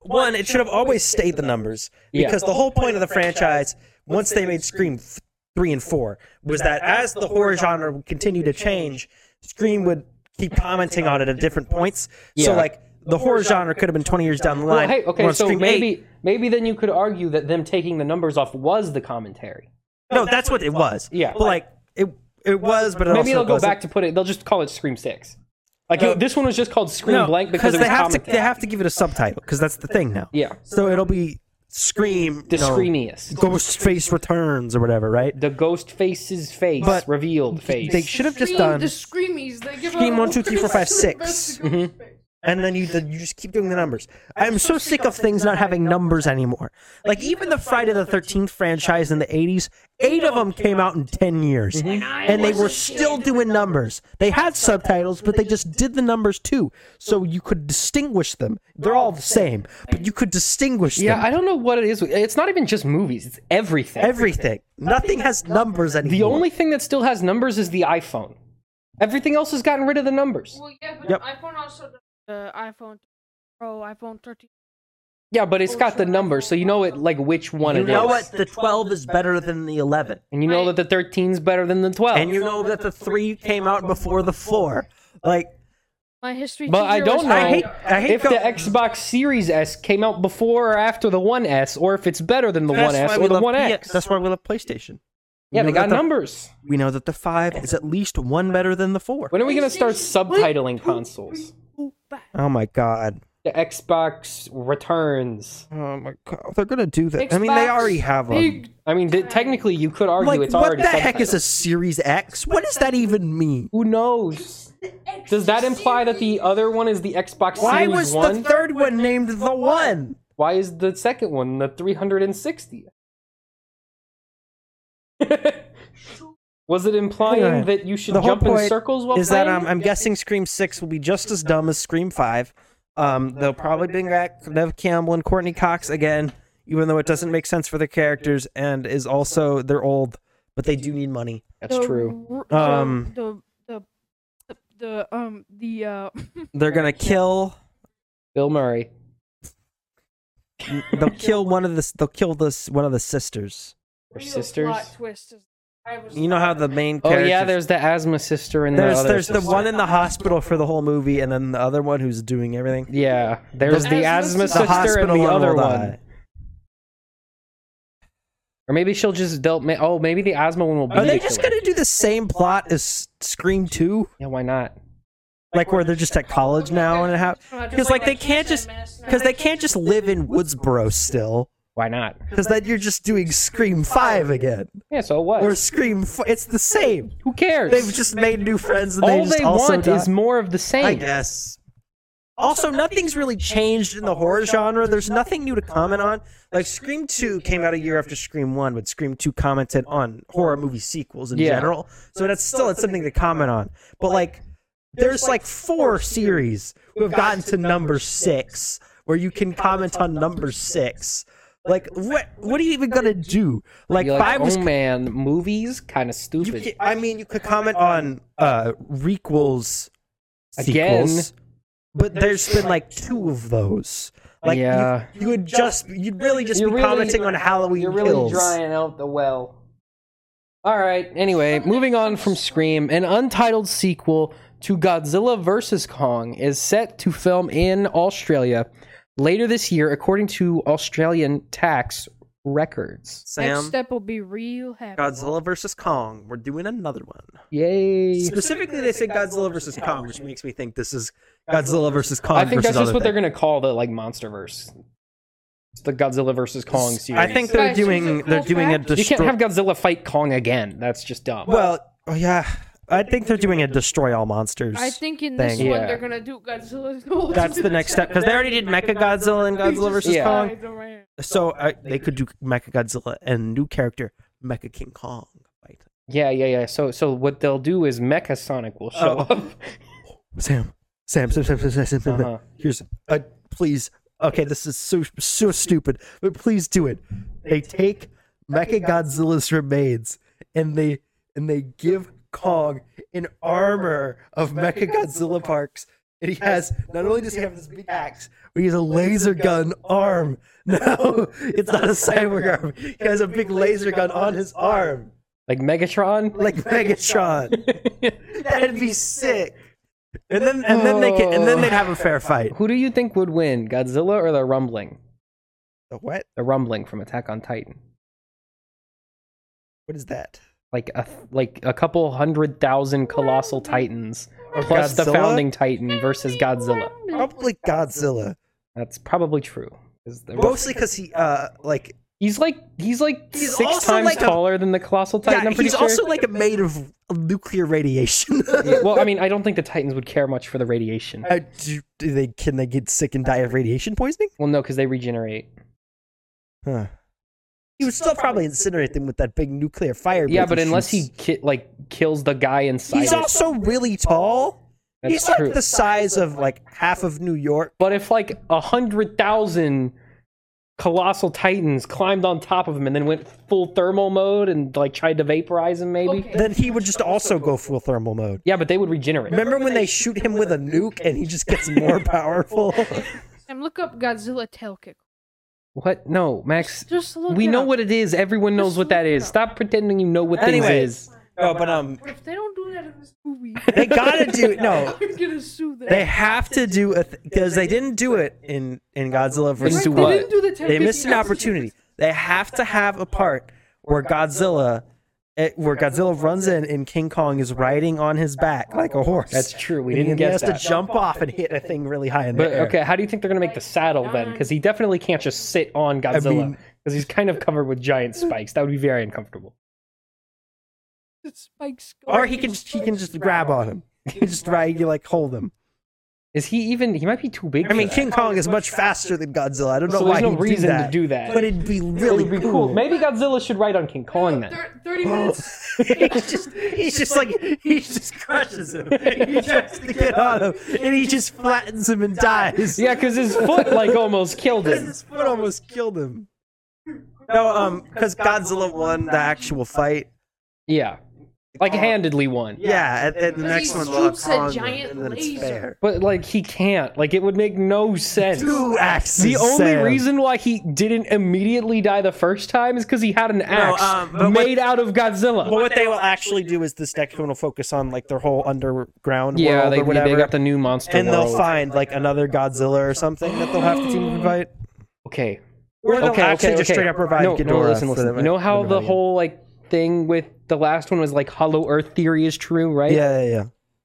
S2: one, it should have always stayed the numbers
S1: Yeah.
S2: because the whole point of the franchise, once they made Scream f- three and four, was that as the horror genre would continue to change, Scream would keep commenting on it at different points. So
S1: Yeah.
S2: like the horror genre could have been twenty years down the
S1: well,
S2: line.
S1: hey
S2: we're
S1: okay
S2: on
S1: so
S2: Scream
S1: maybe
S2: eight.
S1: maybe then you could argue that them taking the numbers off was the commentary
S2: no, that's what it was.
S1: Yeah.
S2: but like it it was, but it
S1: Maybe
S2: also
S1: they'll go
S2: wasn't.
S1: back to put it. They'll just call it Scream Six. Like you- this one was just called Scream Blank because it
S2: they
S1: was
S2: have to
S1: commentary.
S2: they have to give it a subtitle because that's the thing now.
S1: Yeah.
S2: So it'll be scream
S1: the
S2: you know,
S1: Screamiest,
S2: Ghostface returns or whatever, right?
S1: the ghost face's face
S2: But
S1: revealed face.
S2: They should have just
S3: Scream,
S2: done,
S3: the screamies. They give
S2: Scream
S3: out
S2: one, two, three, four, five,
S3: the best
S2: six. Mm-hmm.
S3: to go to space.
S2: and then you then you just keep doing the numbers. I'm so sick of things not having numbers anymore. Like even the Friday the Thirteenth franchise in the '80s, eight of them came out in ten years, and they were still doing numbers. They had subtitles, but they just did the numbers too, so you could distinguish them. They're all the same, but you could distinguish them.
S1: yeah, I don't know what it is. with- It's not even just movies. It's everything.
S2: Everything. Nothing has numbers anymore.
S1: the only thing that still has numbers is the iPhone. Everything else has gotten rid of the numbers.
S3: Well, yeah, but
S2: Yep.
S3: iPhone also does the iPhone Pro, iPhone 13.
S1: Yeah, but it's got the numbers, so you know it like which one
S2: You
S1: it
S2: know
S1: is.
S2: what? The 12 is better than the 11.
S1: And you know that the 13's better than the 12.
S2: And you know that the 3 came out before the 4. Like,
S3: My history.
S1: But I
S3: teacher
S1: don't
S3: was
S1: know
S2: I hate,
S3: right.
S2: I hate
S1: if the Xbox Series S came out before or after the One S, or if it's better than the One S or the One X.
S2: That's why we love PlayStation. We
S1: yeah, they
S2: know that
S1: got
S2: the-
S1: numbers.
S2: We know that the 5 is at least one better than the 4.
S1: When are we gonna start
S3: PlayStation, one,
S1: subtitling
S3: two,
S1: consoles?
S3: Ooh, back.
S2: Oh my god.
S1: The Xbox returns.
S2: Oh my god. They're going to do that. I mean, they
S3: Xbox,
S2: already have them.
S3: Big
S1: I mean, th- technically, you could argue
S2: Like,
S1: it's
S2: what
S1: already.
S2: the heck is
S1: subtitled.
S2: a Series X? What does that even mean?
S1: Who knows? Does that imply that the other one is the Xbox
S2: Why
S1: Series
S2: was
S1: One?
S2: the third one named the 1?
S1: Why is the second one the 360? was it implying
S2: Hang on.
S1: that you should
S2: The whole
S1: jump in
S2: point
S1: circles while
S2: is that
S1: playing
S2: um,
S1: it?
S2: I'm guessing Scream Six will be just as dumb as Scream Five. Um, they'll probably bring back Nev Campbell and Courtney Cox again, even though it doesn't make sense for their characters and is also they're old, but they do need money.
S1: That's
S3: the
S1: true.
S3: r-
S2: Um,
S3: the the the, the um the uh
S2: They're gonna kill.
S1: Bill Murray.
S2: They'll kill one of the. They'll kill this one of the sisters.
S1: Her
S3: real
S1: sisters.
S3: plot twist is- I was
S2: You know how the main.
S1: Oh yeah,
S2: characters-
S1: there's the asthma sister and the
S2: There's
S1: other
S2: there's the
S1: sister.
S2: one in the hospital for the whole movie, and then the other one who's doing everything.
S1: Yeah, there's the, asthma
S3: asthma
S1: sister and the
S2: will
S1: other
S2: die.
S1: one. Or maybe she'll just they'll ma- oh maybe the asthma one will be
S2: Are they
S1: the
S2: just
S1: killer.
S2: gonna do the same plot as Scream Two?
S1: Yeah, why not?
S2: like where they're just at college now and have because like they can't just because they can't just live in Woodsboro still
S1: Why not?
S2: because then you're just doing Scream Five again
S1: Yeah, so what?
S2: or Scream. F- it's the same.
S1: Who cares?
S2: They've just made new friends and
S1: All
S2: they just
S1: they
S2: also
S1: want
S2: die.
S1: is more of the same.
S2: I guess. Also, nothing's really changed in the horror genre. There's nothing new to comment on. Like Scream Two came out a year after Scream One, but Scream Two commented on horror movie sequels in
S1: Yeah.
S2: general. So that's still it's something to comment on. But like, there's like four series who have gotten to number six where you can comment on number six. Like what? What are you even gonna do? Like
S1: You're
S2: if I
S1: like,
S2: was
S1: oh man, movies kind of
S2: You
S1: stupid.
S2: ca- I mean, you could comment on uh requels,
S1: Again.
S2: sequels, but there's been like two of those. Like you-
S1: Yeah.
S2: you, would just, you'd really just
S1: You're
S2: be
S1: really-
S2: commenting on Halloween
S1: You're really
S2: kills.
S1: drying out the well. All right. Anyway, moving on from Scream, an untitled sequel to Godzilla vs Kong is set to film in Australia later this year, according to Australian tax records.
S3: Next
S2: Sam,
S3: step will be real happy.
S2: Godzilla versus Kong. We're doing another one.
S1: Yay!
S2: Specifically, they say Godzilla versus Kong, which makes me think this is Godzilla versus Kong.
S1: I think that's
S2: versus
S1: just
S2: other
S1: what they're
S2: thing.
S1: gonna call the like MonsterVerse, it's the Godzilla vs Kong series.
S2: I think they're
S3: Guys, these are
S2: doing they're
S3: cool
S2: doing a
S3: facts.
S1: you can't
S2: destro-
S1: have Godzilla fight Kong again. That's just dumb.
S2: well, oh, yeah. I think they're doing a destroy all monsters.
S3: I think in this
S2: thing.
S3: one
S1: Yeah.
S3: they're gonna do Godzilla.
S2: That's the next step because they already did Mechagodzilla and Godzilla versus
S1: Yeah.
S2: Kong.
S3: Kong.
S2: So uh, they could do Mechagodzilla and new character Mecha King Kong. Right.
S1: yeah, yeah, yeah. So, so what they'll do is Mecha Sonic will show
S2: Oh.
S1: up.
S2: Sam, Sam, Sam, Sam, Sam, Sam, Sam, Sam.
S1: Uh-huh.
S2: Here's uh, please. Okay, this is so so stupid, but please do it. They take Mechagodzilla's remains and they and they give Kong an armor of Mechagodzilla parts. And he has not only does he have this big axe, but he has a laser gun arm. No, it's not a cyborg arm. He has a big laser gun on his arm,
S1: Like Megatron?
S2: like Megatron. That'd be sick. And then and then they can and then they'd have a fair fight.
S1: Who do you think would win, Godzilla or the Rumbling?
S2: What?
S1: The Rumbling from Attack on Titan.
S2: What is that?
S1: Like a like a couple hundred thousand colossal titans plus the
S2: Godzilla?
S1: founding titan versus Godzilla.
S2: Probably Godzilla.
S1: That's probably true. 'Cause the-
S2: Mostly because he, uh, like,
S1: he's like he's like
S2: He's
S1: six
S2: also
S1: times
S2: like a-
S1: taller than the colossal titan.
S2: yeah,
S1: I'm pretty
S2: he's
S1: sure.
S2: also like made of nuclear radiation.
S1: Yeah, well, I mean, I don't think the titans would care much for the radiation.
S2: Uh, do, do they can they get sick and die of radiation poisoning?
S1: Well, no, because they regenerate.
S2: Huh. He would still probably incinerate them with that big nuclear fire.
S1: Yeah,
S2: breath
S1: but unless
S2: shoots.
S1: he ki- like kills the guy inside,
S2: he's
S1: it.
S2: also really tall.
S1: That's
S2: he's like
S1: true.
S2: the size of like half of New York.
S1: But if like a hundred thousand colossal titans climbed on top of him and then went full thermal mode and like tried to vaporize him, maybe.
S2: Then he would just also go full thermal mode.
S1: Yeah, but they would regenerate.
S2: Remember when they shoot him with a nuke and he just gets more powerful?
S3: Sam, look up Godzilla tail kick.
S1: What? No, Max.
S3: Just look.
S1: We
S3: it
S1: know
S3: up.
S1: what it is. Everyone knows
S3: Just
S1: what that
S3: look it
S1: is.
S3: up.
S1: Stop pretending you know what
S2: Anyway.
S1: things is.
S2: no, but um,
S3: If they don't do that in this movie,
S2: they gotta do no.
S3: I'm gonna sue them.
S2: They have to do a because they didn't do it in in Godzilla
S3: Right,
S2: versus.
S1: do
S3: they
S1: what?
S3: didn't do the tail
S2: They
S3: kick
S2: missed an
S3: either.
S2: opportunity. They have to have a part where Godzilla, eh, where Godzilla runs in and King Kong is riding on his back like a horse.
S1: That's true. We
S2: And
S1: didn't
S2: he
S1: get
S2: has
S1: that.
S2: to jump off and hit a thing really high in the
S1: But
S2: air.
S1: okay, how do you think they're gonna make the saddle then? Because he definitely can't just sit on Godzilla
S2: mean-
S1: because he's kind of covered with giant spikes. That would be very uncomfortable.
S3: The spikes go
S2: Or he can just, he can just grab on him. He can just ride you like hold him.
S1: Is he even? He might be too big.
S2: I mean,
S1: for that.
S2: King Kong is much faster than Godzilla. I don't know
S1: So
S2: why
S1: there's no
S2: he'd
S1: reason
S2: do that,
S1: to do that.
S2: But it'd be really
S1: It'd be
S2: cool.
S1: cool. Maybe Godzilla should ride on King Kong then.
S3: Thir-
S2: Oh,
S3: Thirty minutes.
S2: he's just he's just like he just crushes him. He tries to get on him, and he just flattens him and dies.
S1: Yeah, because his foot like almost killed him.
S2: his foot almost killed him. No, um, because Godzilla won the actual fight.
S1: Yeah, like handedly won.
S2: Uh, Yeah, and, and the next one will have
S3: shoots a
S2: Kong,
S3: giant
S2: and then it's
S3: laser.
S2: fair.
S1: But like he can't. Like it would make no sense.
S2: Two axes.
S1: the only
S2: Sam.
S1: reason why he didn't immediately die the first time is because he had an axe
S2: um, but what-
S1: made out of Godzilla.
S2: But what they will actually do is this next one will focus on like their whole underground
S1: yeah,
S2: world
S1: they,
S2: or whatever,
S1: they got the new monster
S2: and
S1: world.
S2: they'll find like another Godzilla or something that they'll have to team up and fight.
S1: okay,
S2: Or they'll
S1: okay,
S2: actually
S1: okay,
S2: just
S1: okay.
S2: straight up revive
S1: no,
S2: Ghidorah.
S1: No, listen,
S2: for
S1: listen.
S2: the-
S1: You know how
S2: for
S1: the
S2: Valiant.
S1: whole like thing with the last one was like Hollow Earth theory is true, right?
S2: Yeah, yeah, yeah.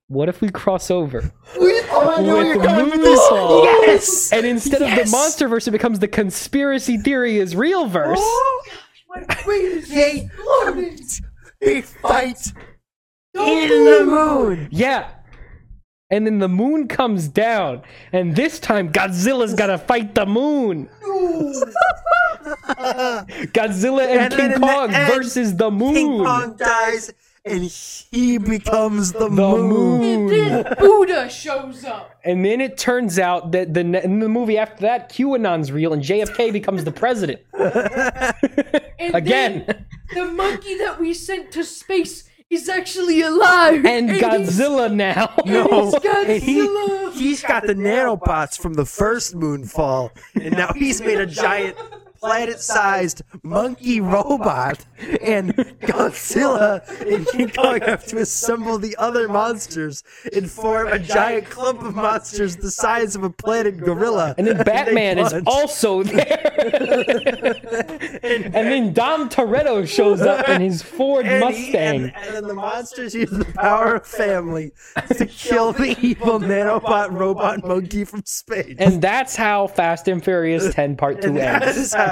S1: What if we cross over?
S2: Oh, I
S1: with Moonfall. And instead of the monster verse, it becomes the conspiracy theory is real verse.
S2: Oh! They They fight in the moon.
S1: Yeah. And then the moon comes down, and this time Godzilla's gotta fight the moon. Godzilla and,
S2: then
S1: King
S2: in the
S1: Kong
S2: end,
S1: versus the moon.
S2: King Kong dies, and he becomes the,
S1: The
S2: moon.
S1: moon.
S3: Then Buddha shows up.
S1: And then it turns out that the ne- in the movie after that, QAnon's real and JFK becomes the president
S3: And
S1: again.
S3: then the monkey that we sent to space is actually alive.
S1: And Godzilla now.
S3: It's
S2: And
S3: Godzilla.
S2: He, has got the nanobots from the first moonfall, and now he's made a giant planet-sized monkey robot, and Godzilla and King Kong have to assemble the other monsters and form a giant clump of monsters the size of a planet gorilla.
S1: And then Batman is
S2: punch.
S1: also there. and then Dom Toretto shows up in his Ford
S2: And he-
S1: Mustang.
S2: and, and then the monsters use the power of family to kill the evil nanobot robot monkey from space.
S1: and that's how Fast and Furious 10 Part 2
S2: that
S1: ends.
S2: is how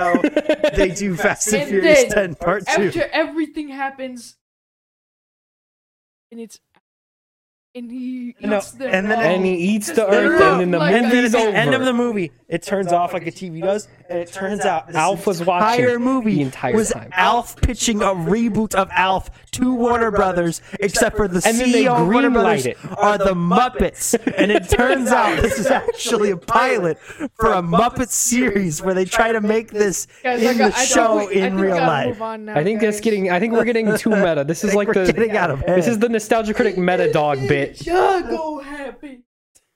S2: they do Fast and
S3: And
S2: Furious
S3: then
S2: 10 Part 2.
S3: After everything happens, and it's and he
S2: No,
S3: eats the
S2: and then-
S1: And he eats the
S3: Just
S1: earth,
S3: look
S1: and then the
S3: like
S12: And then at
S1: movie's
S12: the
S1: over.
S12: end of the movie, it turns off like a TV does, and it turns out this
S1: Alpha's watching
S2: entire movie
S1: the entire
S2: was
S1: time.
S2: Alf pitching a reboot of Alf to Warner Brothers, except for the
S1: And then they
S2: CEO of Warner
S1: greenlight
S2: Brothers
S1: it.
S2: are the Muppets. and it turns out this is actually a pilot for a Muppet series where they try to make this
S3: Guys, I
S2: in the
S3: got- I think
S2: show
S3: we- I
S2: in
S3: think we
S2: real
S3: gotta
S2: life.
S3: move on now,
S1: I think that's
S3: guys.
S1: getting. I think we're getting too meta. This is like
S2: we're
S1: the.
S2: getting out of hand.
S1: This is the nostalgia critic meta dog bit.
S3: Jago happy.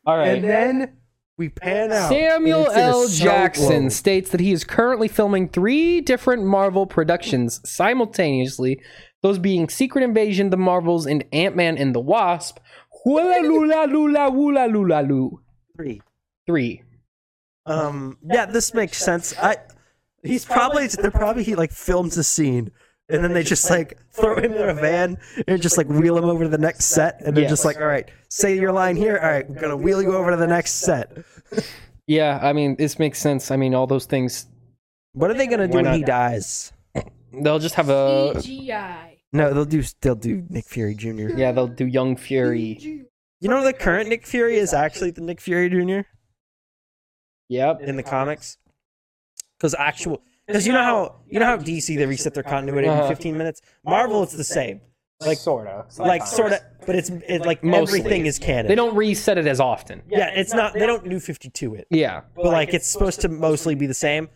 S1: All right.
S2: and then we pan out.
S1: Samuel
S2: and it's in a
S1: L.
S2: snow
S1: Jackson
S2: globe.
S1: states that he is currently filming three different Marvel productions simultaneously, those being Secret Invasion, The Marvels, and Ant Man and the Wasp. Hula-lula-lula-wula-lula-loo.
S2: Three.
S1: Three.
S2: Um, yeah, this makes sense. I, he's probably they're probably he like films a scene and then they just like throw him in a van and just like wheel him over to the next set and they're just like, all right, say your line here. All right, we're gonna wheel you over to the next set.
S1: Yeah, I mean, this makes sense. I mean, all those things.
S2: What are they gonna do
S1: Why
S2: when he
S1: not?
S2: dies?
S1: They'll just have a.
S3: CGI.
S2: No, they'll do they'll do Nick Fury Jr.
S1: Yeah, they'll do Young Fury.
S2: You know the current Nick Fury is actually the Nick Fury Jr.
S1: Yep.
S2: in the comics because actual because you know how you know how DC they reset their continuity in
S1: Uh-huh.
S2: 15 minutes. Marvel it's the same. Like
S1: sorta.
S2: like sort of but it's it, like
S1: Mostly.
S2: everything is canon
S1: They don't reset it as often.
S2: yeah it's not they don't new 52 it
S1: Yeah.
S2: but like it's supposed to mostly be the same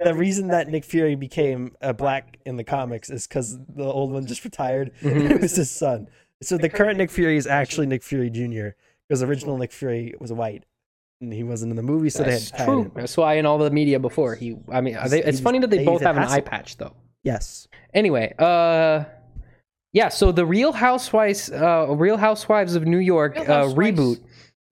S2: the reason that nick fury became a black in the comics is because the old one just retired
S1: Mm-hmm.
S2: and it was his son so the current nick fury is actually nick fury jr because original nick fury was white and he wasn't in the movie so
S1: That's
S2: they had to tie it
S1: true.
S2: in.
S1: That's why in all the media before he. I mean, are they,
S2: He's-
S1: it's funny that they
S2: he's
S1: both
S2: an
S1: have an
S2: asshole.
S1: eye patch though.
S2: yes
S1: Anyway, uh, yeah. So the Real Housewives, uh, Real Housewives of New York
S3: Real
S1: uh,
S3: Housewives.
S1: reboot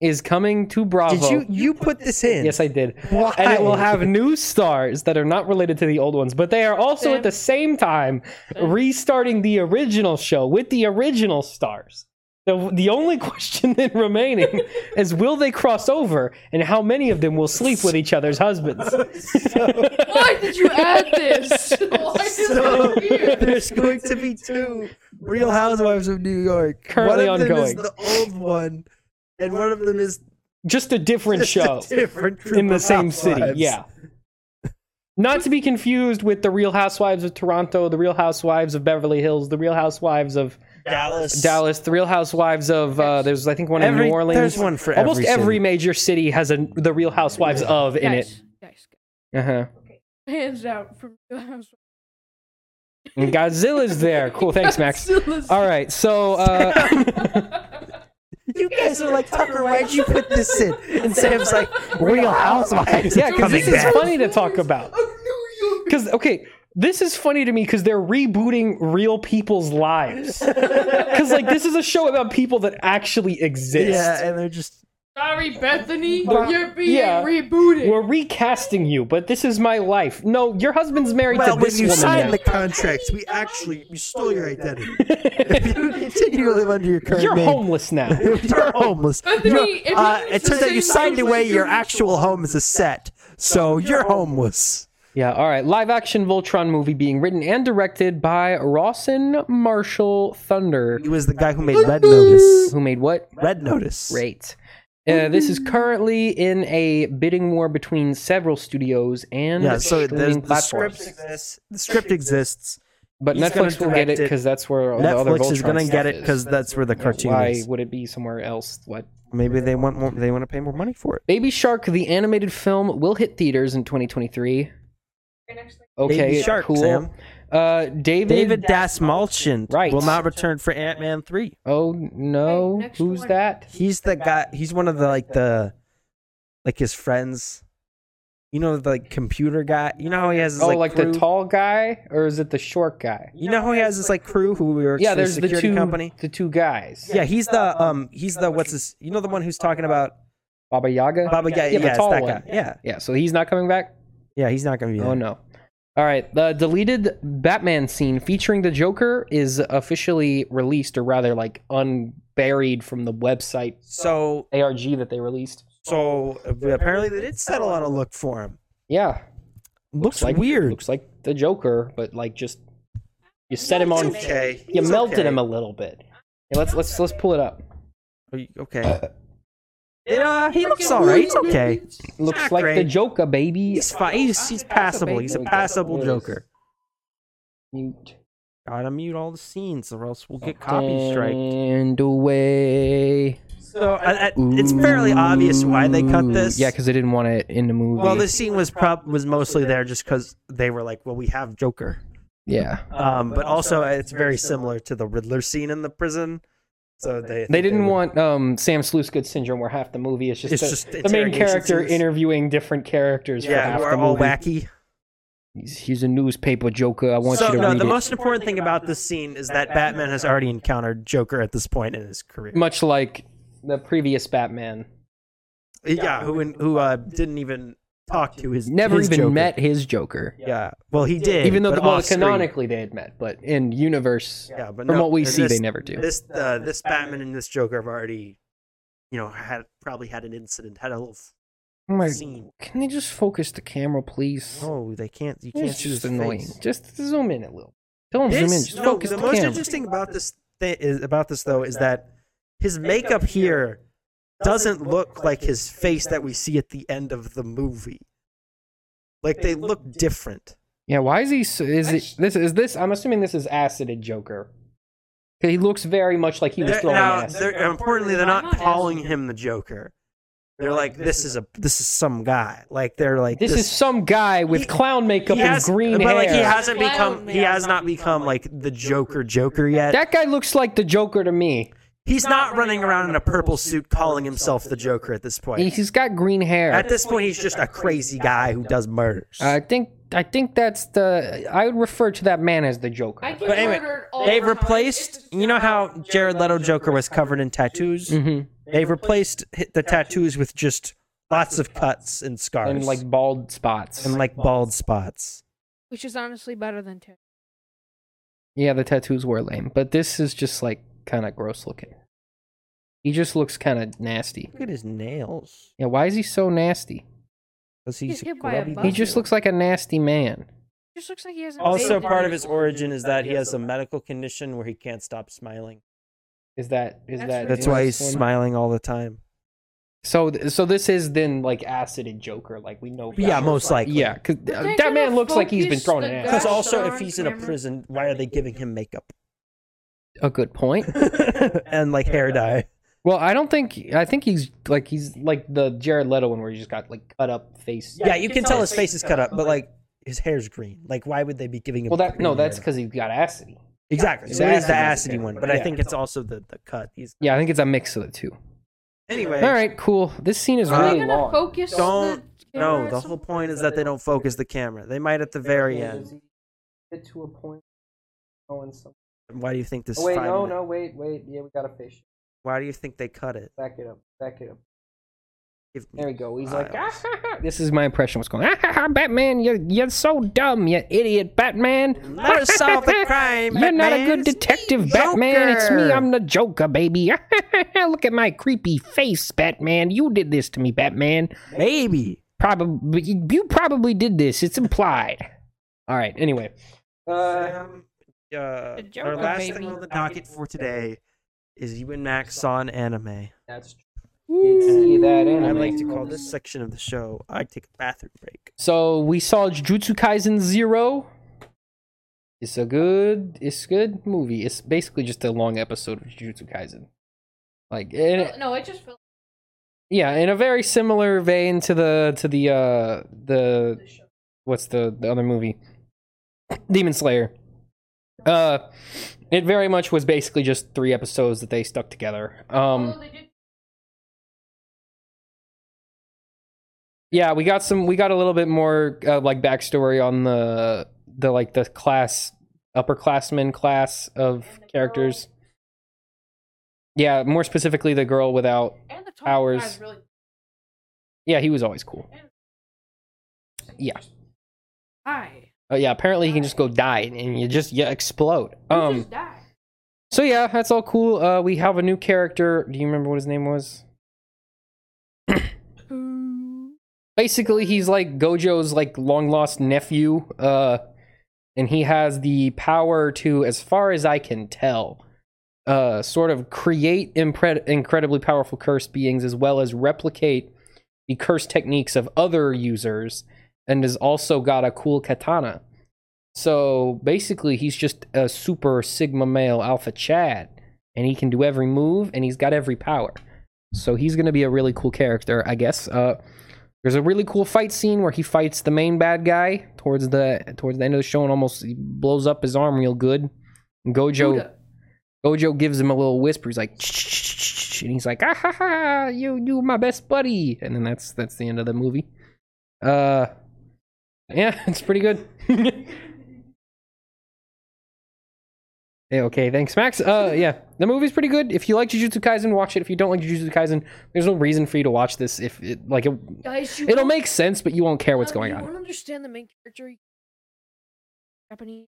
S1: is coming to Bravo.
S2: did you you put this in
S1: Yes, I did.
S2: Why?
S1: And it will have new stars that are not related to the old ones, but they are also at the same time restarting the original show with the original stars. The, the only question then remaining is will they cross over and how many of them will sleep with each other's husbands?
S3: Why did you add this? Why is
S2: So,
S3: it here?
S2: there's going to be two Real Housewives of New York.
S1: Currently
S2: one of them is
S1: ongoing.
S2: the old one, and one of them is
S1: Just a different
S2: just
S1: show
S2: a different group
S1: in the
S2: of
S1: same city.
S2: housewives.
S1: Yeah. Not to be confused with the Real Housewives of Toronto, the Real Housewives of Beverly Hills, the Real Housewives of
S2: Dallas.
S1: Dallas, the Real Housewives of uh, there's I think one in
S2: Every-
S1: New Orleans.
S2: there's one for
S1: almost
S2: every
S1: every,
S2: city.
S1: major city has a the Real Housewives of in it.
S3: Guys,
S1: Uh
S3: guys,
S1: huh.
S3: guys, hands out from the house.
S1: And Godzilla's there. Cool. Thanks, Max. All right. So uh,
S2: You guys are like Tucker. Why'd you put this in? And Sam's like Real Housewives.
S1: yeah, because this is
S2: back.
S1: funny to talk about.
S3: New York.
S1: Because okay, this is funny to me because they're rebooting real people's lives. Because like this is a show about people that actually exist.
S2: Yeah, and they're just
S3: Sorry, Bethany,
S1: But-
S3: you're being
S1: yeah.
S3: rebooted.
S1: We're recasting you, but this is my life. No, your husband's married
S2: well.
S1: to
S2: When
S1: this
S2: you
S1: woman. now.
S2: signed the contract, we actually you stole your identity. if you continue to live under your current
S1: You're
S2: name,
S1: homeless now.
S2: You're homeless.
S3: Anthony,
S2: You're-
S3: if you
S2: uh,
S3: use
S2: it
S3: the
S2: turns out
S3: same
S2: you signed
S3: language
S2: away
S3: you
S2: your
S3: use-
S2: actual home as a set, so you're homeless.
S1: Yeah, all right. Live action Voltron movie being written and directed by Rawson Marshall Thunder,
S2: He was the guy who made Red Notice.
S1: who made what?
S2: Red Notice.
S1: Great. Uh, this is currently in a bidding war between several studios and
S2: Yeah, so there's
S1: streaming
S2: the
S1: platforms.
S2: script exists. The script exists.
S1: But
S2: He's gonna
S1: Netflix will get it
S2: direct it.
S1: because that's where all the other
S2: Netflix is
S1: Voltron
S2: gonna
S1: stuff
S2: get it
S1: is.
S2: because that's where the cartoon
S1: Why
S2: is.
S1: would it be somewhere else? What?
S2: Maybe they want more, they want to pay more money for it.
S1: Baby Shark, the animated film, will hit theaters in 2023. Okay,
S2: Baby Shark,
S1: cool.
S2: Sam.
S1: Uh, David.
S2: David Dasmalchian
S1: Right.
S2: will not return for Ant Man three.
S1: Oh no,
S3: Hey, next
S1: who's
S3: one.
S1: that?
S2: He's the guy. He's one of the like the like his friends. You know the like, computer guy. You know how he has his,
S1: oh,
S2: like,
S1: like, the
S2: crew?
S1: tall guy, or is it the short guy?
S2: You know how he has his like crew who works
S1: Yeah,
S2: for the
S1: there's the
S2: security
S1: two
S2: company.
S1: the two guys.
S2: Yeah, he's the um he's the what's his you know the one who's talking about
S1: Baba Yaga.
S2: Baba Yaga.
S1: yeah,
S2: Yeah,
S1: the
S2: it's
S1: tall
S2: that
S1: one.
S2: guy. Yeah,
S1: Yeah, so he's not coming back.
S2: yeah, he's not gonna be.
S1: Oh
S2: There.
S1: no. All right, the deleted Batman scene featuring the Joker is officially released, or rather, like unburied from the website
S2: So
S1: ARG that they released.
S2: so apparently they did settle on a look for him.
S1: Yeah,
S2: Looks
S1: like
S2: weird.
S1: Looks like the Joker, but like just you set him on.
S2: okay.
S1: You
S2: He's
S1: melted
S2: okay.
S1: him a little bit. Yeah, let's let's let's pull it up.
S2: Are you- Okay. Yeah, he looks all right. He's okay.
S1: Looks
S2: Not
S1: like the
S2: great.
S1: Joker, baby.
S2: He's fine. He's, he's passable. He's a passable Joker.
S1: Mute.
S2: Gotta mute all the scenes, or else we'll get copy strike.
S1: And away.
S2: So I, I, it's fairly obvious why they cut
S1: Ooh.
S2: this.
S1: Yeah, because they didn't want it in the movie.
S2: well, the scene was prob was mostly there just because they were like, well, we have Joker.
S1: yeah.
S2: Um, but also it's very similar to the Riddler scene in the prison. So they
S1: They didn't want um, Sam Slewsgood syndrome, where half the movie is just,
S2: It's
S1: the,
S2: just
S1: the main
S2: interrogation
S1: character
S2: scenes.
S1: interviewing different characters for
S2: yeah,
S1: half
S2: who
S1: the
S2: are
S1: movie.
S2: all wacky.
S1: He's, he's a newspaper Joker. I want
S2: So
S1: you to
S2: no,
S1: read
S2: the
S1: it.
S2: most important thing about this scene is that Batman has already encountered Joker at this point in his career.
S1: Much like the previous Batman,
S2: Yeah, who in, who uh, didn't even talk to his
S1: never
S2: his
S1: even
S2: Joker.
S1: met his Joker.
S2: Yeah, well he did,
S1: Even though
S2: but
S1: the, well,
S2: off-screen.
S1: canonically they had met, but in universe,
S2: Yeah, but
S1: from
S2: no,
S1: what we
S2: and
S1: see,
S2: this-
S1: they never do.
S2: This uh, this Batman and this Joker have already, you know, had probably had an incident, had a little
S1: Oh my-
S2: scene.
S1: can they just focus the camera, please?
S2: Oh, they can't. You can't
S1: it's
S2: see his
S1: just annoying.
S2: face.
S1: Just zoom in a little. Don't zoom in.
S2: This,
S1: Just
S2: no,
S1: focus
S2: the
S1: the,
S2: most
S1: camera.
S2: interesting about this thing is about this though is that his makeup here doesn't look like his face that we see at the end of the movie. Like they look different.
S1: Yeah, why is he? so- Is it this? Is this? I'm assuming this is acided Joker. 'Cause He looks very much like he was
S2: They're-
S1: throwing
S2: now,
S1: acid.
S2: they're, importantly, they're not calling him the Joker. They're like, this is a this is some guy. Like they're like
S1: This, is some guy with
S2: He-
S1: clown makeup
S2: he has-
S1: and green
S2: but
S1: hair.
S2: like he hasn't
S3: Clown
S2: become he
S3: man.
S2: has not become like the Joker Joker yet.
S1: that guy looks like the Joker to me.
S2: He's not running around in a purple suit calling himself the Joker at this point.
S1: He- He's got green hair.
S2: At this point, he's just a crazy guy who does murders.
S1: I think I think that's the I would refer to that man as the Joker.
S3: I get
S2: But anyway,
S3: murdered all
S2: They've
S3: the time.
S2: replaced. You know how Jared Leto Joker was covered in tattoos.
S1: Mhm.
S2: They've replaced hit the tattoos with just lots of cuts and scars
S1: And like bald spots.
S2: and like bald spots.
S3: Which is honestly better than two.
S1: Yeah, the tattoos were lame, but this is just like kind of gross looking. He just looks kind of nasty.
S2: Look at his nails.
S1: Yeah, why is he so nasty?
S2: Because
S3: He's
S2: he's a
S3: hit by a
S2: grubby.
S3: bus.
S1: He just looks like a nasty man.
S3: Just looks like he has. an
S2: Also,
S3: invasion.
S2: part of his origin is that he has a medical condition where he can't stop smiling.
S1: Is that is
S3: That's
S1: that?
S3: right.
S2: That's why he's
S1: one?
S2: smiling all the time.
S1: So th- so this is then like acided Joker, like we know.
S2: Yeah, most likely.
S1: Yeah, 'cause,
S3: But
S1: uh,
S3: they're
S1: that man
S3: gonna
S1: looks like he's been
S3: focus
S1: thrown
S3: the
S1: in
S3: guy-
S1: acid.
S2: Because
S3: Gosh,
S2: also,
S3: they're
S2: if
S3: on
S2: he's in a
S3: camera.
S2: prison, why are they giving him makeup
S1: A good point.
S2: and like hair dye?
S1: Well, I don't think I think he's like he's like the Jared Leto one where he just got like cut up face.
S2: Yeah, you can tell his face is cut up, but like his hair's green. Like, why would they be giving him?
S1: Well, that no,
S2: green
S1: that's
S2: hair?
S1: because he's got acid.
S2: exactly.
S1: it's
S2: So it is the
S1: acid.
S2: acidy one, but I
S1: Yeah.
S2: think it's also the the cut. He's
S1: Yeah, I think it's a mix of the two.
S2: anyway.
S1: All right, cool. This scene is
S2: Uh,
S3: Are they
S1: really
S3: gonna
S1: long.
S3: focus?
S2: Don't.
S3: The
S2: No, the whole point is that they don't focus the camera. They might at the very end.
S1: Get to a point. Oh, and so-
S2: Why do you think this?
S1: Oh, wait,
S2: five
S1: no,
S2: minute-
S1: no, wait, wait. Yeah, we got a fish.
S2: Why do you think they cut it?
S1: Back it up. Back it up.
S2: If-
S1: There we go. He's like,
S2: I-
S1: "Ah, ha, ha." this is my impression. What's going? on? "Ah, ha, ha, Batman, you're you're so dumb, you idiot, Batman.
S2: Let us solve the crime.
S1: You're not a
S2: Batman.
S1: good
S2: It's me,
S1: detective, Batman. It's me.
S2: Joker."
S1: I'm the Joker, baby. Look at my creepy face, Batman. You did this to me, Batman.
S2: Maybe.
S1: Probably you probably did this. It's implied. All right. Anyway.
S2: Um, uh, our last thing on the docket for today is you and Max saw an anime.
S1: That's see that
S2: I'd like to call this section of the show. I take a bathroom break.
S1: So we saw Jujutsu Kaisen Zero. It's a good, it's good movie. It's basically just a long episode of Jujutsu Kaisen. Like, and it,
S3: Oh, no, it just felt
S1: yeah, in a very similar vein to the to the uh the what's the the other movie, Demon Slayer. Uh, it very much was basically just three episodes that they stuck together. Um. yeah we got some we got a little bit more uh, like backstory on the the like the class upperclassmen class of characters yeah more specifically the girl without
S3: and the
S1: Hours. guy's yeah he was always cool yeah
S3: Hi.
S1: uh, yeah apparently he can just go die and you just yeah explode
S3: Um.
S1: um so yeah that's all cool uh we have a new character do you remember what his name was basically he's like gojo's like long lost nephew uh and he has the power to as far as i can tell uh sort of create impre- incredibly powerful cursed beings as well as replicate the curse techniques of other users and has also got a cool katana so basically he's just a super sigma male alpha chad and he can do every move and he's got every power so he's going to be a really cool character i guess uh there's a really cool fight scene where he fights the main bad guy towards the towards the end of the show and almost he blows up his arm real good. And Gojo Gojo gives him a little whisper. He's like, "Shh," and he's like, ah ha ha, you you my best buddy. And then that's that's the end of the movie. Uh, yeah, it's pretty good. Yeah, okay, thanks, Max. Uh, yeah, the movie's pretty good. If you like Jujutsu Kaisen, watch it. If you don't like Jujutsu Kaisen, there's no reason for you to watch this. If it like it,
S3: Guys, you
S1: It'll
S3: won't-
S1: make sense, but you won't care what's
S3: Now,
S1: going
S3: You
S1: on.
S3: don't understand the main character. you- Japanese.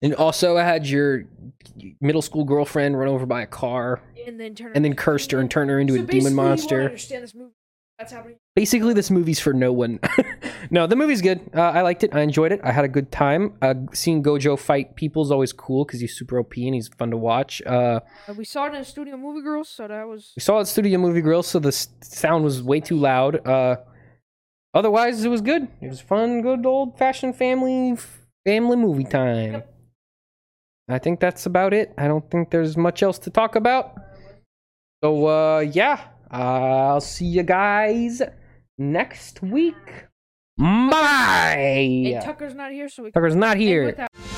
S1: And also, I had your middle school girlfriend run over by a car
S3: and then turn
S1: and then cursed her and turned her into a demon monster.
S3: understand this movie. That's happening.
S1: Basically, this movie's for no one. no, the movie's good. Uh, I liked it. I enjoyed it. I had a good time. Uh, seeing Gojo fight people's always cool because he's super OP and he's fun to watch. Uh,
S3: Uh, we saw it in a studio movie, girls. So that was
S1: we saw it at Studio Movie Grill, so the s- sound was way too loud. Uh, otherwise, it was good. It was fun, good old fashioned family family movie time. I think that's about it. I don't think there's much else to talk about. So uh, yeah, I'll see you guys next week. Bye.
S3: and Tucker's not here, so we.
S1: Tucker's not
S3: and
S1: here.
S3: without-